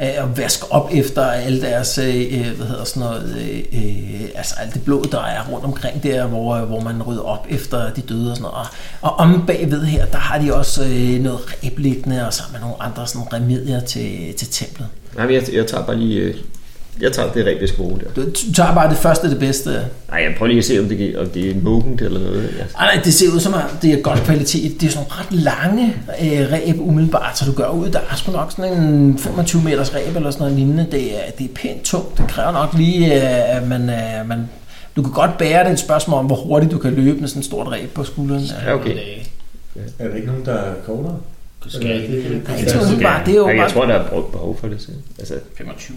øh, at vaske op efter alle deres, øh, øh, hvad hedder sådan noget, øh, øh, altså alt det blå, der er rundt omkring der, hvor, øh, hvor man rydder op efter de døde og sådan noget. Og, og om bagved her, der har de også øh, noget ræbliggende, og så med nogle andre sådan remedier til, til templet. Nej, men jeg, jeg tager bare lige... øh, Jeg tager det ræb, jeg skal bruge der. Du, du tager bare det første, det bedste. Nej, jeg prøver lige at se, om det, gi- om det er en mogent eller noget. Ja. Ej, nej, det ser ud som om, det er godt kvalitet. Det er sådan nogle ret lange øh, ræb umiddelbart, så du gør ud. Der er sgu nok sådan en 25 meters ræb eller sådan noget lignende. Det er, det er pænt tungt. Det kræver nok lige, øh, at man, øh, man... Du kan godt bære det Det er et spørgsmål om, hvor hurtigt du kan løbe med sådan et stort ræb på skulderen. Ja. Ja, okay. Er der ikke nogen, der er kortere? Eller er det- Nej, det, er umiddelbart, det er jo Ej, jeg bare, tror, der er brug- behov for det. Så. Altså, 25.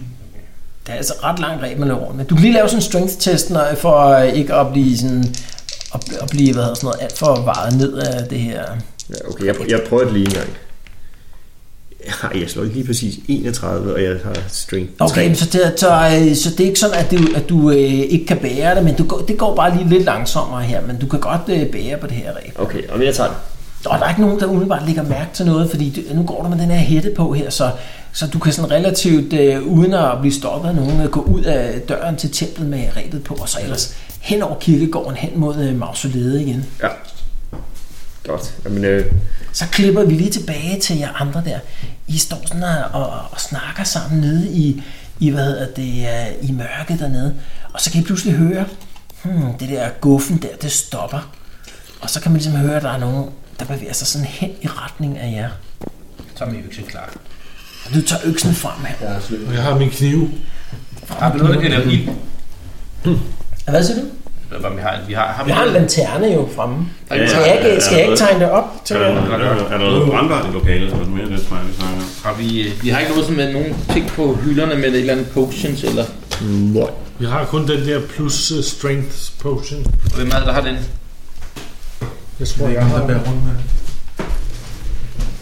det er altså ret langt ræb, man løber rundt med. Du kan lige lave sådan en strength test, når, for øh, ikke at blive sådan at, at blive, hvad hedder sådan noget, alt for vejet ned af det her. ja, okay, jeg, jeg prøver det lige en gang. Ej, jeg slår ikke lige præcis 31, og jeg har strength. Okay, men tre. så det, så, øh, så det er ikke sådan, at du, at du øh, ikke kan bære det, men du, går- det går bare lige lidt langsommere her, men du kan godt øh, bære på det her ræb. Okay, og jeg tager den. Og der er ikke nogen, der umiddelbart lægger mærke til noget, fordi du, nu går du med den her hætte på her, så, så du kan sådan relativt, øh, uden at blive stoppet af nogen, øh, gå ud af døren til templet med rebet på, og så ellers hen over kirkegården hen mod øh, mausoleet igen. Ja. Godt. Jamen, øh, Så klipper vi lige tilbage til jer andre der. I står sådan og, og, og snakker sammen nede i, i, hvad hedder det, øh, i mørket dernede. Og så kan I pludselig høre, hmm, det der guffen der, det stopper. Og så kan man ligesom høre, at der er nogen, der bevæger sig sådan hen i retning af jer. Så er min økse klar. Du tager øksen frem her. Jeg er sløv. Og jeg har min kniv. Har vi noget, vi kan lave ild? Hvad siger du? Hvad vi har, vi har, har vi Vi har en noget? lanterne jo fremme. Ja, ja, Skal jeg ikke, skal jeg ikke tegne det op? Er Til der, er der, er der noget brandbart i lokalet, eller noget mere, det tror jeg, vi snakker om. Har vi, øh, vi har ikke noget sådan med nogen ting på hylderne med et eller andet potions, eller... Nej. Vi har kun den der plus øh, strength potion. Hvem er det, der har den? Jeg Det er tror, jeg ikke har noget, der bærer rundt med. det.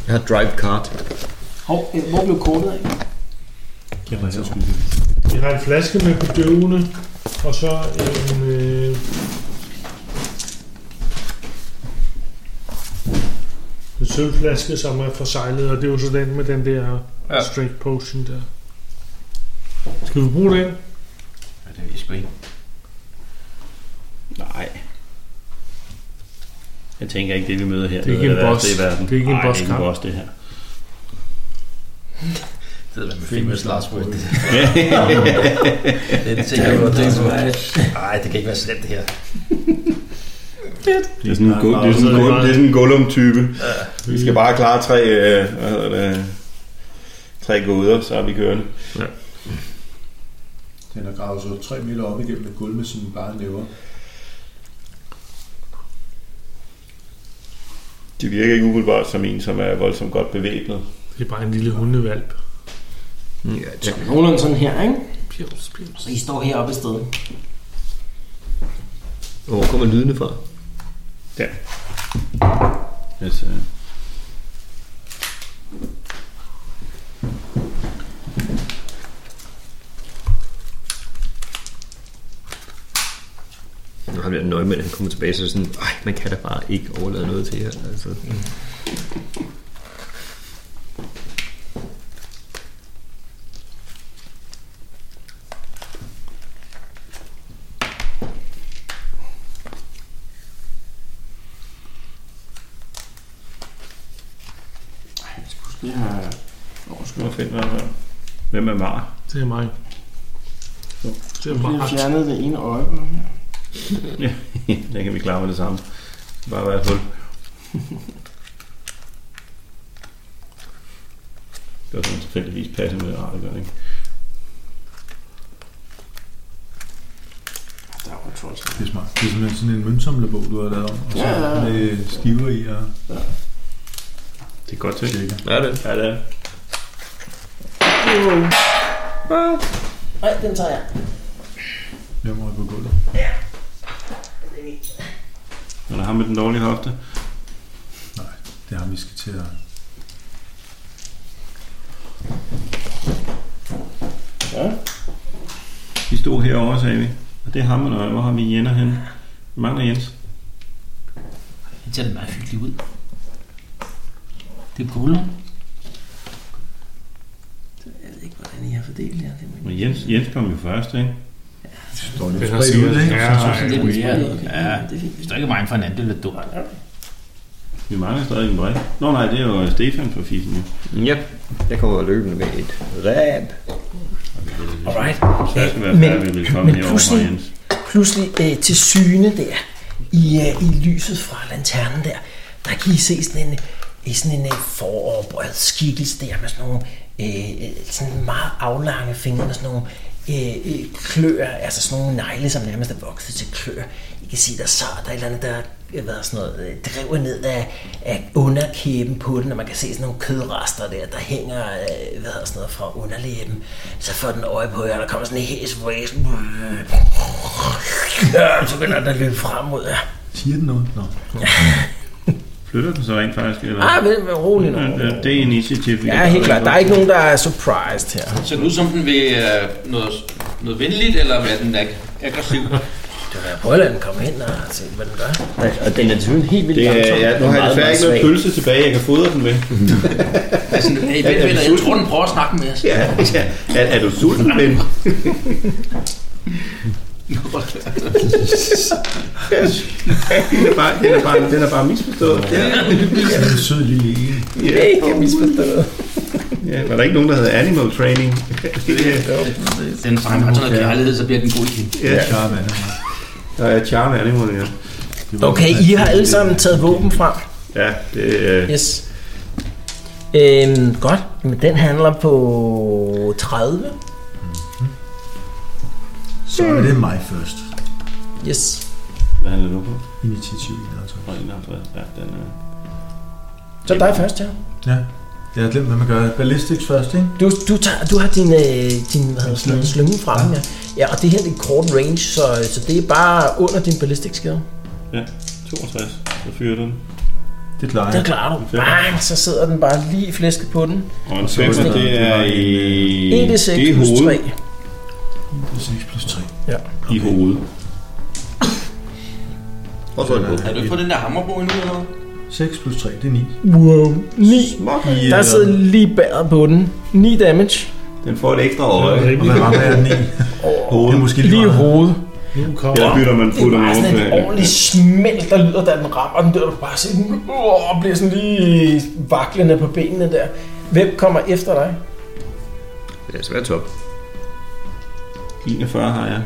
Jeg har drive card. Hov, øh, hvor blev kortet af? Vi har en flaske med bedøvende, og så en... Øh, en sølvflaske, som er forsejlet, og det er jo så den med den der Ja. ja. strength potion der. Skal vi bruge den? Ja, det ved jeg sgu ikke. Nej. Jeg tænker ikke, det vi møder her. Det er ikke noget en af boss. værste I verden. Det er ikke en Nej, det er bosskamp. ikke en boss, det her. Det ved jeg, hvad med Famous Last Word. Det er det, Ja, jeg det godt er tænker det. Nej, det kan ikke være slemt, det her. Det er sådan en, go- det er sådan en, go- det er sådan en Gollum-type. Vi skal bare klare tre, øh, hvad hedder det, tre gåder, så er vi kørende. Den er gravet så 3 meter op igennem et gulv med sine bare næver. Det virker ikke umiddelbart som en, som er voldsomt godt bevæbnet. Det er bare en lille hundevalp. Ja, tak. Nogenlunde sådan her, ikke? Pjevs, pjevs. Så I står heroppe i stedet. Hvor kommer lydene fra? Yes, øh. Når ham der nøgmand, han kommer tilbage, så er det sådan, ej, man kan da bare ikke overlade noget til her. Altså. Jeg har overskud at finde noget her. Hvem er (laughs) Mar? Det er mig. Det er Vi har meget. fjernet det ene øje. Den kan vi klare med det samme. Bare være et hul. Det var sådan tilfældigvis passe med Ar, det gør det ikke. Der var trods. Det er smart. Det er simpelthen sådan en møntsamlebog, du har lavet om. Og så Ja, ja, ja. med skiver i og Det er godt til. cirka. Ja, det. Ja, det er. Nej, den tager jeg. Nummer på gulvet. Er der ham med den dårlige hofte? Det er ham, vi skal til at... Vi stod herovre, sagde vi. Og det er ham med noget. Hvor har vi Jenner henne? Vi mangler Jens. Det ser da meget hyggeligt ud. Det er cool. Jeg ved ikke, hvordan I har fordelt jer. Det må I- Men Jens, Jens kom jo først, ikke? Står lidt Den har spredt ud, sikkert- ikke? Ja, Det er lidt mere. Ja, det er fint. hvis der ikke er mange for en anden, det er lidt dumt. Vi mangler stadig en brik. Nå nej, det er jo øh, Stefan fra Fissen, jo. Ja, jeg kommer løbende med et rap. Alright. Så jeg skal være Men- færdig, at vi vil komme men herover fra pludselig- Jens. Pludselig øh, til syne der, i, øh, i lyset fra lanternen der, der kan I se sådan en, i sådan en øh, foroverbøjet skikkelse der, med sådan nogle øh, øh, sådan meget aflange fingre, med sådan nogle øh, øh, klør, altså sådan nogle negle, som nærmest er vokset til klør. I kan se, der så der er et eller andet, der øh, hvad er sådan noget, øh, driver ned af, af underkæben på den, og man kan se sådan nogle kødrester der, der hænger øh, hvad hedder sådan noget, fra underlæben. Så får den øje på jer, og der kommer sådan en hæs væs. Ja, så begynder den at løbe frem mod jer. Siger den noget? Nå. Flytter den så rent faktisk? Eller? Ah, vel, vel, rolig nu. Ja, det er initiativ. vi Ja, kan helt gøre. klart. Der er ikke nogen, der er surprised her. Ser den ud som den vil øh, noget, noget venligt, eller hvad den er aggressiv? Jeg prøver at lade den komme hen og se, hvad den gør. Og den er desværre helt vildt Det er, langsom. ja, nu har jeg Meget, desværre meget ikke noget svag. pølse tilbage, jeg kan fodre den med. (laughs) Altså, hey, vent, vent, jeg tror, den prøver at snakke med os. Ja, (laughs) ja. Er, er du sulten, men (laughs) den er bare, den er bare, den er bare misforstået. Ja. Sådan en sød lille en. Ja. Det er ikke misforstået. ja. Var der ikke nogen, der havde animal training? Den snakker bare sådan noget kærlighed, så bliver den god igen. Ja. Charme er Der er charme animal, ja. Okay, I har alle sammen taget våben frem. Ja, det, øh, Yes. Øhm, godt. Men den handler på 30. Så er det mig først. Yes. Hvad handler det nu på? Initiativ 51. Fra 51. Ja, den er... Så er det dig først, ja. Ja. Jeg har glemt, hvad man gør. Ballistics først, ikke? Du, du, tager, du har din, øh, din hvad hedder, slynge. slynge fremme, ja. ja. og det her det er kort range, så, så det er bare under din ballistik skade. Ja, 62. Så fyrer den. Det klarer Der jeg. klarer du. Bang, så sidder den bare lige i flæsket på den. Og en femmer, det- det er i... 1d6 det er i plus hovedet. 3. 6 plus 3. I hovedet. Og så er det på. Har du ikke fået den der hammerbro endnu eller noget? 6 plus 3, det er 9. Wow. 9. I, Der sidder lige bæret på den. 9 damage. øh, Den får et ekstra øje. Og hvad rammer jeg den i? Det er måske Lige i meget. hovedet. Nu kommer Der bytter man Det er fod og bare sådan overflade. et ordentligt smelt, der lyder, da den rammer den der, du bare sådan, uh, og bliver sådan lige vaklende på benene der. Hvem kommer efter dig? Det er svært top. 41 har jeg.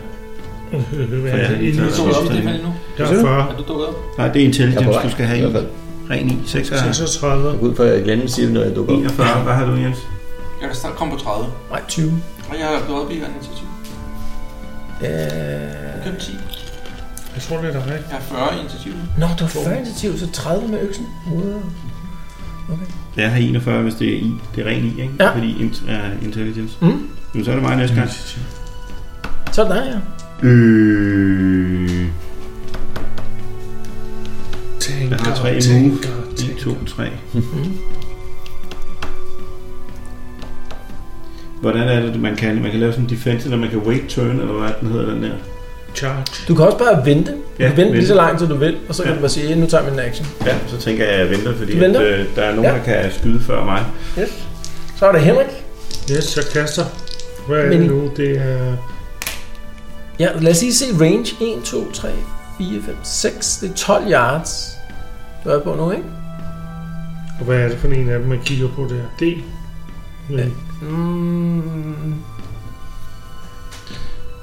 Hvad er det? Ja, Er du det dukket er op, det. Stefan, endnu? Jeg er 40. Er du dukket op? Nej, det er Jeg er intelligence, på vej. du skal have I i. hvert fald. Ren i. 46. 36. Ud for at jeg glemmer sige det, når jeg dukker (laughs) op. 41. Hvad har du, Jens? Jeg kan starte komme på 30. Nej, 20. Og jeg har gået op i her til 20. Øh... Jeg købte 10. Jeg tror, det er der rigtigt. Jeg har 40 initiativ. Nå, du har 40 initiativ, så 30 med øksen. Wow. Jeg har 41, hvis det er i. Det er ren i, ikke? Ja. Fordi int- er intelligence. Mm. Nu så er det mig næste gang. Så er det dig, ja. Øh... Tænk, Jeg har tre og move. tænk og 1, tænk. 2, 3. Hvordan er det, man kan? Man kan lave sådan en defense, eller man kan wait turn, eller hvad den hedder, den der. Charge. Du kan også bare vente. Du Ja, ja, kan vente lige vente. så lang, som du vil, og så kan Ja. du bare sige, "Ja, nu tager jeg min action. Ja, så tænker jeg, at jeg venter, fordi Du venter? At, øh, der er nogen, Ja. der kan skyde før mig. Så er det Henrik. Yes, jeg kaster. Hvad er Men- det nu? Det er... Ja, lad os lige se range. 1, 2, 3, 4, 5, 6. Det er 12 yards. Du er på nu, ikke? Og hvad er det for en af dem, man kigger på der? D. Men Mm.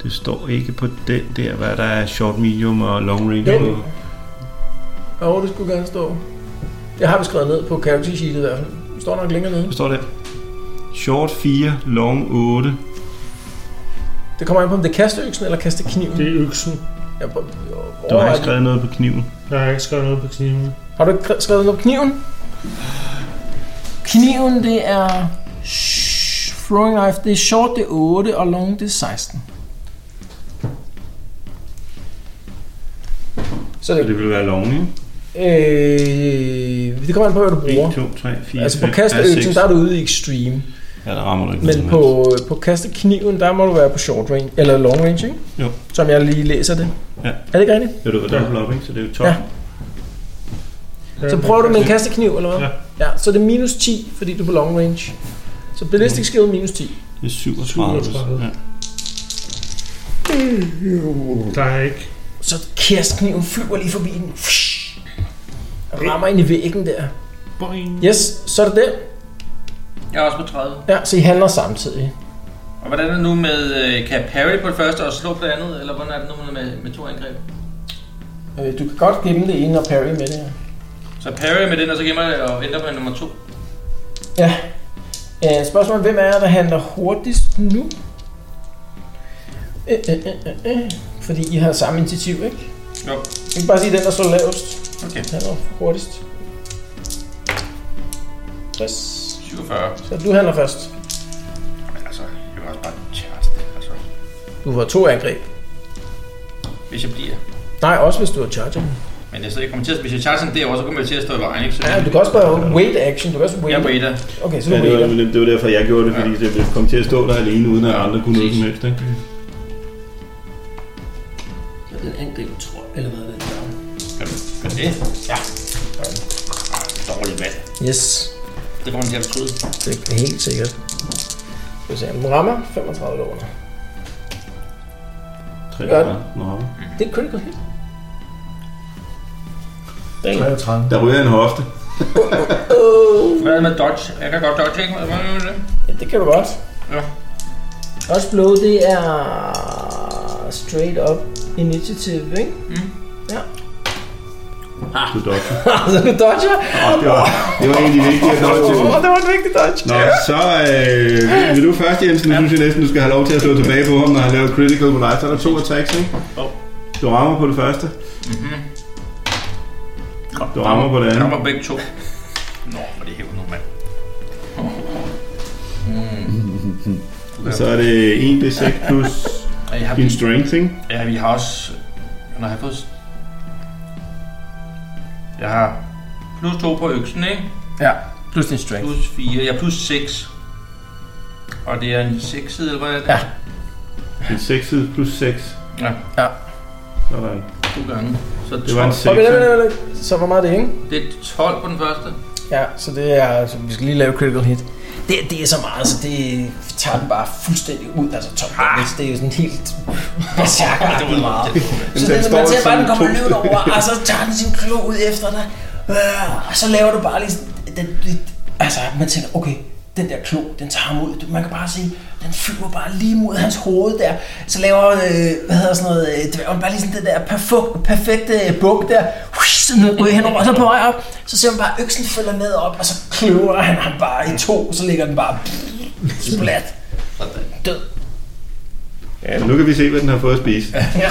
Det står ikke på den der, hvad der er short, medium og long range. Jo. Jo, det skulle gerne stå. Det har vi skrevet ned på character sheetet i hvert fald. Det står nok længere nede. Hvad står der? Short 4, long 8. Det kommer an på, om det er kasteøksen eller kaste kniven. det er øksen. Jeg prøver- Du har overvejer ikke det. skrevet noget på kniven. Der er ikke skrevet noget på kniven. Har du ikke skrevet noget på kniven? Kniven, det er... sh- Throwing knife, det er short, det er 8, og long, det er 16. Så Så det, det vil være long, ikke? øh, det kommer an på, hvad du 1, bruger. 2, 3, 4, Altså på kasteøksen, der er du ude i extreme. Ja, der rammer du ikke noget Men som på, på kastekniven, der må du være på short range, eller long range, ikke? Jo. Som jeg lige læser det. Ja. Er det ikke rigtigt? helst. Ja, du var dobbelt op, ikke? Så det er jo 12. Ja. Så prøver du med en kastekniv, eller hvad? Ja. ja. så det er minus 10, fordi du er på long range. Så ballistisk skill minus 10. Det er 37. 37. Ja. Der er ikke. Så kastekniven flyver lige forbi den. Og rammer ind i væggen der. Boing. Yes, så er det den. Jeg er også på 30. Ja, så I handler samtidig. Og hvordan er det nu med, øh, kan jeg parry på det første og slå på det andet? Eller hvordan er det nu med, med to angreb? Øh, Du kan godt gemme det ene og parry med det her. Så parry med den, og så gemmer jeg og ændrer på nummer to. Ja. Øh, spørgsmålet, hvem er der handler hurtigst nu? Øh, øh, øh, øh, øh. Fordi I har samme initiativ, ikke? Jo. Vi kan bare sige, den der står lavest. Okay. Den handler hurtigst. 60. 47. Så du handler først. Men altså, jeg vil også bare charge det. Altså, Du får to angreb. hvis jeg bliver. Nej, også hvis du har charger. Men jeg, så jeg kommer til at, hvis jeg charger den derovre, så kommer jeg til at stå i vejen, ikke? Så Ja, du kan også bare wait action. Du kan også jeg wait. waiter. Okay, så du Ja, det, var, waiter. det var derfor, jeg gjorde det, fordi det ville komme til at stå der alene, uden at andre kunne noget som helst. Ikke? Jeg ved angriber, tror jeg. Eller hvad er det? Jamen, gør det? Ja. Dårligt valg. Yes, Det kommer den til at betyde. det er helt sikkert. Skal vi se, om den rammer 35 eller under. 33. Nå, hopper. Det er critical hit. 33. Der ryger en hofte. Hvad er det med dodge? Jeg kan godt dodge, ikke? Hvad er det? Ja, det kan du godt. Ja. Også blå, det er (laughs) straight up initiative, ikke? Du dodger. så du dodger? Og Ah, det var, det var egentlig vigtigt at dodge. Åh, det var en vigtig dodge. Nå, så øh, vil du først, Jensen. Nu synes jeg næsten, du skal have lov til at slå tilbage på ham, når han laver critical på dig. Så er der to attacks, ikke? Du rammer på det første. Du rammer på det Jeg andet. rammer begge to. Nå, for det hæver nu, mand. Så er det 1d6 plus Og Jeg har, din strength, ikke? ja, vi har også... Når jeg har fået... Jeg har plus 2 på øksen, ikke? Ja, plus din strength. Plus 4. Jeg er plus 6. Og det er en 6 side, eller hvad er det? Ja. En 6 side plus 6. Ja, Sådan. to gange. Så Det var en 12. 6. Okay, vent, vent, vent, vent. Så hvor meget er det, ikke? Det er 12 på den første. Ja, så det er... Så vi skal lige lave critical hit. Det, det er så meget, så det tager den bare fuldstændig ud. Altså, top ah. det er jo sådan (laughs) helt (laughs) berserkeragtigt meget. Så den det, står man ser bare, sådan den kommer to løbende over, og så tager den sin klo ud efter dig. Øh, og så laver du bare lige sådan... Den, den, altså, man tænker, okay, den der klo, den tager ham ud. Man kan bare se, den flyver bare lige mod hans hoved der. Så laver, øh, hvad hedder sådan noget, øh, dværgen bare lige sådan det der perfuk, perfekte øh, buk der. Huish, sådan noget, ud henover, og så på vej op. Så ser man bare, øksen følger med op, og så kløver han ham bare i to, så ligger den bare splat. Død. Ja, nu kan vi se, hvad den har fået at spise. Ja.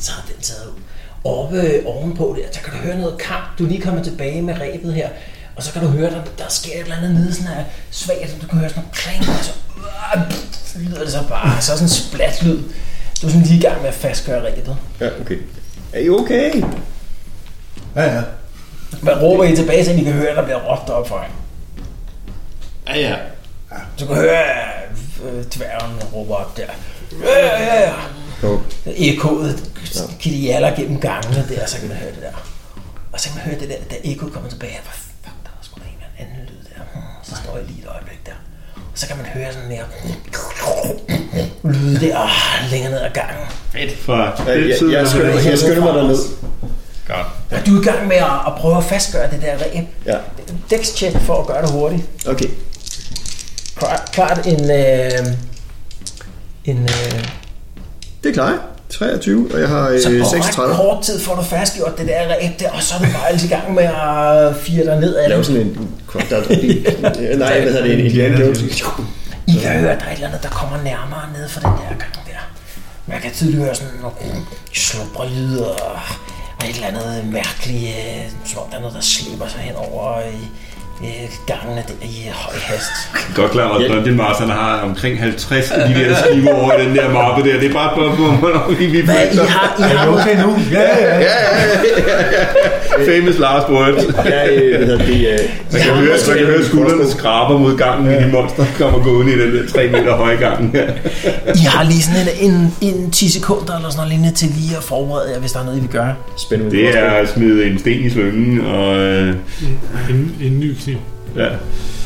så har den taget ud. Oppe øh, ovenpå der, der kan du høre noget kamp. Du er lige kommet tilbage med rebet her. Og så kan du høre, der, der sker et eller andet nede, sådan her svagt, så du kan høre sådan noget kling, og så, øh, så lyder det så bare, så er sådan en splat lyd. Du er sådan lige i gang med at fastgøre rebet. Ja, okay. Er I okay? Ja, ja. Hvad råber I tilbage, så I kan høre, der bliver råbt op for jer? Ja, ja. Så kan du høre øh, dværgen råbe op der. Ja, ja, ja. Jo. Ekkoet kilialer gennem gangene der, så kan man høre det der. Og så kan man høre det der, da ekkoet kommer tilbage. Hvad fuck, der var sgu da en eller anden lyd der. Hmm, Så står jeg lige et øjeblik der. Og så kan man høre sådan mere lyde der ah, længere ned ad gangen. Fra Jeg, den jeg, side, jeg, der skynder, jeg skynder mig derned. Og du er i gang med at, at prøve at fastgøre det der ræb. Ja, Dex check for at gøre det hurtigt. okay. Klar- Klart en... Øh, en øh, Det er klar. 23, og jeg har øh, Så på ret 36. kort tid får du fastgjort det der ræb der, og så er du bare altså i gang med at fire dig ned af Lav det. sådan en kvadratbil. Nej, hvad hedder det? En Indiana Jones. I kan høre, at der er et eller andet, der kommer nærmere ned fra den der gang der. Man kan tydeligt høre sådan nogle slubrer lyde og, og et eller andet mærkeligt, øh, som om der er noget, der slipper sig hen over i øh, gangene der i høj hast. Godt klar, at Dungeon Master har omkring 50 af de der skiver over i den der mappe der. Det er bare et spørgsmål, om, hvornår vi vi Hvad, I flygter. har, I Er har det okay nu? Ja, ja, ja. (laughs) Famous last words. Jeg, øh, hvad hedder det? øh, Man kan, høre, man kan høre skuldrene skraber mod gangen i de monster, der kommer gående i den der 3 meter høje gangen her. I har lige sådan en, en, en 10 sekunder eller sådan noget lignende til lige at forberede jer, hvis der er noget, I vil gøre. Spændende. Det er at smide en sten i slyngen, og øh, En, en ny kniv. ja,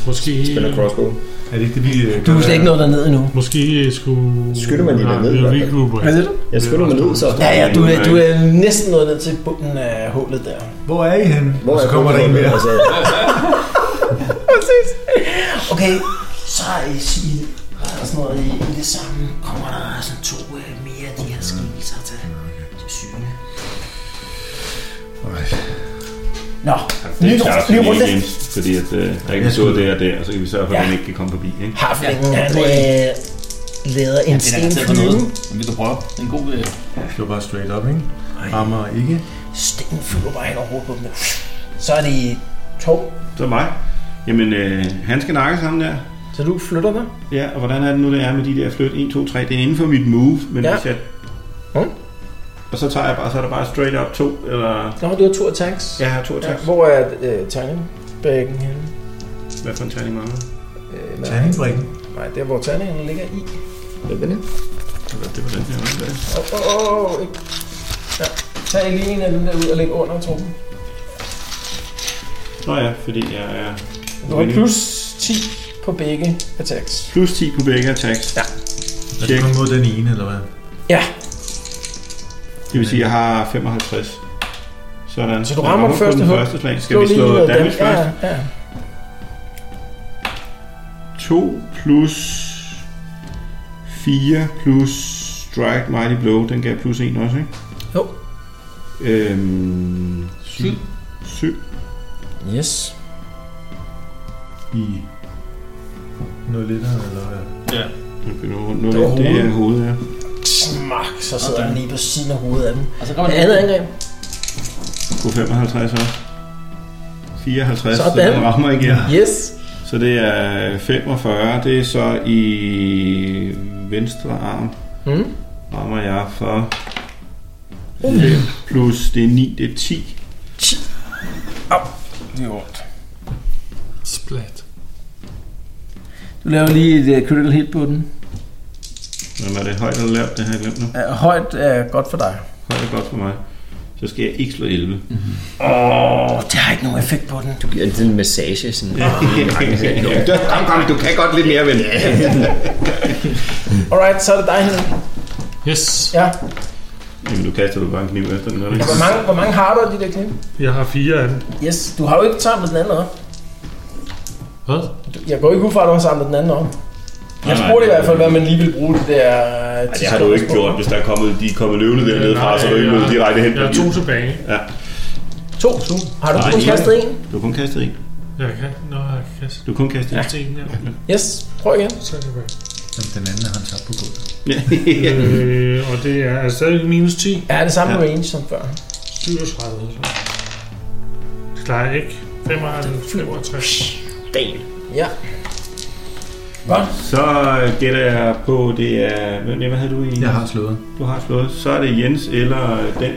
Måske, Spændende crossbow. Er det ikke det, vi... øh, Du er gør? slet ikke nået derned endnu. måske øh, skulle... Skynder man lige derned, i Ja, hvert fald. regrouper. Hvad siger du? Jeg skynder mig ned, så. Ja, ja, du, er- du er næsten nået ned til bunden af hullet der. Hvor er I henne? Hvor Og er så kommer der en bunden? mere. Altså, Okay, så er I, i og sådan noget, i, i det samme kommer der sådan to øh, mere af de her skikkelser til, til syne. Nå, ny det ny er runde. igen, fordi at, øh, der ikke kan stå der og der, og så kan vi sørge for, at den ikke kan komme forbi. Ikke? Harflingen, han øh, leder en sten garanteret på noget. flyve. Men vi kan prøve. Det er en god... Øh, Det var bare straight up, ikke? Rammer ikke. Sten flyver bare hen over hovedet på dem. Så er det to. Så mig. Jamen, øh, han skal nakkes ham der. Så du flytter dig? Ja, og hvordan er det nu, det er med de der flyt? 1, 2, 3, det er inden for mit move, men Ja. ja. hvis jeg... Mm. Og så tager jeg bare, så er der bare straight up to, eller... Nå, du har to attacks. Ja, jeg har to attacks. Ja. Hvor er øh, tegningen? Bækken henne? Hvad for en terning mangler? Øh, Tandingbrikken. nej, der hvor terningerne ligger i. hvad er det? Det var den her. var det der? Åh, oh, oh, oh, ikke. Ja. Tag lige en af dem der ud og læg under trummen. Nå ja, fordi jeg er... Du har plus 10 på begge attacks. plus 10 på begge attacks. Ja. Er det Check. kun mod den ene, eller hvad? Ja, Det vil sige, at jeg har 55. Sådan. Så du Jeg rammer på første den hug. første slag. Skal vi slå noget damage dam- først? Ja, ja. 2 plus 4 plus strike mighty blow. Den gav plus 1 også, ikke? Jo. Øhm, syv. Syv. Yes. i noget lettere, eller hvad? Okay, nu, nu er det, det er hovedet her. Smak, så sidder han lige på siden af hovedet af dem. Og så kommer Det det andet angreb. På 55 også. 54, så Sådan. den rammer igen. Yes. Så det er 45, det er så i venstre arm. Mm. Rammer jeg for 5 plus det er 9, det er 10. Det er ondt. Splat. Du laver lige et øh, critical hit på den. Hvem er det højt eller lavt, det har jeg glemt nu. Ja, højt er godt for dig. Højt er godt for mig. Så skal jeg ikke (laughs) slå 11. Åh, oh, det har ikke nogen effekt på den. Du Ja, det er en massage. Sådan. Ja. Kom, kom, du kan godt lidt mere, ven. Alright, så er det dig, Henning. Yes. Ja. Jamen, du kaster du bare en kniv efter den, gør du ikke? Hvor mange, hvor mange har du af de der knive? Jeg har fire af dem. Yes, du har jo ikke samlet den anden op. Hvad? Jeg går ikke ud fra, at du har samlet den anden op. Jeg nej. spurgte i hvert fald, hvad man lige ville bruge det der... øh, Ej, Det har du ikke gjort, hvis der er kommet, de er kommet løvende dernede fra, så er du ikke løbet direkte hen. Jeg har to tilbage. To, to. Har du Nej, kun en. kastet en? Du har kun kastet en. Jeg kan. Nå, jeg kan kaste Du har kun kastet en. (laughs) til en her. Yes, prøv igen. Så er det tilbage. Jamen, den anden har han tabt på gulvet. Øh, og det er altså stadig minus 10. Ja, det er samme ja. range som før. 37. altså. så. Det klarer jeg ikke. 55, 65. Ja. Så øh, gætter jeg på, det er... Hvad, hvad havde du i? Jeg har slået. Du har slået. Så er det Jens eller øh, den,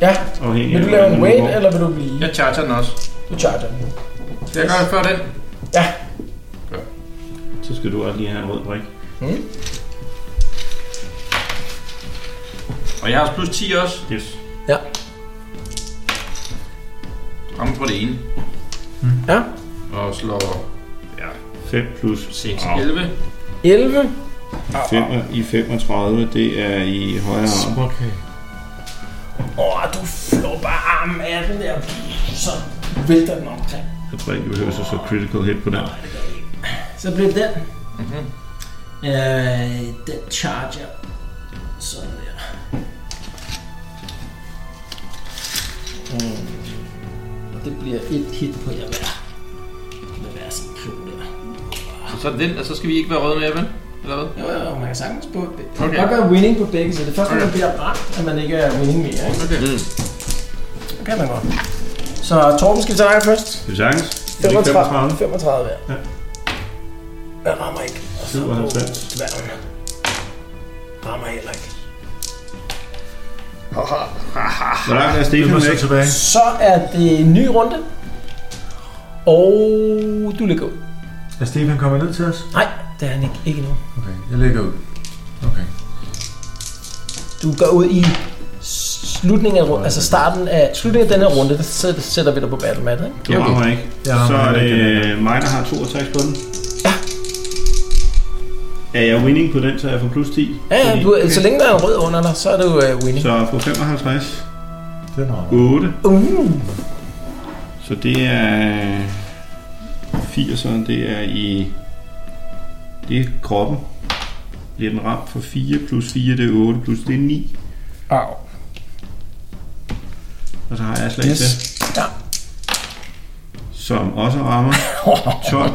Ja, afhængig vil du af, lave en hvordan den wait, går. eller vil du blive... Jeg charger den også. Du charger den. Skal jeg gøre det før den? Så skal du også lige have en rød brik. Og jeg har også plus 10 også. Yes. Ramme på det ene. Ja. Og slår 5 plus 6 Au. 11. 11. 5 i 35, det er i højre arm. Okay. Åh, oh, du flår bare armen af den der. Så vælter den omkring. Jeg tror ikke, vi behøver så, så critical hit på den. Så blev det den. Mm-hmm. Øh, den charger. Sådan der. Mm. Og det bliver et hit på jer hver. Med hver sin klub der. Og så er det den, og så skal vi ikke være røde mere, vel? Eller hvad? Jo, jo, man kan sagtens på. Det kan Okay. godt være winning på begge, så det første, okay. Okay. man bliver ramt, at man ikke er winning mere. Ikke? Okay. Det kan man godt. Så Torben skal vi tage dig først. Skal vi sagtens? Er det ikke 35. 35? 35 hver. Ja. Jeg rammer ikke. Og så 97. dværgen. Rammer heller ikke. Hvor langt er Den Stefan var så væk? tilbage. Så er det en ny runde. Og du ligger ud. Er Stefan kommet ned til os? Nej, det er han ikke, ikke nu. Okay, jeg lægger ud. Okay. Du går ud i slutningen af runden, altså starten af, slutningen af den her runde, der sætter, sætter vi dig på battle mat, ikke? Du rammer ikke. Jeg har Så er mig det ikke den øh, mig, der har 62 på den. Ja. Er jeg winning på den, så jeg får plus 10? Ja, ja, Fordi- du, så længe der er en rød under dig, så er du uh, winning. Så på 55, Den har 8. Uh, Så det er 80'eren, det er i det er kroppen. Bliver den ramt for 4 plus 4, det er 8 plus det er 9. au. Og så har jeg et slag yes. til, Ja. som også rammer 12,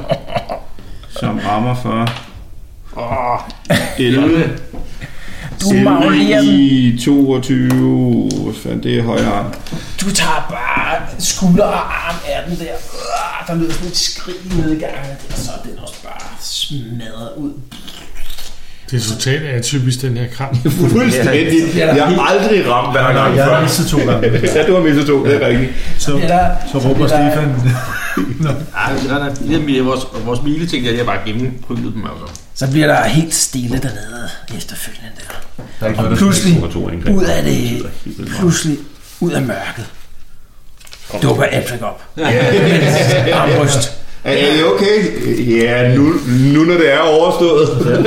som rammer for 11. Du magnerer den. i 22, Hvad fanden, det er højre arm. Du tager bare skulder og arm af den der. Øh, Der lyder sådan et skrig i nedgangen, og så er den også bare smadret ud. Det er totalt atypisk, den her kram. Fuldstændig. Jeg har aldrig ramt hver gang Jeg har før. mistet to gange. (laughs) Ja, du har mistet to, det er rigtigt. Så, Eller, så råber eller- Stefan. Ej, det er der- det er mere vores, vores mileting, der jeg bare gennempryglet dem altså. Så bliver der helt stille dernede efterfølgende der. Der er ikke noget, der Pludselig, Og to angreb. ud af det, betyder helt vildt meget. pludselig ud af mørket, dukker Patrick op. (laughs) Armbryst. Er, er I okay? Ja, nu, nu når det er overstået. (laughs)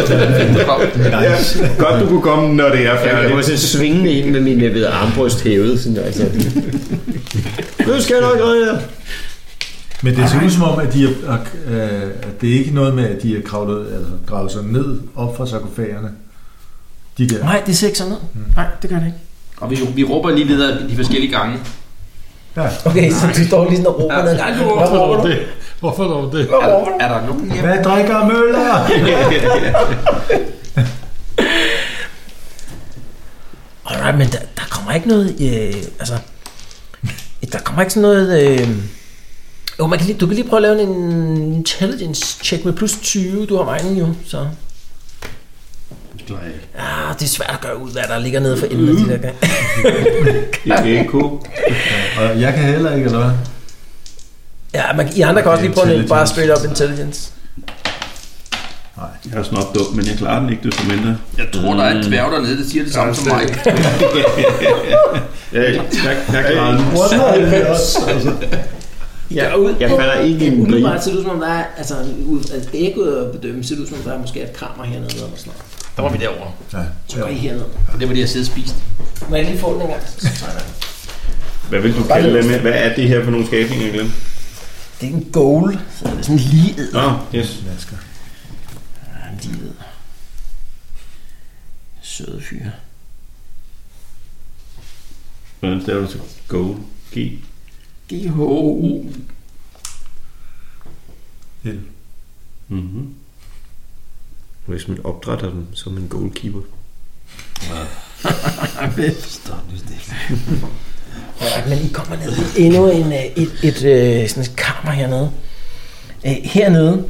ja, godt, du kunne komme, når det er Jeg var færdigt. sådan svingende ind med min ved armbryst hævet. Sådan, altså. nu skal jeg nok noget her. Men det ser ud som om, at, de er, at, øh, at det er ikke noget med, at de er kravlet, altså, gravet sig ned op fra sarkofagerne. De der. Nej, det ser ikke sådan ud. Nej, det gør det ikke. Og vi, vi råber lige videre de forskellige gange. Okay, så du står lige sådan og råber Ja, noget. nej, du Hvad Hvorfor råber dog du? det? Hvorfor dog det? Hvad Er, råber du? er der nogen hjemme? Hvad drikker Møller? Alright, men der, der kommer ikke noget... Øh, altså, der kommer ikke sådan noget... Øh, jo, man kan lige, du kan lige prøve at lave en intelligence check med plus 20. Du har vejen jo, så... Ah, det er svært at gøre ud, hvad der ligger nede for enden af de der gang. Jeg kan ikke kunne. Og jeg kan heller ikke, eller hvad? Ja, man, I andre kan også lige prøve en bare Intelligence. straight up intelligence. Jeg er snart dum, men jeg klarer den ikke desto mindre. Jeg tror, der er en dværg dernede, der siger det samme som mig. Jeg, Jeg, jeg klarer den. Altså, jeg, jeg falder ikke i en brie. Umiddelbart ser det ud som om der er, altså, ud, altså ægget at bedømme, ser det ud som om der er måske et krammer hernede eller sådan noget. Der var vi derovre. Ja, Så går I hernede. For det var det, jeg sidder og spiste. Må jeg lige få den en gang? Hvad vil du kalde det med? Hvad er det her for nogle skabninger, jeg glemte? Det er en goal, så det er sådan lige ed. Nå, yes. Masker. Livet. Søde fyre. Hvordan staver du til goal? G. G-H-O-U. Mm-hmm. Hvis man opdrætter dem som en goalkeeper. Alright, men I kommer ned i endnu en, øh, et, et, et sådan et kammer hernede. Øh, Hernede,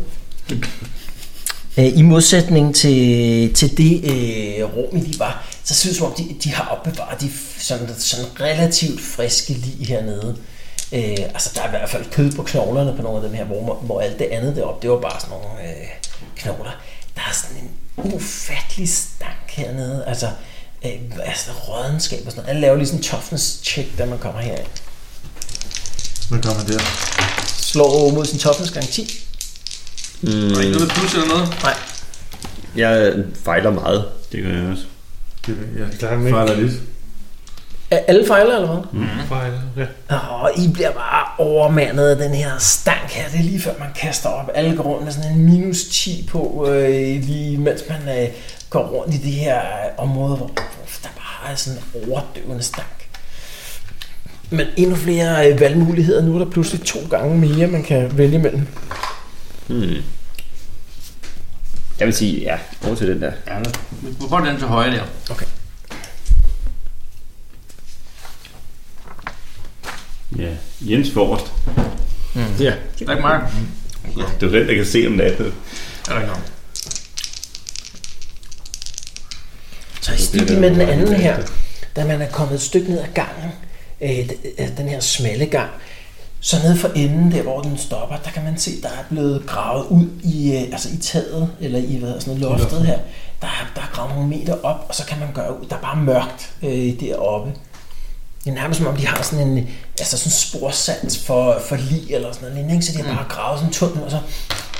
øh, i modsætning til, til det øh, rum, I lige var, så synes det som om, de, de har opbevaret de f- sådan, sådan relativt friske lige hernede. Øh, altså, der er i hvert fald kød på knoglerne på nogle af dem her, hvor, hvor alt det andet deroppe, det var bare sådan nogle øh, knogler. Der er sådan en ufattelig stank hernede, altså, øh, altså rådenskab og sådan noget. Alle laver lige sådan en toughness check, da man kommer herind. (laughs) Hvad gør man der? Slår mod sin toughness gang 10. Er der ikke noget med plus eller noget? Jeg fejler meget. Det gør jeg også. Det, jeg Klarer den ikke. fejler lidt. Er alle fejler, eller hvad? Fejl. Ja. Og I bliver bare overmandet af den her stank her. Det er lige før, man kaster op. Alle går rundt med sådan en minus 10 på, øh, lige mens man øh, går rundt i det her øh, område, hvor uff, der bare er sådan en overdøvende stank. Men endnu flere øh, valgmuligheder. Nu er der pludselig to gange mere, man kan vælge imellem. Hmm. Jeg vil sige, ja, over til den der. Ja, Hvor er den til højre der? Ja. Jens Forrest. Ja. Der er ikke meget. Det er jo den, der kan se om natten. Er der ikke noget? Så i stil med den anden her, da man er kommet et stykke ned ad gangen, øh, d- øh, den her smalle gang, så nede for enden, der hvor den stopper, der kan man se, der er blevet gravet ud i, øh, altså i taget, eller i hvad, hedder sådan noget, loftet her. Der er, der er gravet nogle meter op, og så kan man gøre ud. Der er bare mørkt øh, deroppe. Det er nærmest som om, de har sådan en altså sådan en sporsans for, for lig eller sådan noget lignende, ikke? så de har bare gravet sådan en tunnel, og så,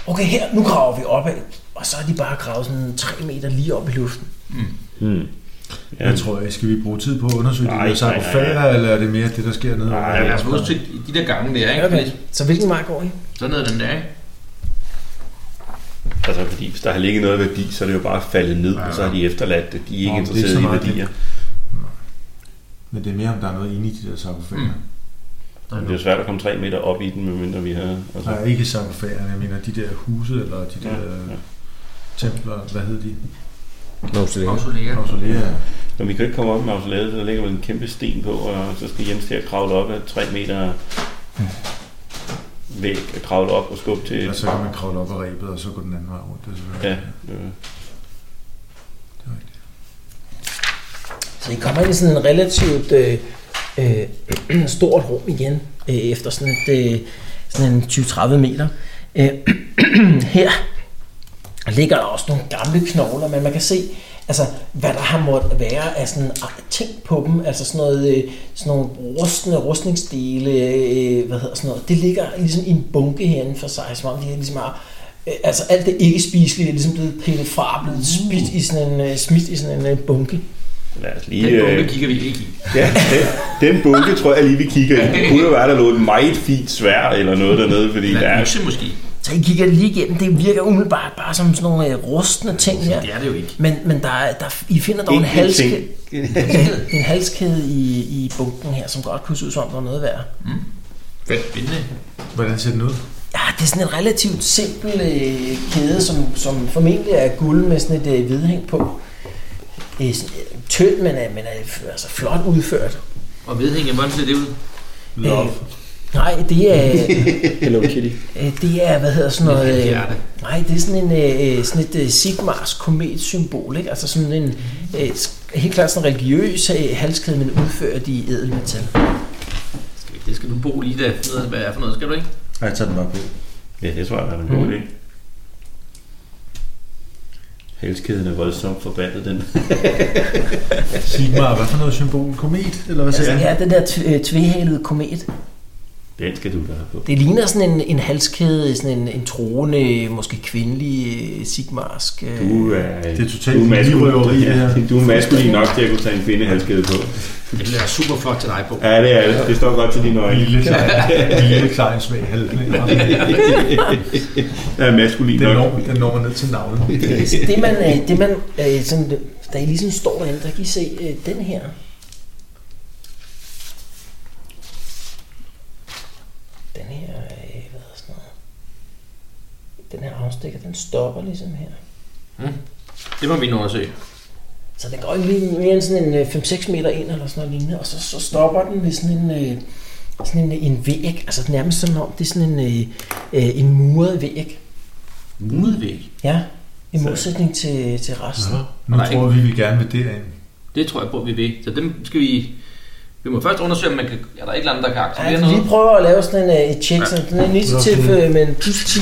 okay her, nu graver vi opad, og så har de bare gravet sådan 3 meter lige op i luften. Jeg tror, jeg skal vi bruge tid på at undersøge Nej, det med nej, nej, sarkofager, eller er det mere det, der sker nede? Nej, Ja, jeg jeg er har smart. udsigt i de der gange der, ikke? Okay. Så hvilken vej går I? Sådan noget den der, ikke? Altså, fordi hvis der har ligget noget værdi, så er det jo bare faldet ned, ja. og så har de efterladt det. De er ikke Nå, Nå, men det er ikke så interesserede i meget værdier. Men det er mere, om der er noget inde i de der sarkofager. Mm. Men det er jo svært at komme tre meter op i den, medmindre vi har... Altså, Nej, ikke sarkofagerne, jeg mener de der huse, eller de der Ja, ja, ja. ja. templer, hvad hed de? Mausolea. Mausolea. når vi kan ikke komme op med mausoleet, så ligger vel en kæmpe sten på, og så skal Jens til at kravle op af tre meter væg, og kravle op og skubbe til... Og så kan man kravle op ad rebet, og så gå den anden vej rundt. Det er selvfølgelig. Ja, øh, Så I kommer ind i sådan en relativt øh, øh, (clears throat) stort rum igen, øh, efter sådan, et, øh, sådan en 20-30 meter. Øh, (clears throat) her ligger der også nogle gamle knogler, men man kan se, altså, hvad der har måttet være af sådan ar- ting på dem, altså sådan, noget, øh, sådan nogle rustne rustningsdele, øh, hvad hedder sådan noget, det ligger ligesom i en bunke herinde for sig, som om de ligesom har, øh, altså alt det ikke spiselige er ligesom blevet pillet fra, blevet smidt i sådan en, øh, smidt i sådan en øh, bunke. lad os Den lige... bunke Øh, kigger vi ikke i. ja, den, den bunke tror jeg lige, vi kigger i. Det kunne jo være, der lå et meget fint svær eller noget dernede, fordi der Eller er økse måske. Så Så I kigger det lige igennem. Det virker umiddelbart bare som sådan nogle øh, rustne ting her. Altså, Det er det jo ikke. Men, men der, er- der, I finder dog en, Ikke en halskæde, ting. en, halskæde- (laughs) en halskæde i, i bunken her, som godt kunne se ud som om, der var noget værd. Spændende. Hvordan ser den ud? Ja, det er sådan en relativt simpel øh, kæde, som, som formentlig er guld med sådan et øh, hvidhæng på. Øh, sådan, øh, tynd, men, er, men er, f- altså flot udført. Og vedhænge, hvordan ser det ud? Øh, nej, det er... (laughs) Hello Kitty. Øh, Det er, hvad hedder sådan Det er noget... et Øh, hjerte. nej, det er sådan, en, øh, øh, sådan et øh, Sigmars kometsymbol, ikke? Altså sådan en... Øh, sk- helt klart sådan en religiøs øh, halskæde, men udført i ædelmetal. Skal- Det skal du bo lige der, finde ud af, hvad det er for noget, skal du ikke? Jeg tager den bare på. Ja, det tror jeg, der er en Mhm. god idé. Halskæden er voldsomt forbandet, den. Sigmar, hvad for noget symbol? Komet, eller hvad Altså, siger ja, den der tv- øh, tvehalede komet. Den skal du da have på. Det ligner sådan en, en halskæde, sådan en, en troende, måske kvindelig øh, sigmarsk... Øh, Du er, Det er totalt du er maskulin, livrøveri, det her. ja, du er maskulin nok til at kunne tage en kvindehalskæde på. Det bliver super flot til dig på. Ja, det er det. Det står godt til dine øjne. Lille klein, lille klein smag halvdelen. Jeg er maskulin Den nok. når, den når man ned til navlen. det man, øh, det man øh, sådan, da I lige sådan står derinde, der kan I se øh, den her. Den her, øh, hvad hedder sådan noget. Den her afstikker, den stopper ligesom her. Det må vi nå at se. Så den går ikke lige mere end sådan en øh, 5-6 meter ind eller sådan noget lignende, og så, så stopper den ved sådan en, øh, sådan en, en væg, altså nærmest som om det er sådan en, øh, øh, en muret væg. Mudvæg. Ja, i modsætning til, til resten. Nå, Nu Nej, tror vi, vi gerne vil derind. Det tror jeg på, vi vil. Så dem skal vi... Vi må først undersøge, om man kan, er der et eller andet, der kan Ej, aktivere altså, vi noget. prøver at lave sådan en, øh, et check, sådan den er initiativ øh, med en plus 10.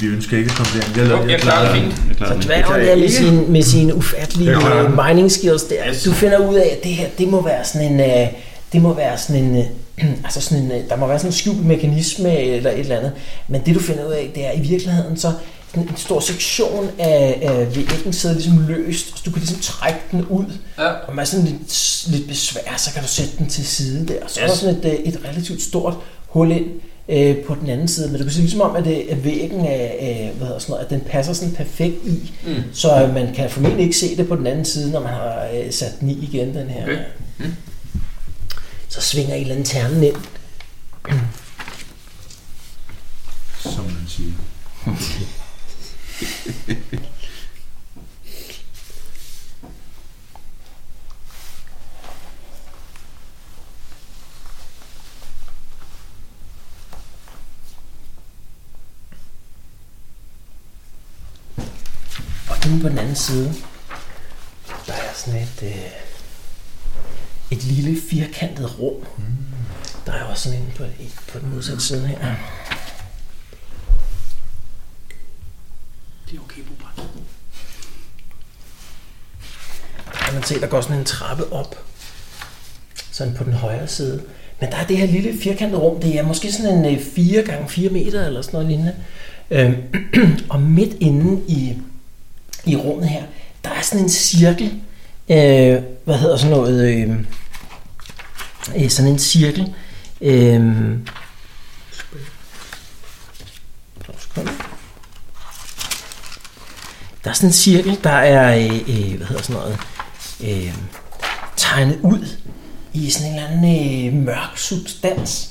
Vi ønsker ikke at komme derind. Jeg, lader- Jo, jeg klarer det Mm. fint. Jeg klarer Så den. dværgen der med sin, med sine ufattelige øh, mining skills der, Yes. du finder ud af, at det her, det må være sådan en, øh, det må være sådan en, øh, (clears throat) altså sådan en, øh, der må være sådan en skjult mekanisme øh, eller et eller andet. Men det du finder ud af, det er i virkeligheden så, sådan en stor sektion af, af væggen sidder ligesom løst, så du kan ligesom trække den ud, Ja. og med sådan lidt, lidt besvær, så kan du sætte den til side der. Og så er Yes. der sådan et, øh, et relativt stort hul ind øh, på den anden side, men du kan se ligesom om, at, øh, at væggen er, øh, hvad hedder sådan noget, at den passer sådan perfekt i, Mm. så øh, man kan formentlig ikke se det på den anden side, når man har øh, sat den i igen, den her. Okay. Mm. Så svinger en eller anden ternen ind. som man siger. Og inde på den anden side, der er sådan et, øh, et lille firkantet rum. Mm. Der er også sådan en på, et- på den modsatte side her. Det er okay, Bubak. Der kan man se, der går sådan en trappe op. Sådan på den højre side. Men der er det her lille firkantede rum. Det er måske sådan en 4 gange 4 meter eller sådan noget lignende. Øhm, (clears throat) og midt inde i, i rummet her, der er sådan en cirkel. Øh, hvad hedder sådan noget? Øh, øh, sådan en cirkel. Øh, to sekunder. der er sådan en cirkel, der er, øh, øh, hvad hedder sådan noget, øh, tegnet ud i sådan en eller anden øh, mørk substans.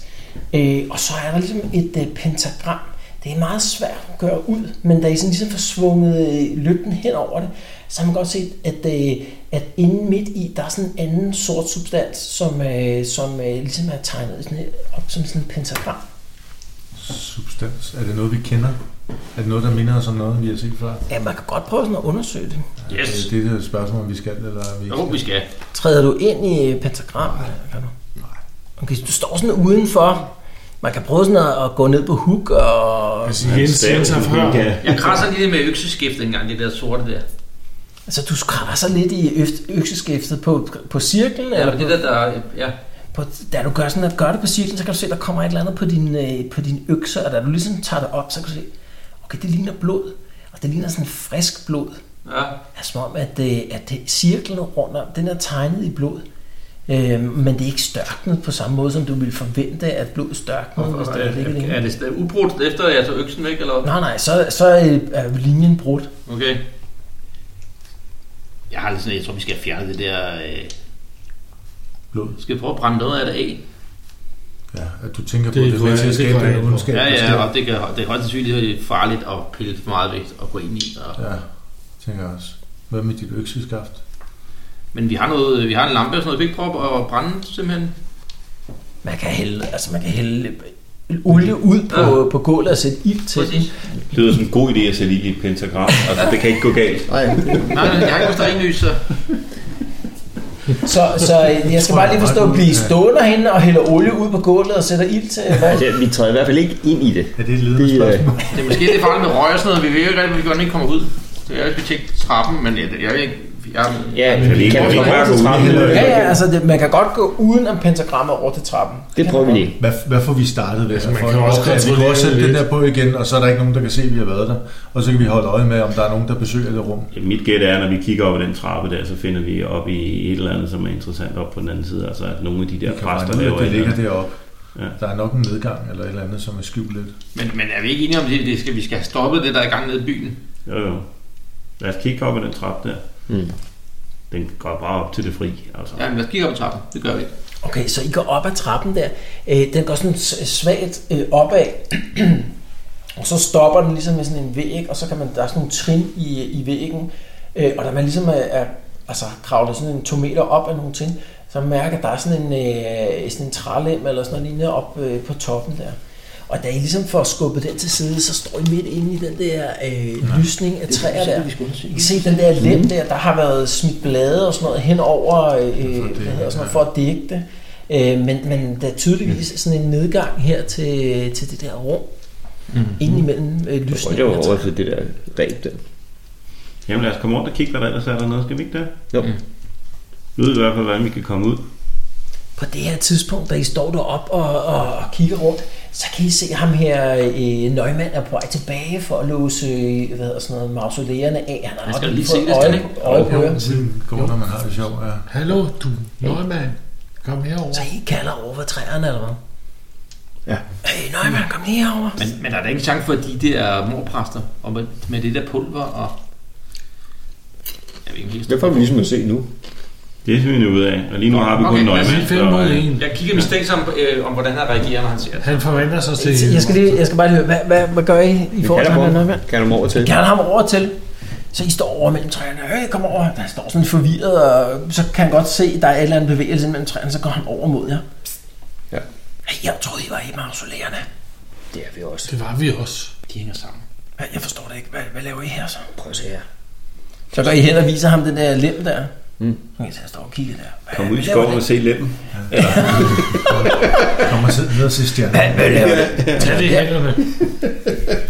Øh, og så er der ligesom et øh, pentagram. Det er meget svært at gøre ud, men da I sådan ligesom får svunget øh, lygten hen over det, så har man godt set, at, øh, at inde midt i, der er sådan en anden sort substans, som, øh, som øh, ligesom er tegnet sådan, øh, op som sådan et pentagram. Substans. Er det noget, vi kender? Er det noget, der minder os om noget, vi har set før? Ja, man kan godt prøve sådan at undersøge det. Yes. Er det det et spørgsmål, om vi skal, eller er vi ikke Jo, vi skal. Træder du ind i øh, pentagram? Nej. Kan du? Okay, så du står sådan udenfor. Man kan prøve sådan at, at gå ned på hook og... Altså, Jens siger sig før. Jeg krasser lige det med økseskæftet engang, det der sorte der. Altså, du krasser lidt i øf- økseskæftet på, på cirklen, Ja, eller men det der, der... Ja. på, da du gør sådan at gør det på cirklen, så kan du se, der kommer et eller andet på din, øh, på din økse, og da du ligesom tager det op, så kan du se, okay, det ligner blod, og det ligner sådan frisk blod. Ja. er som om, at, øh, at cirklen rundt om, den er tegnet i blod. Øh, men det er ikke størknet på samme måde, som du ville forvente, at blod størknede, hvis det er, havde ligget er, længe. er, det ubrudt efter, altså øksen væk, eller hvad? Nej, nej, så, så er, er linjen brudt. Okay. Jeg har lidt sådan, jeg tror, vi skal fjerne det der... Øh... Blod. Skal vi prøve at brænde noget af det af? Ja, at du tænker på, Det at det er kunne med jeg- til at det skabe kunne jeg en ikke. ondskab. Ja, der ja, sker. og det, kan, det er højst sandsynligt farligt at pille for meget vægt og gå ind i. Og... Ja, tænker jeg også. Hvad med dit økseskaft? Men vi har, noget, øh, vi har en lampe og sådan noget, vi kan ikke prøve at brænde simpelthen. Man kan hælde, altså man kan hælde øh, olie ud på, ja. Ah. på gulvet og sætte ild til den. Præcis. Det lyder som en god idé at sætte ild i et pentagram. Altså, det kan ikke gå galt. Nej, Nej, nej, jeg har ikke stearinlys, så... Så, så øh, jeg skal bare lige forstå, blive stående herinde og hælder olie ud på gulvet og sætter ild til. Hvad? Altså, vi træder i hvert fald ikke ind i det. Er det et ledende Det, øh, spørgsmål? Det er måske det farligt med røg og sådan noget, vi ved jo ikke rigtig, hvordan vi kommer ud. Det er jo, vi tjekke trappen, men jeg, jeg, ved ikke... Jeg, ja, Kan vi ikke kan kan vi vi bare godt gå gå ud? trappen? Ja, ja, altså det, man kan godt gå uden om pentagrammet over til trappen. Det prøver vi lige. Hvad, hvad får vi startet ved? Altså, man kan også vi kan kontrollere også sætte det den lidt. der på igen, og så er der ikke nogen, der kan se, at vi har været der. Og så kan vi holde øje med, om der er nogen, der besøger det rum. Ja, Mit gæt er, når vi kigger op ad den trappe der, så finder vi op i et eller andet, som er interessant op på den anden side. Altså at nogle af de Vi der kan præster regne laver ud, at det et eller ligger andet. deroppe. Ja. Der er nok en nedgang eller et eller andet, som er skjult lidt. men, men er vi ikke enige om, det, det skal, vi skal have stoppet det, der er i gang nede i byen? Jo, jo. Lad os kigge op ad den trappe der. Mm. Den går bare op til det fri. Altså. Ja, men lad os kigge op ad trappen. Det gør vi. Okay, så I går op ad trappen der. Øh, den går sådan s- svagt øh, opad. og så stopper den ligesom med sådan en væg, og så kan man, der er sådan nogle trin i, i væggen. Øh, og da man ligesom er, er altså, kravler sådan en to meter op af nogle trin, så mærker at der er sådan en, øh, sådan en trælem eller sådan noget lignende op øh, på toppen der. Og da I ligesom får skubbet den til side, så står I midt inde i den der øh, lysning af træer der. I kan se den der lem der, der har været smidt blade og sådan noget hen over, øh, hvad hedder, sådan noget, for at dække det. Øh, men, men der er tydeligvis sådan en nedgang her til, til det der rum, mm-hmm. ind imellem øh, Og det lysningen. var af over træerne. til det der ræb der. Jamen lad os komme rundt og kigge, hvad der ellers er dernede. Skal vi ikke det? Jo. Nu ved vi i hvert fald, hvordan vi kan komme ud. På det her tidspunkt, da I står derop og, og, og kigger rundt, så kan I se ham her, øh, nøgmand er på vej tilbage for at låse øh, hvad hedder sådan noget, mausoleerne af. Han har skal nok lige fået se det, skal han øje- øje på ham. Tiden går, når man har det sjovt. Ja. Hallo, du nøgmand. Kom herover. Så I kalder over ved træerne, eller hvad? Ja. Hey, nøgmand, kom lige herover. Men, men er der ikke en chance for, at de der morpræster, og med, med det der pulver og... Jeg ved ikke, om det er- Det får vi ligesom at se nu. Det finder vi nu ud af. Og lige nu har vi Okay, kun øh, lad os nøgmand. Vi finder mod en. Jeg kigger mistænksomt om, øh, om, hvordan han reagerer, når han ser det. Han forventer sig til... Jeg skal, lige, jeg skal bare lige høre, hvad, hvad, hvad gør I i Vi forhold til kalder ham på her ham. nøgmand? Kalder ham over til. Kan ham over til? Så I står over mellem træerne. Øh, kom over. Der står sådan forvirret, og så kan han godt se, at der er et eller andet bevægelse inde mellem træerne, så går han over mod jer. Ja. Hey, jeg troede, I var i mausoleerne. Det er vi også. Det var vi også. De hænger sammen. Hvad, Jeg forstår det ikke. Hvad, hvad laver I her så? Prøv at se her. Så går I hen og viser ham den der lem der. Mm. Okay, så jeg står og kigger der. Hvad, Kom ud i hvad laver skoven og det? se lemmen. Kom og sidde ned og se stjerner. Hvad, hvad laver det? Tag det i hænderne.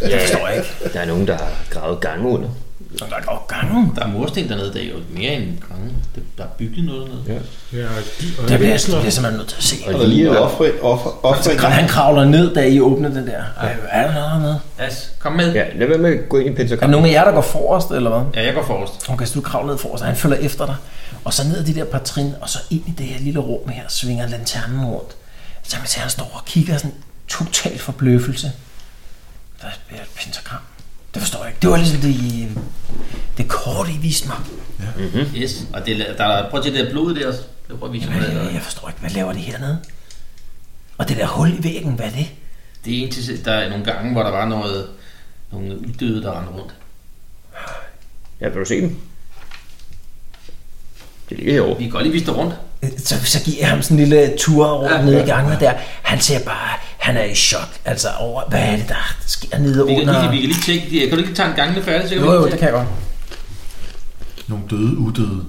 Ja, Jeg forstår ikke. der er nogen, der har gravet gange under. Så der går gangen. Der er mursten dernede, der er jo mere end gange. Det- Der er bygget noget dernede. Ja. Ja, og Det bliver, jeg æsler. simpelthen nødt til at se. Og det lige op. Så han kravler ned, da I åbner den der. Ej, hvad er der noget med? As, kom med. Ja. Ja, lad være med at gå ind i Er der pentagram. nogen af jer, der går forrest, eller hvad? ja, jeg går forrest. Okay, så du kravler ned forrest, og han følger efter dig. Og så ned ad de der par trin, og så ind i det her lille rum her, svinger lanternen rundt. Så man ser, han står og kigger sådan total forbløffelse. Der er et pentagram. Det forstår jeg ikke. Det var ligesom det, I- det kort, I viste mig. Yes, og det, der er, prøv at se det der blod der. også. Jeg prøver at vise, Jamen, hvordan det jeg, er. jeg forstår ikke, hvad laver de hernede? Og det der hul i væggen, hvad er det? Det er en til, der er nogle gange, hvor der var noget, nogle uddøde, der rendte rundt. Ja, vil du se dem? Det ligger herovre. Vi kan godt lige vise det rundt. så, så giver jeg ham sådan en lille tur rundt ja, ned i gangen der. Han ser bare, han er i chok, altså over, hvad er det, der sker nede Vi kan, lige, under... vi kan lige tjekke det. Kan du ikke tage en gangene færdig? Så kan Jo, vi jo, lige det tjekke. kan jeg godt. Nogle døde, udøde.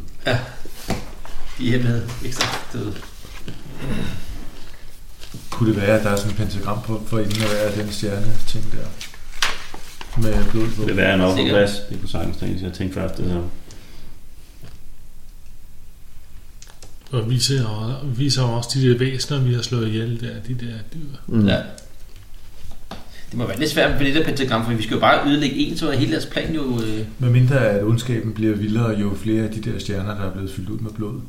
De er med. Ekstra døde. Kunne det være, at der er sådan et pentagram på, for inden af hver af den stjerne ting der? Med blod på. Det er værre end op på Sikkert. plads. Det kunne sagtens tænke sig. Jeg tænkte først, det her. Og viser, og viser også de der væsener, vi har slået ihjel der, de der dyr. Mm. Ja. Det må være lidt svært med det der pentagram, for vi skal jo bare ødelægge en, så er hele deres plan jo... Øh, Med mindre at ondskaben bliver vildere, jo flere af de der stjerner, der er blevet fyldt ud med blod.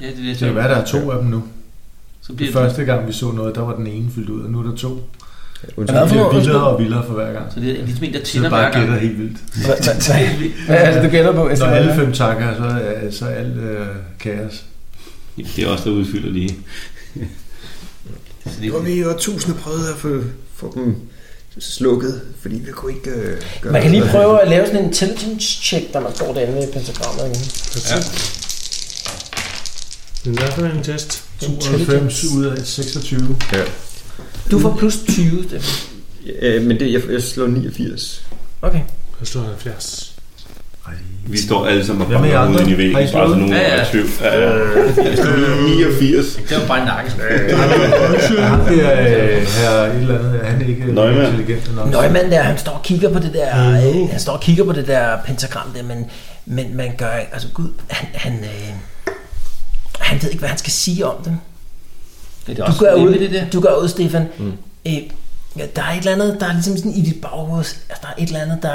Ja, det er det, jeg Det kan tænker. være, der er to af dem nu. Så Så bliver bliver det- det første gang, vi så noget, der var den ene fyldt ud, og nu er der to. Hvad Og for det bliver noget? vildere og vildere for hver gang. Så det er ligesom en, der Så tænder bare hver gang. gætter (laughs) helt vildt. Hvad- hvad- hvad- hvad er det, altså, du gætter på, Når Esther? alle fem takker, så er, så er alt øh, kaos. Ja, det er også der udfylder lige. Det var vi jo tusind prøvede at få, få dem slukket, fordi vi kunne ikke øh, gøre Man kan lige noget. prøve at lave sådan en intelligence check, når man står derinde ved pentagrammet. igen. Men hvad for en test? 92 ud af 26. Ja. Du får plus 20, det. Øh, men det, jeg, jeg slår 89. Okay. Jeg slår 70. Vi står alle sammen og Hvad med jer banker andre? hovedet ind i Har I væggen, bare slået? Øh. så nogen Ja, er ja. i tvivl. Ja, ja. Jeg slog 89. Det var bare en nakkes. Er ham der, øh, her et eller andet, er han ikke øh, Neumann. intelligent nok? Nøgmand der, han står og kigger på det der, øh, han står og kigger på det der pentagram der, men, men man gør, altså gud, han, han, øh, han ved ikke, hvad han skal sige om det. Det er da Du også gør ud, rimeligt, det der. du gør ud, Stefan. Mm. Mm. Øh, ja, der er et eller andet, der er ligesom sådan i dit baghoved, altså der er et eller andet, der,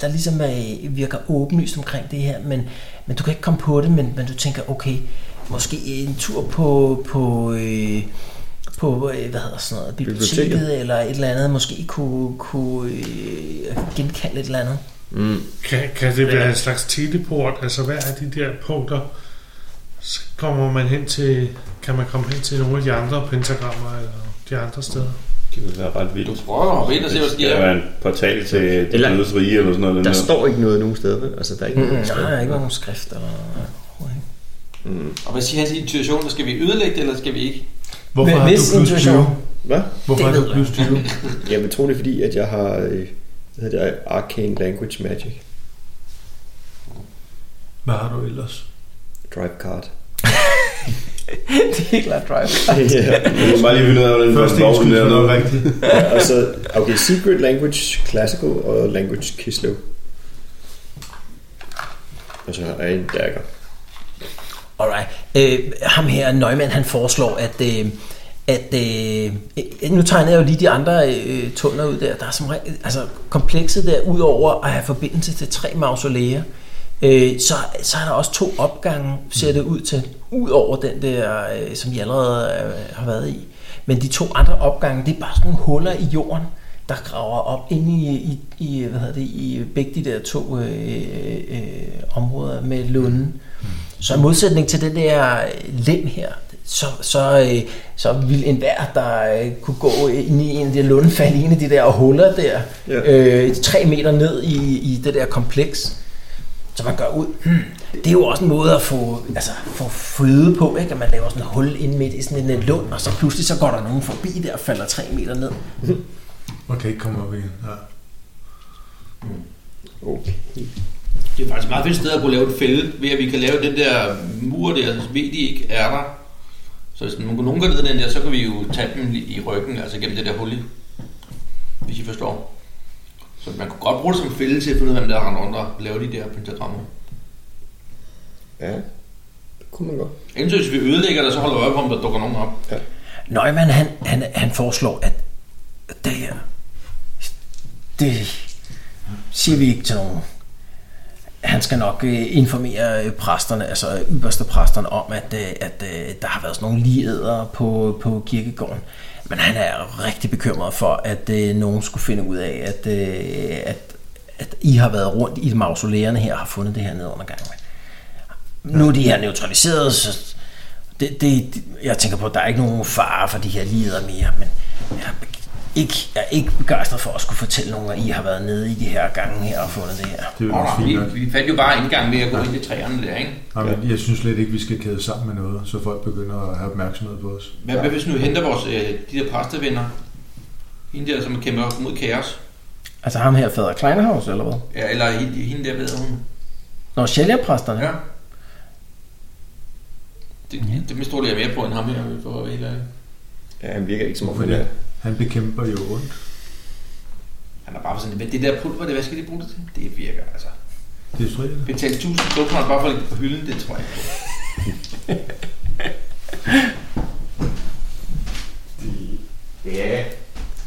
der ligesom øh, virker åbenlyst omkring det her, men, men du kan ikke komme på det, men, men du tænker, okay, måske en tur på, på, øh, på øh, hvad hedder sådan noget, biblioteket, biblioteket, Biblioteket. eller et eller andet, måske kunne, kunne øh, genkalde et eller andet. Mm. Kan, kan det være en slags teleport? Altså, hvad er de der punkter? Så kommer man hen til... Kan man komme hen til nogle af de andre pentagrammer, eller de andre steder? Det ville være ret vildt. Du prøver at hoppe ind og se, hvad der sker. Det skal være en portal til det Eller- dødes rige eller sådan noget. den Der står ikke noget nogen steder, vel? Altså, der er ikke Mm, nogen der er steder. ikke nogen skrift eller noget. Mm. Og hvad siger hans intuition? Skal vi ødelægge det, eller skal vi ikke? Hvorfor har du Hvis plus 20? intuition- Hvad? Hvorfor Det har ved du jeg plus 20? Jamen, tror det er fordi, at jeg har... Øh, hvad hedder det? Arcane Language Magic. Hvad har du ellers? Drive (laughs) card. (laughs) det er ikke klart drive. ja. Jeg må bare lige finde ud af, hvordan Første den vogn indskud der er er noget nede. rigtigt. Og så, okay, Secret Language Classical og Language Kislev. Og så har jeg en dagger. Alright. Øh, ham her, Nøgman, han foreslår, at... Øh, at øh, øh, nu tegner jeg jo lige de andre øh, tunnel ud der. Der er som regel, altså komplekset der, udover at have forbindelse til tre mausoleer, øh, så, så er der også to opgange, ser det ud til, udover den der, øh, som I allerede øh, har været i. Men de to andre opgange, det er bare sådan nogle huller i jorden, der graver op inde i, i, i, hvad hedder det, i begge de der to øh, øh, områder med lunden. Så i modsætning til den der lem her, så, så, øh, så ville enhver, der øh, kunne gå ind i en af de der lunde, falde i en af de der huller der, Ja. øh, tre meter ned i, i det der kompleks, så man gør ud. Hmm. Det er jo også en måde at få, altså, få føde på, ikke? at man laver sådan et hul ind midt i sådan en øh, lund, og så pludselig så går der nogen forbi der og falder tre meter ned. Man kan ikke komme op igen. Ja. Okay. Det er faktisk et meget fedt sted at kunne lave en fælde, ved at vi kan lave den der mur der, så ved de ikke er der. Så hvis nogen nogen går ned i den der, så kan vi jo tage dem i i ryggen, altså gennem det der hul, i, hvis I forstår. Så man kunne godt bruge det som fælde til at finde ud af, hvem der render rundt og lave de der pentagrammer. Ja, det kunne man godt. Indtil hvis vi ødelægger det, så holder vi øje på, om der dukker nogen op. Nøgman, han, han, han foreslår, at det her, det siger vi ikke til nogen. Han skal nok øh, informere øh, præsterne, altså ypperste præsterne om, at, øh, at øh, der har været sådan nogle ligheder på, på kirkegården. Men han er rigtig bekymret for, at øh, nogen skulle finde ud af, at, øh, at, at I har været rundt i mausolæerne her og har fundet det her nede under gangen. Nu er de her neutraliseret, så det, det, det- jeg tænker på, at der er ikke nogen fare for de her lider mere, men jeg er, ikke, jeg er ikke begejstret for at skulle fortælle nogen, at I har været nede i de her gange her og fundet det her. Det er jo Nå, nå, fint vi, nok. vi fandt jo bare indgang ved at gå ind i træerne der, ikke? Nej, men jeg synes slet ikke, vi skal kæde sammen med noget, så folk begynder at have opmærksomhed på os. Hvad, hvad hvis vi nu henter vores, øh, de der præstevenner? Hende der, som kæmper mod kaos. Altså ham her, fader Kleinerhaus, eller hvad? Ja, eller hende, hende der, ved hun. Nå, sjælgerpræsterne. Ja. Det, det stoler jeg mere på end ham her, for at være helt ærlig. Ja, han virker ikke som om, Hvorfor han det? er. Han bekæmper jo ondt. Han er bare sådan, hvad det der pulver, det, hvad skal de bruge det til? Det virker, altså. Det er striden. Betal 1000 kroner bare for at lægge det på hylden, det tror jeg. (laughs) ikke. Ja.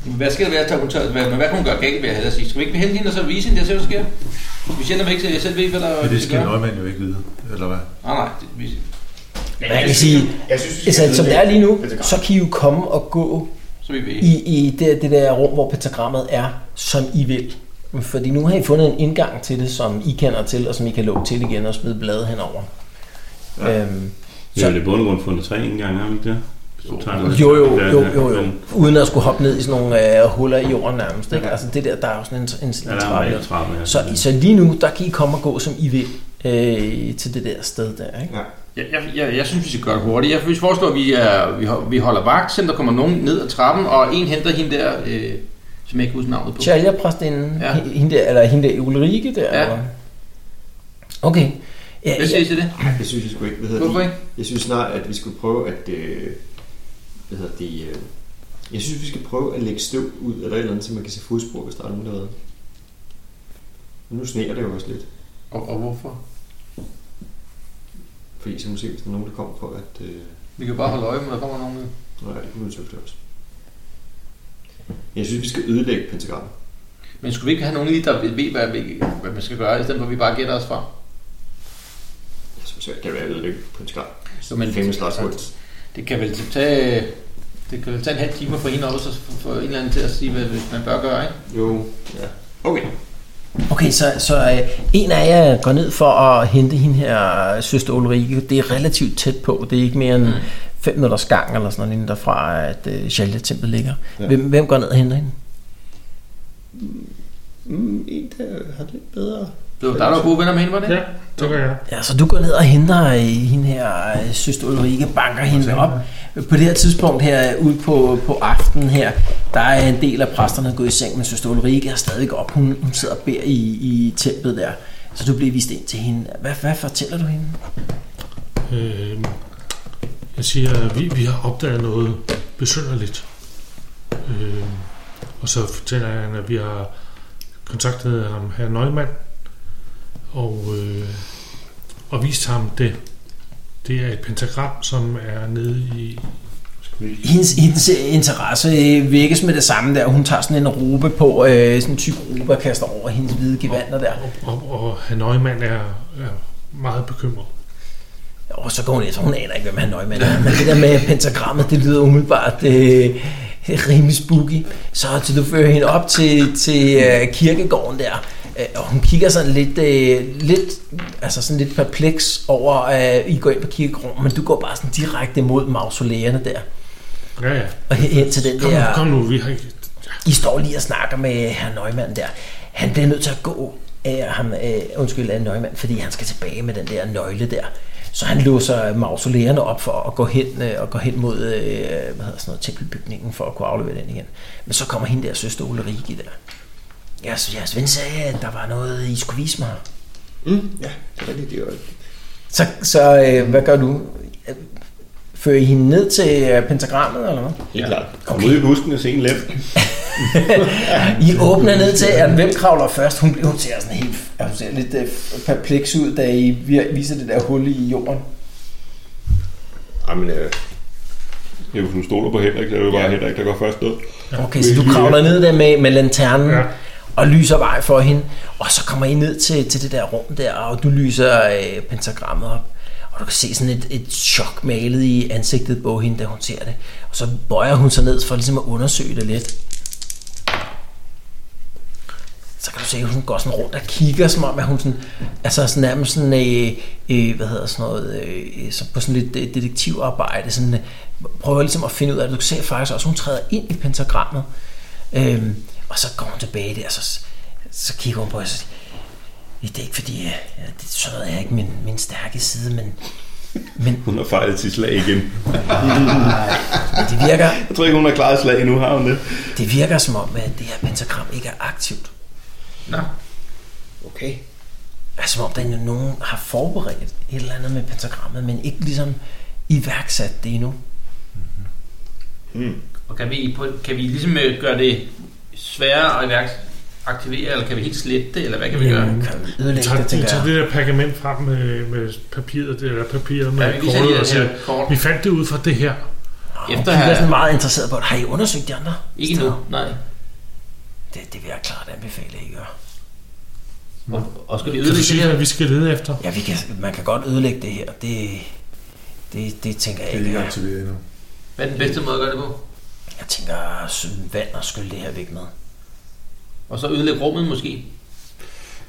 Men Hvad skal der være, at hun tør, hvad, men hvad kan hun gøre galt ved at have at sige? Skal vi ikke hente hende og så vise hende, der ser, hvad der sker? Vi sender dem ikke, så jeg selv ved, hvad der Men det skal gøre. Nøgman jo ikke vide, eller hvad? Nej, nej, det, vi, Men jeg kan sige, altså, som det er lige nu, så kan I jo komme og gå i, i det, det der rum, hvor pentagrammet er, som I vil. Fordi nu har I fundet en indgang til det, som I kender til, og som I kan lukke til igen og smide blade henover. Ja. Øhm, Vi har jo i bund og grund fundet tre indgange, har vi ikke det? Hvis du tager noget- Jo, jo, Ja, jo, ja, jo, jo. men- Uden at skulle hoppe ned i sådan nogle øh, huller i jorden nærmest. Ikke? Altså det der, der er jo sådan en, en, Ja, en der er trappe. en trappe, ja. så, så lige nu, der kan I komme og gå, som I vil, øh, til det der sted der. Ikke? Jeg, jeg, jeg, jeg synes, vi skal gøre det hurtigt. Jeg synes, foreslår, at vi, er, vi, ho- vi holder vagt, selvom der kommer nogen ned ad trappen, og en henter hende der, øh, som jeg ikke husker navnet på. Chalja præstinden, Ja. ja. hende der, eller hende der Ulrike der. Ja. eller- Okay. Ja, Hvad siger I til det? Jeg synes, jeg skulle ikke. Hvad hedder Hvorfor det? ikke? Jeg synes snart, at vi skulle prøve at... Øh, hvad hedder det? Øh, jeg synes, vi skal prøve at lægge støv ud eller et eller andet, så man kan se fodspor, hvis der er nogen derude. Men nu sneer det jo også lidt. Og, og hvorfor? Fordi så måske, hvis der er nogen, der kommer på, at... Øh, Vi kan bare holde øje med, at der kommer nogen ned. Nej, det kunne man selvfølgelig også. Jeg synes, vi skal ødelægge pentagrammet. Men skulle vi ikke have nogen lige, der ved, hvad, vi, hvad man skal gøre, i stedet for at vi bare gætter os fra? Jeg synes, jeg kan være ødelægge pentagram. Jo, men- Famous last words. Det kan vel tage, det kan vel tage en halv time at få hende op, og så få en eller anden til at sige, hvad man bør gøre, ikke? Jo, ja. Okay. Okay, så, så øh, en af jer går ned for at hente hende her øh, søster Ulrike. Det er relativt tæt på. Det er ikke mere end Mm. 5 minutters gang eller sådan noget inden derfra, at øh, Shalja-templet ligger. Ja. Ja. Hvem, hvem går ned og henter hende? Mm, en, der har det bedre. Det var dig, der var gode venner med hende, var det? Ja, det gør jeg. Ja, så du går ned og henter øh, hende her, øh, søster Ulrike, banker hende op. På det her tidspunkt her, øh, ude på, på aftenen her, der er en del af præsterne gået i seng, men søster Ulrike er stadig op. Hun, hun sidder og beder i, i templet der. Så du bliver vist ind til hende. Hvad, hvad fortæller du hende? Øh, jeg siger, at vi, vi har opdaget noget besynderligt. Øh, og så fortæller han, at vi har kontaktet ham, herr Nøgman, og, øh, og vist ham det. Det er et pentagram, som er nede i... Hendes, hendes øh, interesse øh, vækkes med det samme der. Hun tager sådan en robe på, øh, sådan en type robe og kaster over hendes hvide gevander der. Og, og herr Nøgman er, er meget bekymret. Og så går hun ind, så hun aner ikke, hvem han nøje med. Men det der med pentagrammet, det lyder umiddelbart øh, rimelig spooky. Så til du fører hende op til, til øh, kirkegården der, øh, og hun kigger sådan lidt, øh, lidt, altså sådan lidt perpleks over, at øh, I går ind på kirkegården, men du går bare sådan direkte mod mausolæerne der. Ja, ja. Og hen- hen til den kom, der- Kom nu, vi har ikke... I står lige og snakker med herr Nøgman der. Han bliver nødt til at gå af ham, øh, undskyld, af Nøgman, fordi han skal tilbage med den der nøgle der. Så han låser mausolæerne op for at gå hen, øh, og gå hen mod øh, hvad hedder sådan noget, tempelbygningen for at kunne aflevere den igen. Men så kommer hende der søster Ulrike der. Jeres, jeres ven sagde, at der var noget, I skulle vise mig. Mm, ja, det er rigtigt. Det er jo Så, så øh, hvad gør du? Fører I hende ned til øh, pentagrammet, eller hvad? Helt klart. Kom ud i busken og se en lem. I åbner ned til, at hvem kravler først? Hun, hun ser sådan helt ja, hun ser lidt øh, perpleks ud, da I vi- viser det der hul i jorden. Jamen, øh... Ja, hvis hun stoler på Henrik, så er det jo bare Henrik, der går først ned. Okay, så du kravler ned der med, med lanternen ja. og lyser vej for hende. Og så kommer I ned til, til det der rum der, og du lyser øh, pentagrammet op. Og du kan se sådan et, et chok malet i ansigtet på hende, da hun ser det. Og så bøjer hun sig ned for ligesom at undersøge det lidt. så kan du se, at hun går sådan rundt og kigger, som om at hun sådan, altså sådan nærmest sådan, øh, øh, hvad hedder sådan noget, øh, så på sådan lidt øh, detektivarbejde, sådan, øh, prøver ligesom at finde ud af, at du kan se faktisk også, at hun træder ind i pentagrammet, øh, og så går hun tilbage der, og så, så kigger hun på og så siger, det er ikke fordi, jeg, jeg, det sådan noget er ikke min, min stærke side, men, men Hun har fejlet sit slag igen. (laughs) men det virker, Jeg tror ikke, hun har klaret slag nu, har hun det? det virker som om, at det her pentagram ikke er aktivt. Nå. Okay. Altså, som om der er nogen har forberedt et eller andet med pentagrammet, men ikke ligesom iværksat det endnu. Mm. Og kan vi, på- kan vi ligesom øh, gøre det sværere at iværks- aktivere, eller kan vi helt slette det, eller hvad kan vi gøre? Vi tager, vi tager det der pergament frem med, med papiret, det der papiret med Ja, vi ja, viser lige kortet det og siger, her kort. vi fandt det ud fra det her. Efter Ah, jeg er sådan meget interesseret på det. Har I undersøgt de andre? Ikke nu, nej. Det, det vil jeg klart anbefale, at I gør. Og, og skal vi Kan du ødelægge det sige, her? hvad vi skal lede efter? Ja, vi kan, man kan godt ødelægge det her. Det, Det, det tænker jeg Det er ikke. ikke er- aktiveret endnu. Hvad er den bedste måde at gøre det på? Jeg tænker sød vand og skylle det her væk med. Og så ødelægge rummet måske?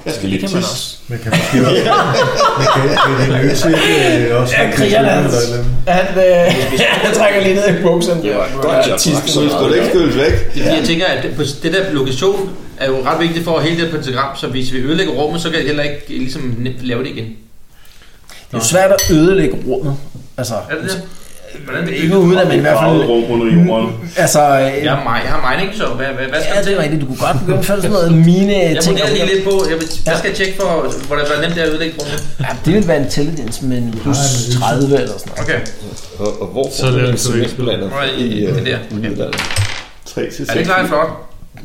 Jeg skal lige tisse. også. Man kan måske også... (laughs) man kan, kan de løse øh, også... Ja, krigerne, altså. han, han, (laughs) øh, han trækker lige ned i bukserne. Det var godt, jeg tisse. drak så meget. Det er ikke skyldes væk. Ja. Jeg tænker, at det- på s- det der lokation er jo ret vigtigt for hele det pentagram, så hvis vi ødelægger rummet, så kan jeg heller ikke ligesom nemt lave det igen. Det er jo svært at ødelægge rummet. Altså, Er det det? Hvordan ikke uden at man i hvert fald... Farvet rum under jorden. Altså, øh, Jeg har mig, jeg har mining, så hvad, hvad, hvad skal ja, der det til? er rigtigt. Du kunne godt begynde at sådan noget mine Jeg ting. vurderer lige lidt på, jeg, vil- hvad skal jeg tjekke for, hvor det var nemt at ødelægge rummet? Ja, det ville være intelligence, men plus 30 eller sådan noget. Okay. Og, og hvor Så laver vi så ikke. Alright, øh, det der. der. 3 til 6. Er det klart flot?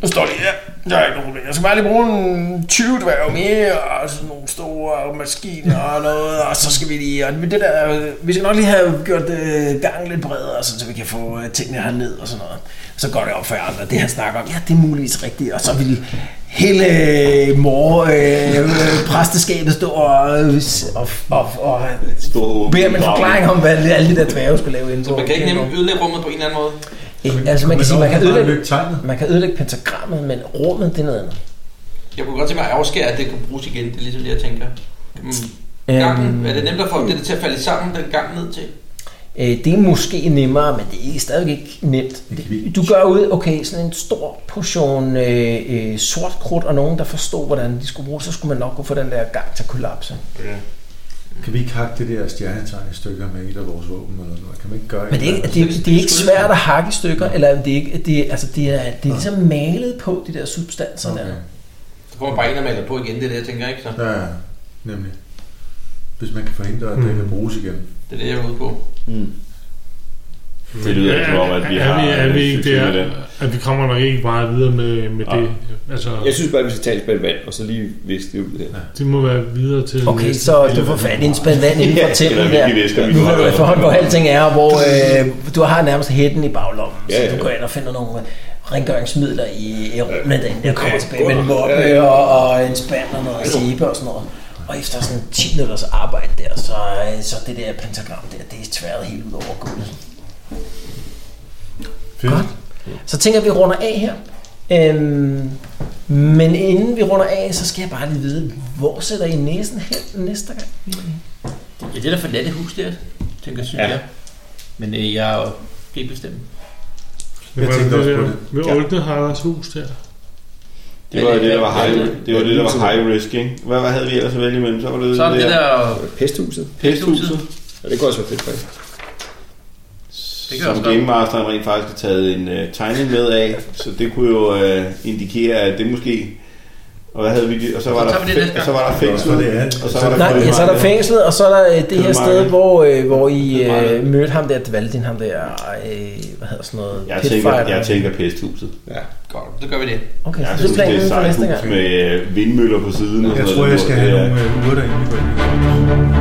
Nu står de her. Der er ikke nogen problem. Jeg skal bare lige bruge en 20 dværge mere, og sådan nogle store maskiner og noget, og så skal vi lige... Og det der, vi skal nok lige have gjort øh, gangen lidt bredere, sådan, så vi kan få øh, tingene herned og sådan noget. Så går det op for jer andre, det han snakker om, ja, det er muligvis rigtigt, og så vil hele øh, mor øh, øh, præsteskabet stå og, øh, og, og, og bede om en forklaring om, hvad alle de der dværge skulle lave inden. Så Man kan ikke nemt ødelægge rummet på en eller anden måde. Altså man kan sige, man kan ødelægge, tegnet. man kan ødelægge pentagrammet, men rummet, det er noget andet. Jeg kunne godt tænke mig at afskære, at det kunne bruges igen. Det er ligesom det, jeg tænker. Mm. Gangen, er det nemt at få det til at falde sammen, den gang ned til? Øh, det er måske nemmere, men det er stadig ikke nemt. Det- Du gør ud, okay, sådan en stor portion øh, øh, sort krudt, og nogen, der forstod, hvordan de skulle bruge, så skulle man nok kunne få den der gang til at kollapse. Kan vi ikke hakke det der stjernetegn i stykker med et af vores våben eller noget? Kan man ikke gøre Men det er, ikke- det, er- det er ikke svært at hakke i stykker, eller det er, ikke, det, er, altså, det, er, det er ligesom malet på, de der substanser okay. der. Så får man bare en og maler på igen, det er det, jeg tænker, ikke? Så Ja, ja, nemlig. Hvis man kan forhindre, at det Hmm. kan bruges igen. det er det, jeg er ude på. Det lyder som om, at vi er, har... vi, er vi ikke succes med der, det. at vi kommer nok ikke meget videre med, med det. Altså, Jeg synes bare, at vi skal tage et spand vand, og så lige viske det ud. Der. det må være videre til Okay, næste. så du får fat i en spand vand inden for Ja, eller tæmmen hvilke der. væsker vi Nu nu ved har du været efterhånden, hvor alting er, og hvor øh, du har nærmest hætten i baglommen, Ja, så ja. du går ind og finder nogle øh, rengøringsmidler i, i rummene, derinde, der kommer tilbage med godt. en moppe Ja, ja. og, og en spand og noget Altså- sæbe og sådan noget. Og efter sådan 10 minutters arbejde der, så, øh, så det der pentagram der, det er tværet helt ud over gulvet. Fedt. Godt. Så tænker jeg, at vi runder af her. Øhm, men inden vi runder af, så skal jeg bare lige vide, hvor sætter I næsen hen næste gang? Ja, det er da forladte hus der, tænker synes ja. jeg. Men øh, jeg er jo ikke bestemt. Jeg tænkte også på det. Med Olden har deres hus der. Det var det, der var high, det var det, der var high risk, ikke? Hvad, hvad havde vi ellers at vælge imellem? Så var det Så er det der der Pesthuset. pesthuset, Ja, det kunne også være fedt, faktisk. Det kan jeg som også godt. Game Masteren rent faktisk har taget en uh, tegning med af. Så det kunne jo uh, indikere, at det måske... Og, hvad havde vi, og så var, Så der, tager vi det fæ- næste og så var der Så det fængslet. er- Og så var der Nej, ja, så er der fængslet, og så er der øh, det her sted, Kødmarked. hvor, øh, hvor I øh, Kødmarked. mødte ham der, Dvaldin, ham der, øh, hvad hedder sådan noget, Jeg Pit tænker, Fighter. jeg tænker pesthuset. Godt, så gør vi det. Okay, Jeg så Altså, synes, det er det er planen et for sejt næste hus gang. med øh, vindmøller på siden. og Jeg sådan tror, noget. jeg skal Det have er- nogle øh, uger derinde.